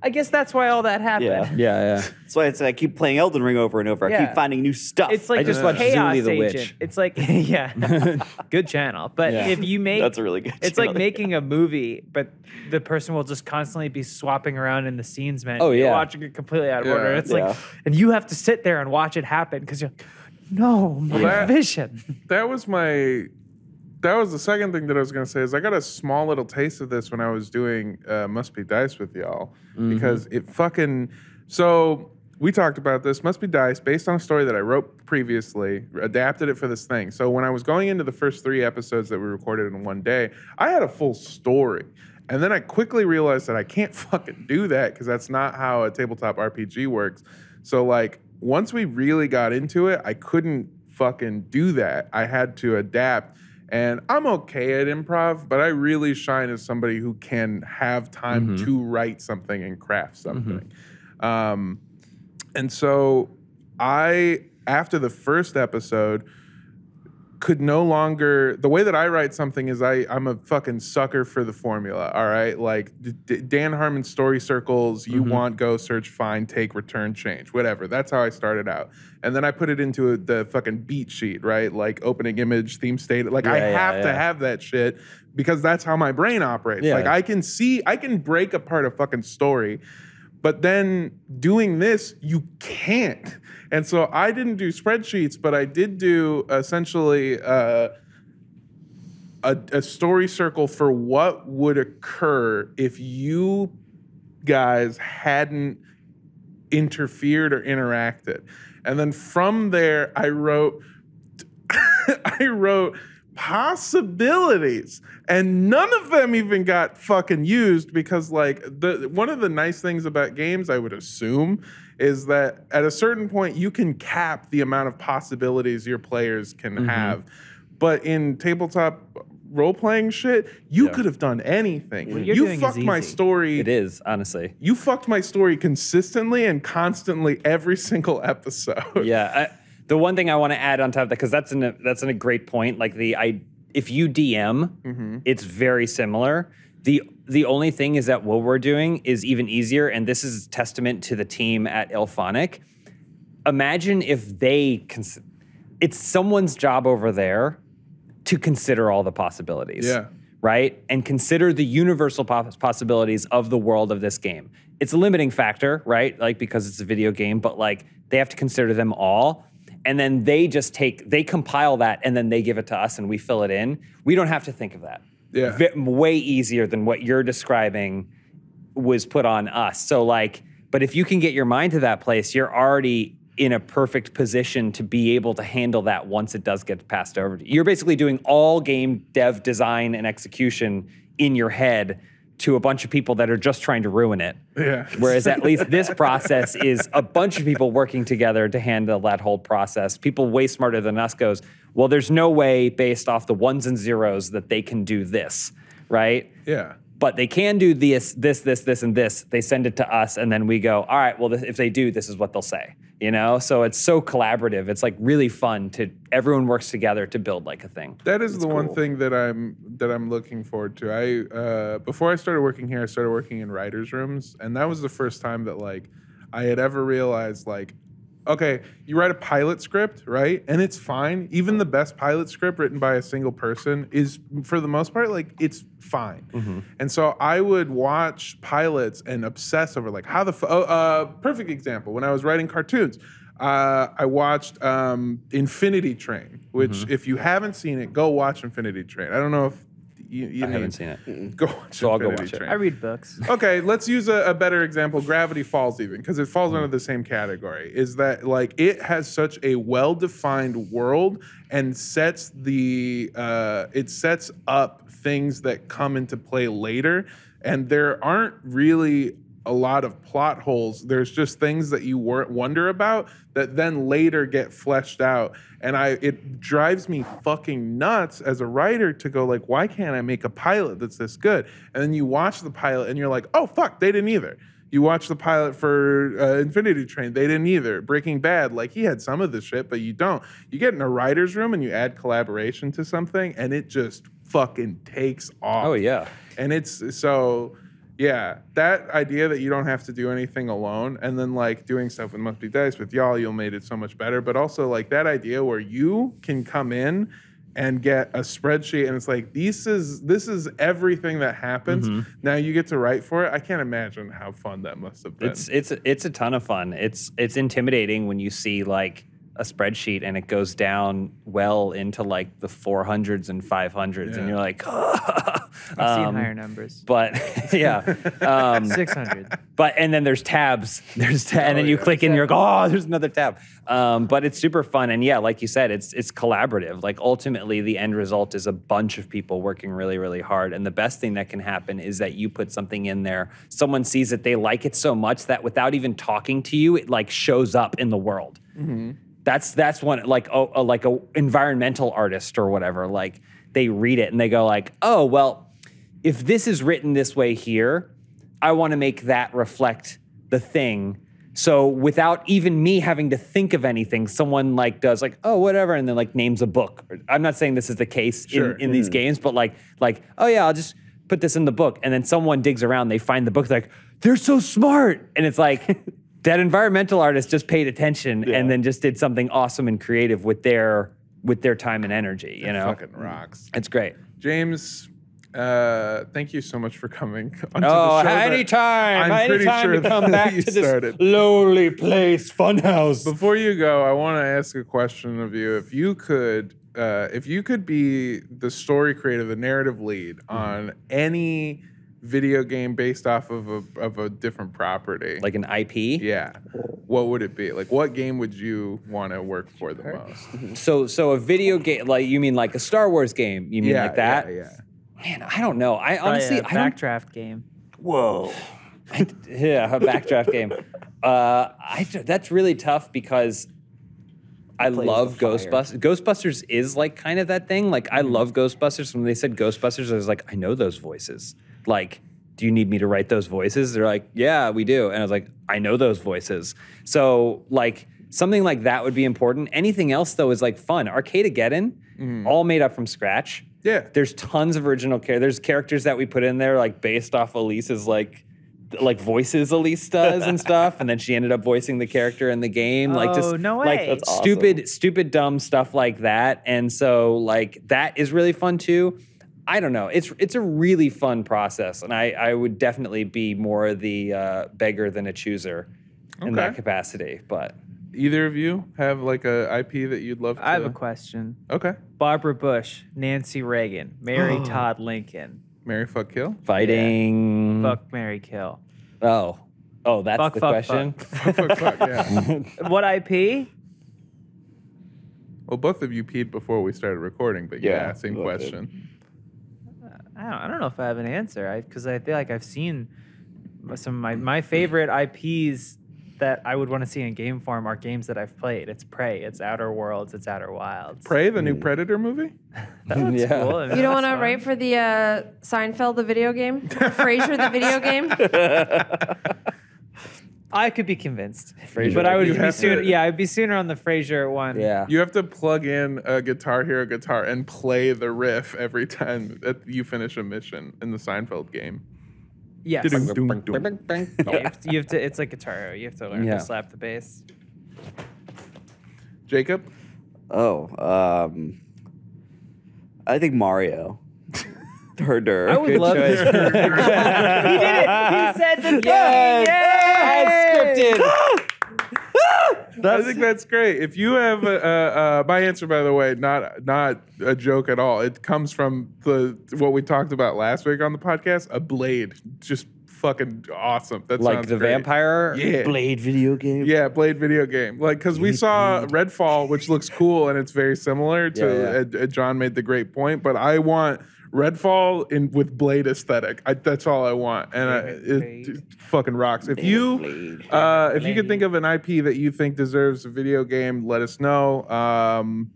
[SPEAKER 2] I guess that's why all that happened." *laughs*
[SPEAKER 4] Yeah.
[SPEAKER 3] yeah, yeah.
[SPEAKER 4] That's why it's, I keep playing Elden Ring over and over. I
[SPEAKER 2] Yeah.
[SPEAKER 4] keep finding new stuff.
[SPEAKER 2] It's like
[SPEAKER 3] I just
[SPEAKER 2] a
[SPEAKER 3] watched
[SPEAKER 2] chaos
[SPEAKER 3] Zuni the
[SPEAKER 2] agent.
[SPEAKER 3] Witch.
[SPEAKER 2] It's like *laughs* yeah, good channel. But
[SPEAKER 3] Yeah.
[SPEAKER 2] if you make
[SPEAKER 4] That's a really good
[SPEAKER 2] It's
[SPEAKER 4] channel,
[SPEAKER 2] like
[SPEAKER 4] yeah.
[SPEAKER 2] making a movie, but the person will just constantly be swapping around in the scenes, man.
[SPEAKER 3] Oh,
[SPEAKER 2] You're
[SPEAKER 3] yeah.
[SPEAKER 2] watching it completely out of
[SPEAKER 1] Yeah.
[SPEAKER 2] order. It's
[SPEAKER 4] Yeah.
[SPEAKER 2] like, and you have to sit there and watch it happen because you're. like, No, my
[SPEAKER 1] Yeah.
[SPEAKER 2] vision.
[SPEAKER 1] that was my that was the second thing that I was gonna say is I got a small little taste of this when I was doing uh, Must Be Dice with y'all because it fucking so we talked about this, must be dice based on a story that I wrote previously, adapted it for this thing. So when I was going into the first three episodes that we recorded in one day, I had a full story. And then I quickly realized that I can't *laughs* fucking do that because that's not how a tabletop RPG works. So, like, once we really got into it, I couldn't fucking do that. I had to adapt. And I'm okay at improv, but I really shine as somebody who can have time to write something and craft something. Um, and so I, after the first episode, could no longer the way that I write something is I I'm a fucking sucker for the formula. All right, like D- D- Dan Harmon story circles. You
[SPEAKER 3] Mm-hmm.
[SPEAKER 1] want go search find take return change whatever. That's how I started out, and then I put it into the fucking beat sheet. Right, like opening image theme state. Like I
[SPEAKER 3] Yeah, yeah,
[SPEAKER 1] have to
[SPEAKER 3] yeah.
[SPEAKER 1] have that shit because that's how my brain operates.
[SPEAKER 3] Yeah.
[SPEAKER 1] Like I can see I can break apart a fucking story. But then doing this, you can't. And so I didn't do spreadsheets, but I did do essentially uh, a, a story circle for what would occur if you guys hadn't interfered or interacted. And then from there, I wrote, *laughs* I wrote possibilities, and none of them even got fucking used because, like, the one of the nice things about games, I would assume, is that at a certain point you can cap the amount of possibilities your players can
[SPEAKER 2] Mm-hmm.
[SPEAKER 1] have. But in tabletop role playing shit, you
[SPEAKER 3] Yeah.
[SPEAKER 1] could have done anything.
[SPEAKER 2] you're
[SPEAKER 1] you
[SPEAKER 2] doing is
[SPEAKER 1] fucked my
[SPEAKER 2] easy.
[SPEAKER 1] story
[SPEAKER 3] It is honestly.
[SPEAKER 1] you fucked my story consistently and constantly every single episode.
[SPEAKER 3] *laughs*
[SPEAKER 1] *laughs*
[SPEAKER 3] Yeah. I, the one thing I want to add on top of that, because that's an that's an- a great point. Like the I, if you DM, it's very similar. the The only thing is that what we're doing is even easier, and this is testament to the team at Ilphonic. Imagine if they, cons- it's someone's job over there to consider all the possibilities.
[SPEAKER 1] Yeah.
[SPEAKER 3] Right? And consider the universal pos- possibilities of the world of this game. It's a limiting factor, right? Like because it's a video game, but like they have to consider them all. And then they just take, they compile that and then they give it to us and we fill it in. We don't have to think of that.
[SPEAKER 1] Yeah.
[SPEAKER 3] Ve- way easier than what you're describing was put on us. So like, but if you can get your mind to that place, you're already in a perfect position to be able to handle that once it does get passed over. to you. You're basically doing all game dev design and execution in your head to a bunch of people that are just trying to ruin it.
[SPEAKER 1] Yeah.
[SPEAKER 3] Whereas at least this process is a bunch of people working together to handle that whole process. People way smarter than us goes, well, there's no way based off the ones and zeros that they can do this, right?
[SPEAKER 1] Yeah.
[SPEAKER 3] but they can do this, this, this, this, and this. They send it to us, and then we go, all right, well, th- if they do, this is what they'll say. You know, so it's so collaborative. It's like really fun to everyone works together to build like a thing.
[SPEAKER 1] That is the one thing that I'm that I'm looking forward to. I uh, before I started working here, I started working in writers' rooms, and that was the first time that like I had ever realized like, okay, you write a pilot script, right? And it's fine. Even the best pilot script written by a single person is, for the most part, like it's fine. And so I would watch pilots and obsess over like how the f- oh, uh, perfect example when I was writing cartoons. Uh, I watched um, Infinity Train, which
[SPEAKER 3] Mm-hmm.
[SPEAKER 1] if you haven't seen it, go watch Infinity Train. I don't know if you, you
[SPEAKER 3] I haven't seen
[SPEAKER 1] *laughs*
[SPEAKER 3] it.
[SPEAKER 1] Go watch
[SPEAKER 3] So I'll go
[SPEAKER 1] Infinity
[SPEAKER 3] watch it.
[SPEAKER 1] Train.
[SPEAKER 2] I read books.
[SPEAKER 1] okay, let's use a, a better example. Gravity Falls, even because it falls
[SPEAKER 3] Mm.
[SPEAKER 1] under the same category. Is that like it has such a well-defined world and sets the uh, it sets up things that come into play later, and there aren't really a lot of plot holes. There's just things that you wor- wonder about that then later get fleshed out. And I it drives me fucking nuts as a writer to go like, why can't I make a pilot that's this good? And then you watch the pilot and you're like, oh fuck, they didn't either. You watch the pilot for uh, Infinity Train, they didn't either. Breaking Bad, like he had some of the shit, but you don't. You get in a writer's room and you add collaboration to something, and it just fucking takes off.
[SPEAKER 3] Oh yeah,
[SPEAKER 1] And it's so, yeah, that idea that you don't have to do anything alone and then like doing stuff with Must Be Dice with y'all, you'll made it so much better. But also like that idea where you can come in and get a spreadsheet and it's like this is this is everything that happens. Now you get to write for it. I can't imagine how fun that must have been.
[SPEAKER 3] it's it's it's a ton of fun. It's it's intimidating when you see like a spreadsheet and it goes down well into like the 400s and 500s,
[SPEAKER 1] Yeah.
[SPEAKER 3] and you're like, *laughs*
[SPEAKER 2] I've seen
[SPEAKER 3] Um,
[SPEAKER 2] higher numbers.
[SPEAKER 3] But *laughs* yeah, um,
[SPEAKER 2] *laughs* Six hundred.
[SPEAKER 3] but and then there's tabs. *laughs* There's ta- and then you click in, you're like, oh, there's another tab. Um, but it's super fun, and yeah, like you said, it's it's collaborative. Like ultimately, the end result is a bunch of people working really, really hard. And the best thing that can happen is that you put something in there, someone sees it, they like it so much that without even talking to you, it like shows up in the world. That's that's one like oh, a, like a environmental artist or whatever. Like they read it and they go like, oh well, if this is written this way here, I want to make that reflect the thing. So without even me having to think of anything, someone like does like oh whatever, and then like names a book. I'm not saying this is the case
[SPEAKER 1] Sure.
[SPEAKER 3] in, in these games, but like like oh yeah, I'll just put this in the book, and then someone digs around, they find the book, they're like they're so smart, and it's
[SPEAKER 1] *laughs*
[SPEAKER 3] like. That environmental artist just paid attention and then just did something awesome and creative with their with their time and energy. You know,
[SPEAKER 1] Fucking rocks.
[SPEAKER 3] it's great.
[SPEAKER 1] James, uh, thank you so much for coming. *laughs* Onto
[SPEAKER 3] Oh,
[SPEAKER 1] the show that-
[SPEAKER 3] anytime,
[SPEAKER 1] I'm pretty
[SPEAKER 3] anytime
[SPEAKER 1] sure
[SPEAKER 3] to come
[SPEAKER 1] that *laughs*
[SPEAKER 3] back
[SPEAKER 1] you
[SPEAKER 3] to this
[SPEAKER 1] started.
[SPEAKER 3] lowly place, funhouse.
[SPEAKER 1] Before you go, I want to ask a question of you. If you could, uh, if you could be the story creator, the narrative lead on any video game based off of a, of a different property,
[SPEAKER 3] Like an IP.
[SPEAKER 1] yeah, what would it be? Like, what game would you want to work for the most?
[SPEAKER 3] So, so a video game, like you mean like a Star Wars game? You mean
[SPEAKER 1] yeah,
[SPEAKER 3] like that?
[SPEAKER 1] Yeah, yeah.
[SPEAKER 3] Man, I don't know. I honestly, I don't.
[SPEAKER 2] uh, backdraft game.
[SPEAKER 4] *laughs* Whoa.
[SPEAKER 3] I, yeah, a backdraft game. Uh, I d- that's really tough because I
[SPEAKER 4] plays
[SPEAKER 3] love
[SPEAKER 4] the fire?
[SPEAKER 3] Ghostbusters.
[SPEAKER 4] Mm-hmm.
[SPEAKER 3] Ghostbusters is like kind of that thing. Like I love Ghostbusters. When they said Ghostbusters, I was like, I know those voices. Like, do you need me to write those voices? They're like, yeah, we do. And I was like, I know those voices. So like something like that would be important. Anything else though is like fun. Arcadegeddon,
[SPEAKER 4] Mm-hmm.
[SPEAKER 3] all made up from scratch.
[SPEAKER 1] Yeah.
[SPEAKER 3] There's tons of original characters. There's characters that we put in there like based off Elise's like like voices Elise does and stuff, and then she ended up voicing the character in the game. Like
[SPEAKER 2] Oh,
[SPEAKER 3] just
[SPEAKER 2] no
[SPEAKER 3] like
[SPEAKER 2] way. That's
[SPEAKER 4] awesome.
[SPEAKER 3] stupid, stupid, dumb stuff like that. And so like that is really fun too. I don't know. It's it's a really fun process, and I I would definitely be more the uh, beggar than a chooser in that
[SPEAKER 1] Okay.
[SPEAKER 3] capacity. But
[SPEAKER 1] Either of you have like a IP that you'd love to?
[SPEAKER 2] I have a question.
[SPEAKER 1] Okay.
[SPEAKER 2] Barbara Bush, Nancy Reagan, *gasps* Mary Todd Lincoln.
[SPEAKER 1] Mary fuck kill.
[SPEAKER 3] fighting.
[SPEAKER 2] Fuck Mary Kill.
[SPEAKER 3] Oh. Oh, that's
[SPEAKER 2] Fuck,
[SPEAKER 3] the
[SPEAKER 2] fuck, *laughs*
[SPEAKER 3] question.
[SPEAKER 1] fuck, fuck,
[SPEAKER 3] *laughs*
[SPEAKER 1] fuck, yeah.
[SPEAKER 2] What IP?
[SPEAKER 1] Well, both of you peed before we started recording, but yeah,
[SPEAKER 4] Yeah,
[SPEAKER 1] same
[SPEAKER 4] both did.
[SPEAKER 1] question.
[SPEAKER 2] I don't, I don't know if I have an answer because I, feel like I've seen some of my, my favorite IPs that I would want to see in game form are games that I've played. It's Prey, it's Outer Worlds, it's Outer Wilds.
[SPEAKER 1] Prey, the new Predator movie.
[SPEAKER 2] That looks
[SPEAKER 3] Yeah.
[SPEAKER 2] cool. I mean,
[SPEAKER 5] You don't
[SPEAKER 2] that's
[SPEAKER 5] want to
[SPEAKER 2] fun.
[SPEAKER 5] write for the uh, Seinfeld, the
[SPEAKER 3] *laughs*
[SPEAKER 5] video game, Frasier, the video game.
[SPEAKER 2] I could be convinced,
[SPEAKER 3] Frasier.
[SPEAKER 2] but I
[SPEAKER 1] You
[SPEAKER 2] would be
[SPEAKER 1] have
[SPEAKER 2] sooner.
[SPEAKER 1] to-
[SPEAKER 2] Yeah, I'd be sooner on the Frasier one.
[SPEAKER 3] Yeah.
[SPEAKER 1] You have to plug in a Guitar Hero guitar and play the riff every time that you finish a mission in the Seinfeld game.
[SPEAKER 2] Yes.
[SPEAKER 1] Doo-doo.
[SPEAKER 2] Yeah, you, have to, you have to- It's like guitar. Hero. You have to learn
[SPEAKER 3] Yeah.
[SPEAKER 2] to slap the bass.
[SPEAKER 1] Jacob,
[SPEAKER 4] Oh, um, I think
[SPEAKER 2] *laughs*
[SPEAKER 4] Mario. Herder.
[SPEAKER 2] I would love this. he did it. He said the
[SPEAKER 3] Yes!
[SPEAKER 2] Yay!
[SPEAKER 3] Ad scripted.
[SPEAKER 1] I think that's great. If you have a, a, a, my answer, by the way, not not a joke at all. It comes from the what we talked about last week on the podcast. A blade, just fucking awesome. That
[SPEAKER 3] like
[SPEAKER 1] sounds
[SPEAKER 3] the
[SPEAKER 1] great.
[SPEAKER 3] vampire.
[SPEAKER 1] Yeah.
[SPEAKER 4] Blade video game.
[SPEAKER 1] Yeah, Blade video game. Like, because
[SPEAKER 3] *laughs*
[SPEAKER 1] we saw Redfall, which looks cool and it's very similar to.
[SPEAKER 3] Yeah,
[SPEAKER 1] Uh, uh, John made the great point, but I want Redfall in with Blade aesthetic. I, that's all I want, and I, it,
[SPEAKER 2] Blade.
[SPEAKER 1] it fucking rocks. If you, uh, if you could think of an IP that you think deserves a video game, let us know. Um,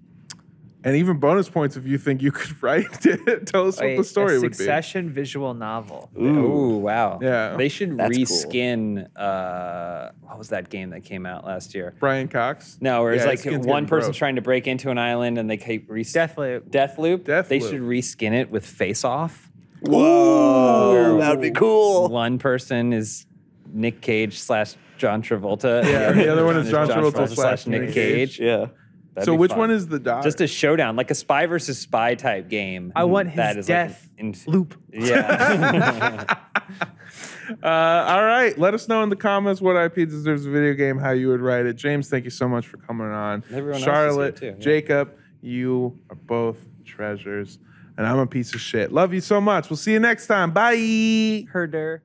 [SPEAKER 1] and even bonus points if you think you *laughs* could write it. Tell us what
[SPEAKER 2] A-
[SPEAKER 1] the story
[SPEAKER 2] a
[SPEAKER 1] would be.
[SPEAKER 2] succession visual novel.
[SPEAKER 3] Ooh, wow.
[SPEAKER 1] Yeah.
[SPEAKER 3] They should
[SPEAKER 4] That's cool.
[SPEAKER 3] reskin uh what was that game that came out last year?
[SPEAKER 1] Brian Cox.
[SPEAKER 3] No, where it's
[SPEAKER 1] Yeah,
[SPEAKER 3] like
[SPEAKER 1] his skin's
[SPEAKER 3] one
[SPEAKER 1] getting
[SPEAKER 3] person
[SPEAKER 1] broke.
[SPEAKER 3] trying to break into an island and they keep re-
[SPEAKER 2] Definitely.
[SPEAKER 3] Death Loop.
[SPEAKER 1] Deathloop.
[SPEAKER 3] They should reskin it with Face Off.
[SPEAKER 4] Whoa, that'd be cool.
[SPEAKER 3] One person is Nick Cage slash John Travolta. *laughs*
[SPEAKER 1] Yeah, the other one is John Travolta slash
[SPEAKER 3] Nick
[SPEAKER 1] Nick
[SPEAKER 3] Cage.
[SPEAKER 4] Yeah.
[SPEAKER 3] That'd
[SPEAKER 1] So
[SPEAKER 3] be
[SPEAKER 1] which
[SPEAKER 3] fun.
[SPEAKER 1] one is the dog?
[SPEAKER 3] just a showdown, like a spy versus spy type game?
[SPEAKER 2] I want
[SPEAKER 3] that
[SPEAKER 2] his
[SPEAKER 3] is like
[SPEAKER 2] death
[SPEAKER 3] in-
[SPEAKER 2] loop. *laughs*
[SPEAKER 3] Yeah.
[SPEAKER 1] Uh, all right. Let us know in the comments what IP deserves a video game, how you would write it. James, thank you so much for coming on.
[SPEAKER 3] Everyone else is here
[SPEAKER 1] Charlotte,
[SPEAKER 3] too, yeah.
[SPEAKER 1] Jacob, you are both treasures. and I'm a piece of shit. Love you so much. We'll see you next time. Bye.
[SPEAKER 2] Herder.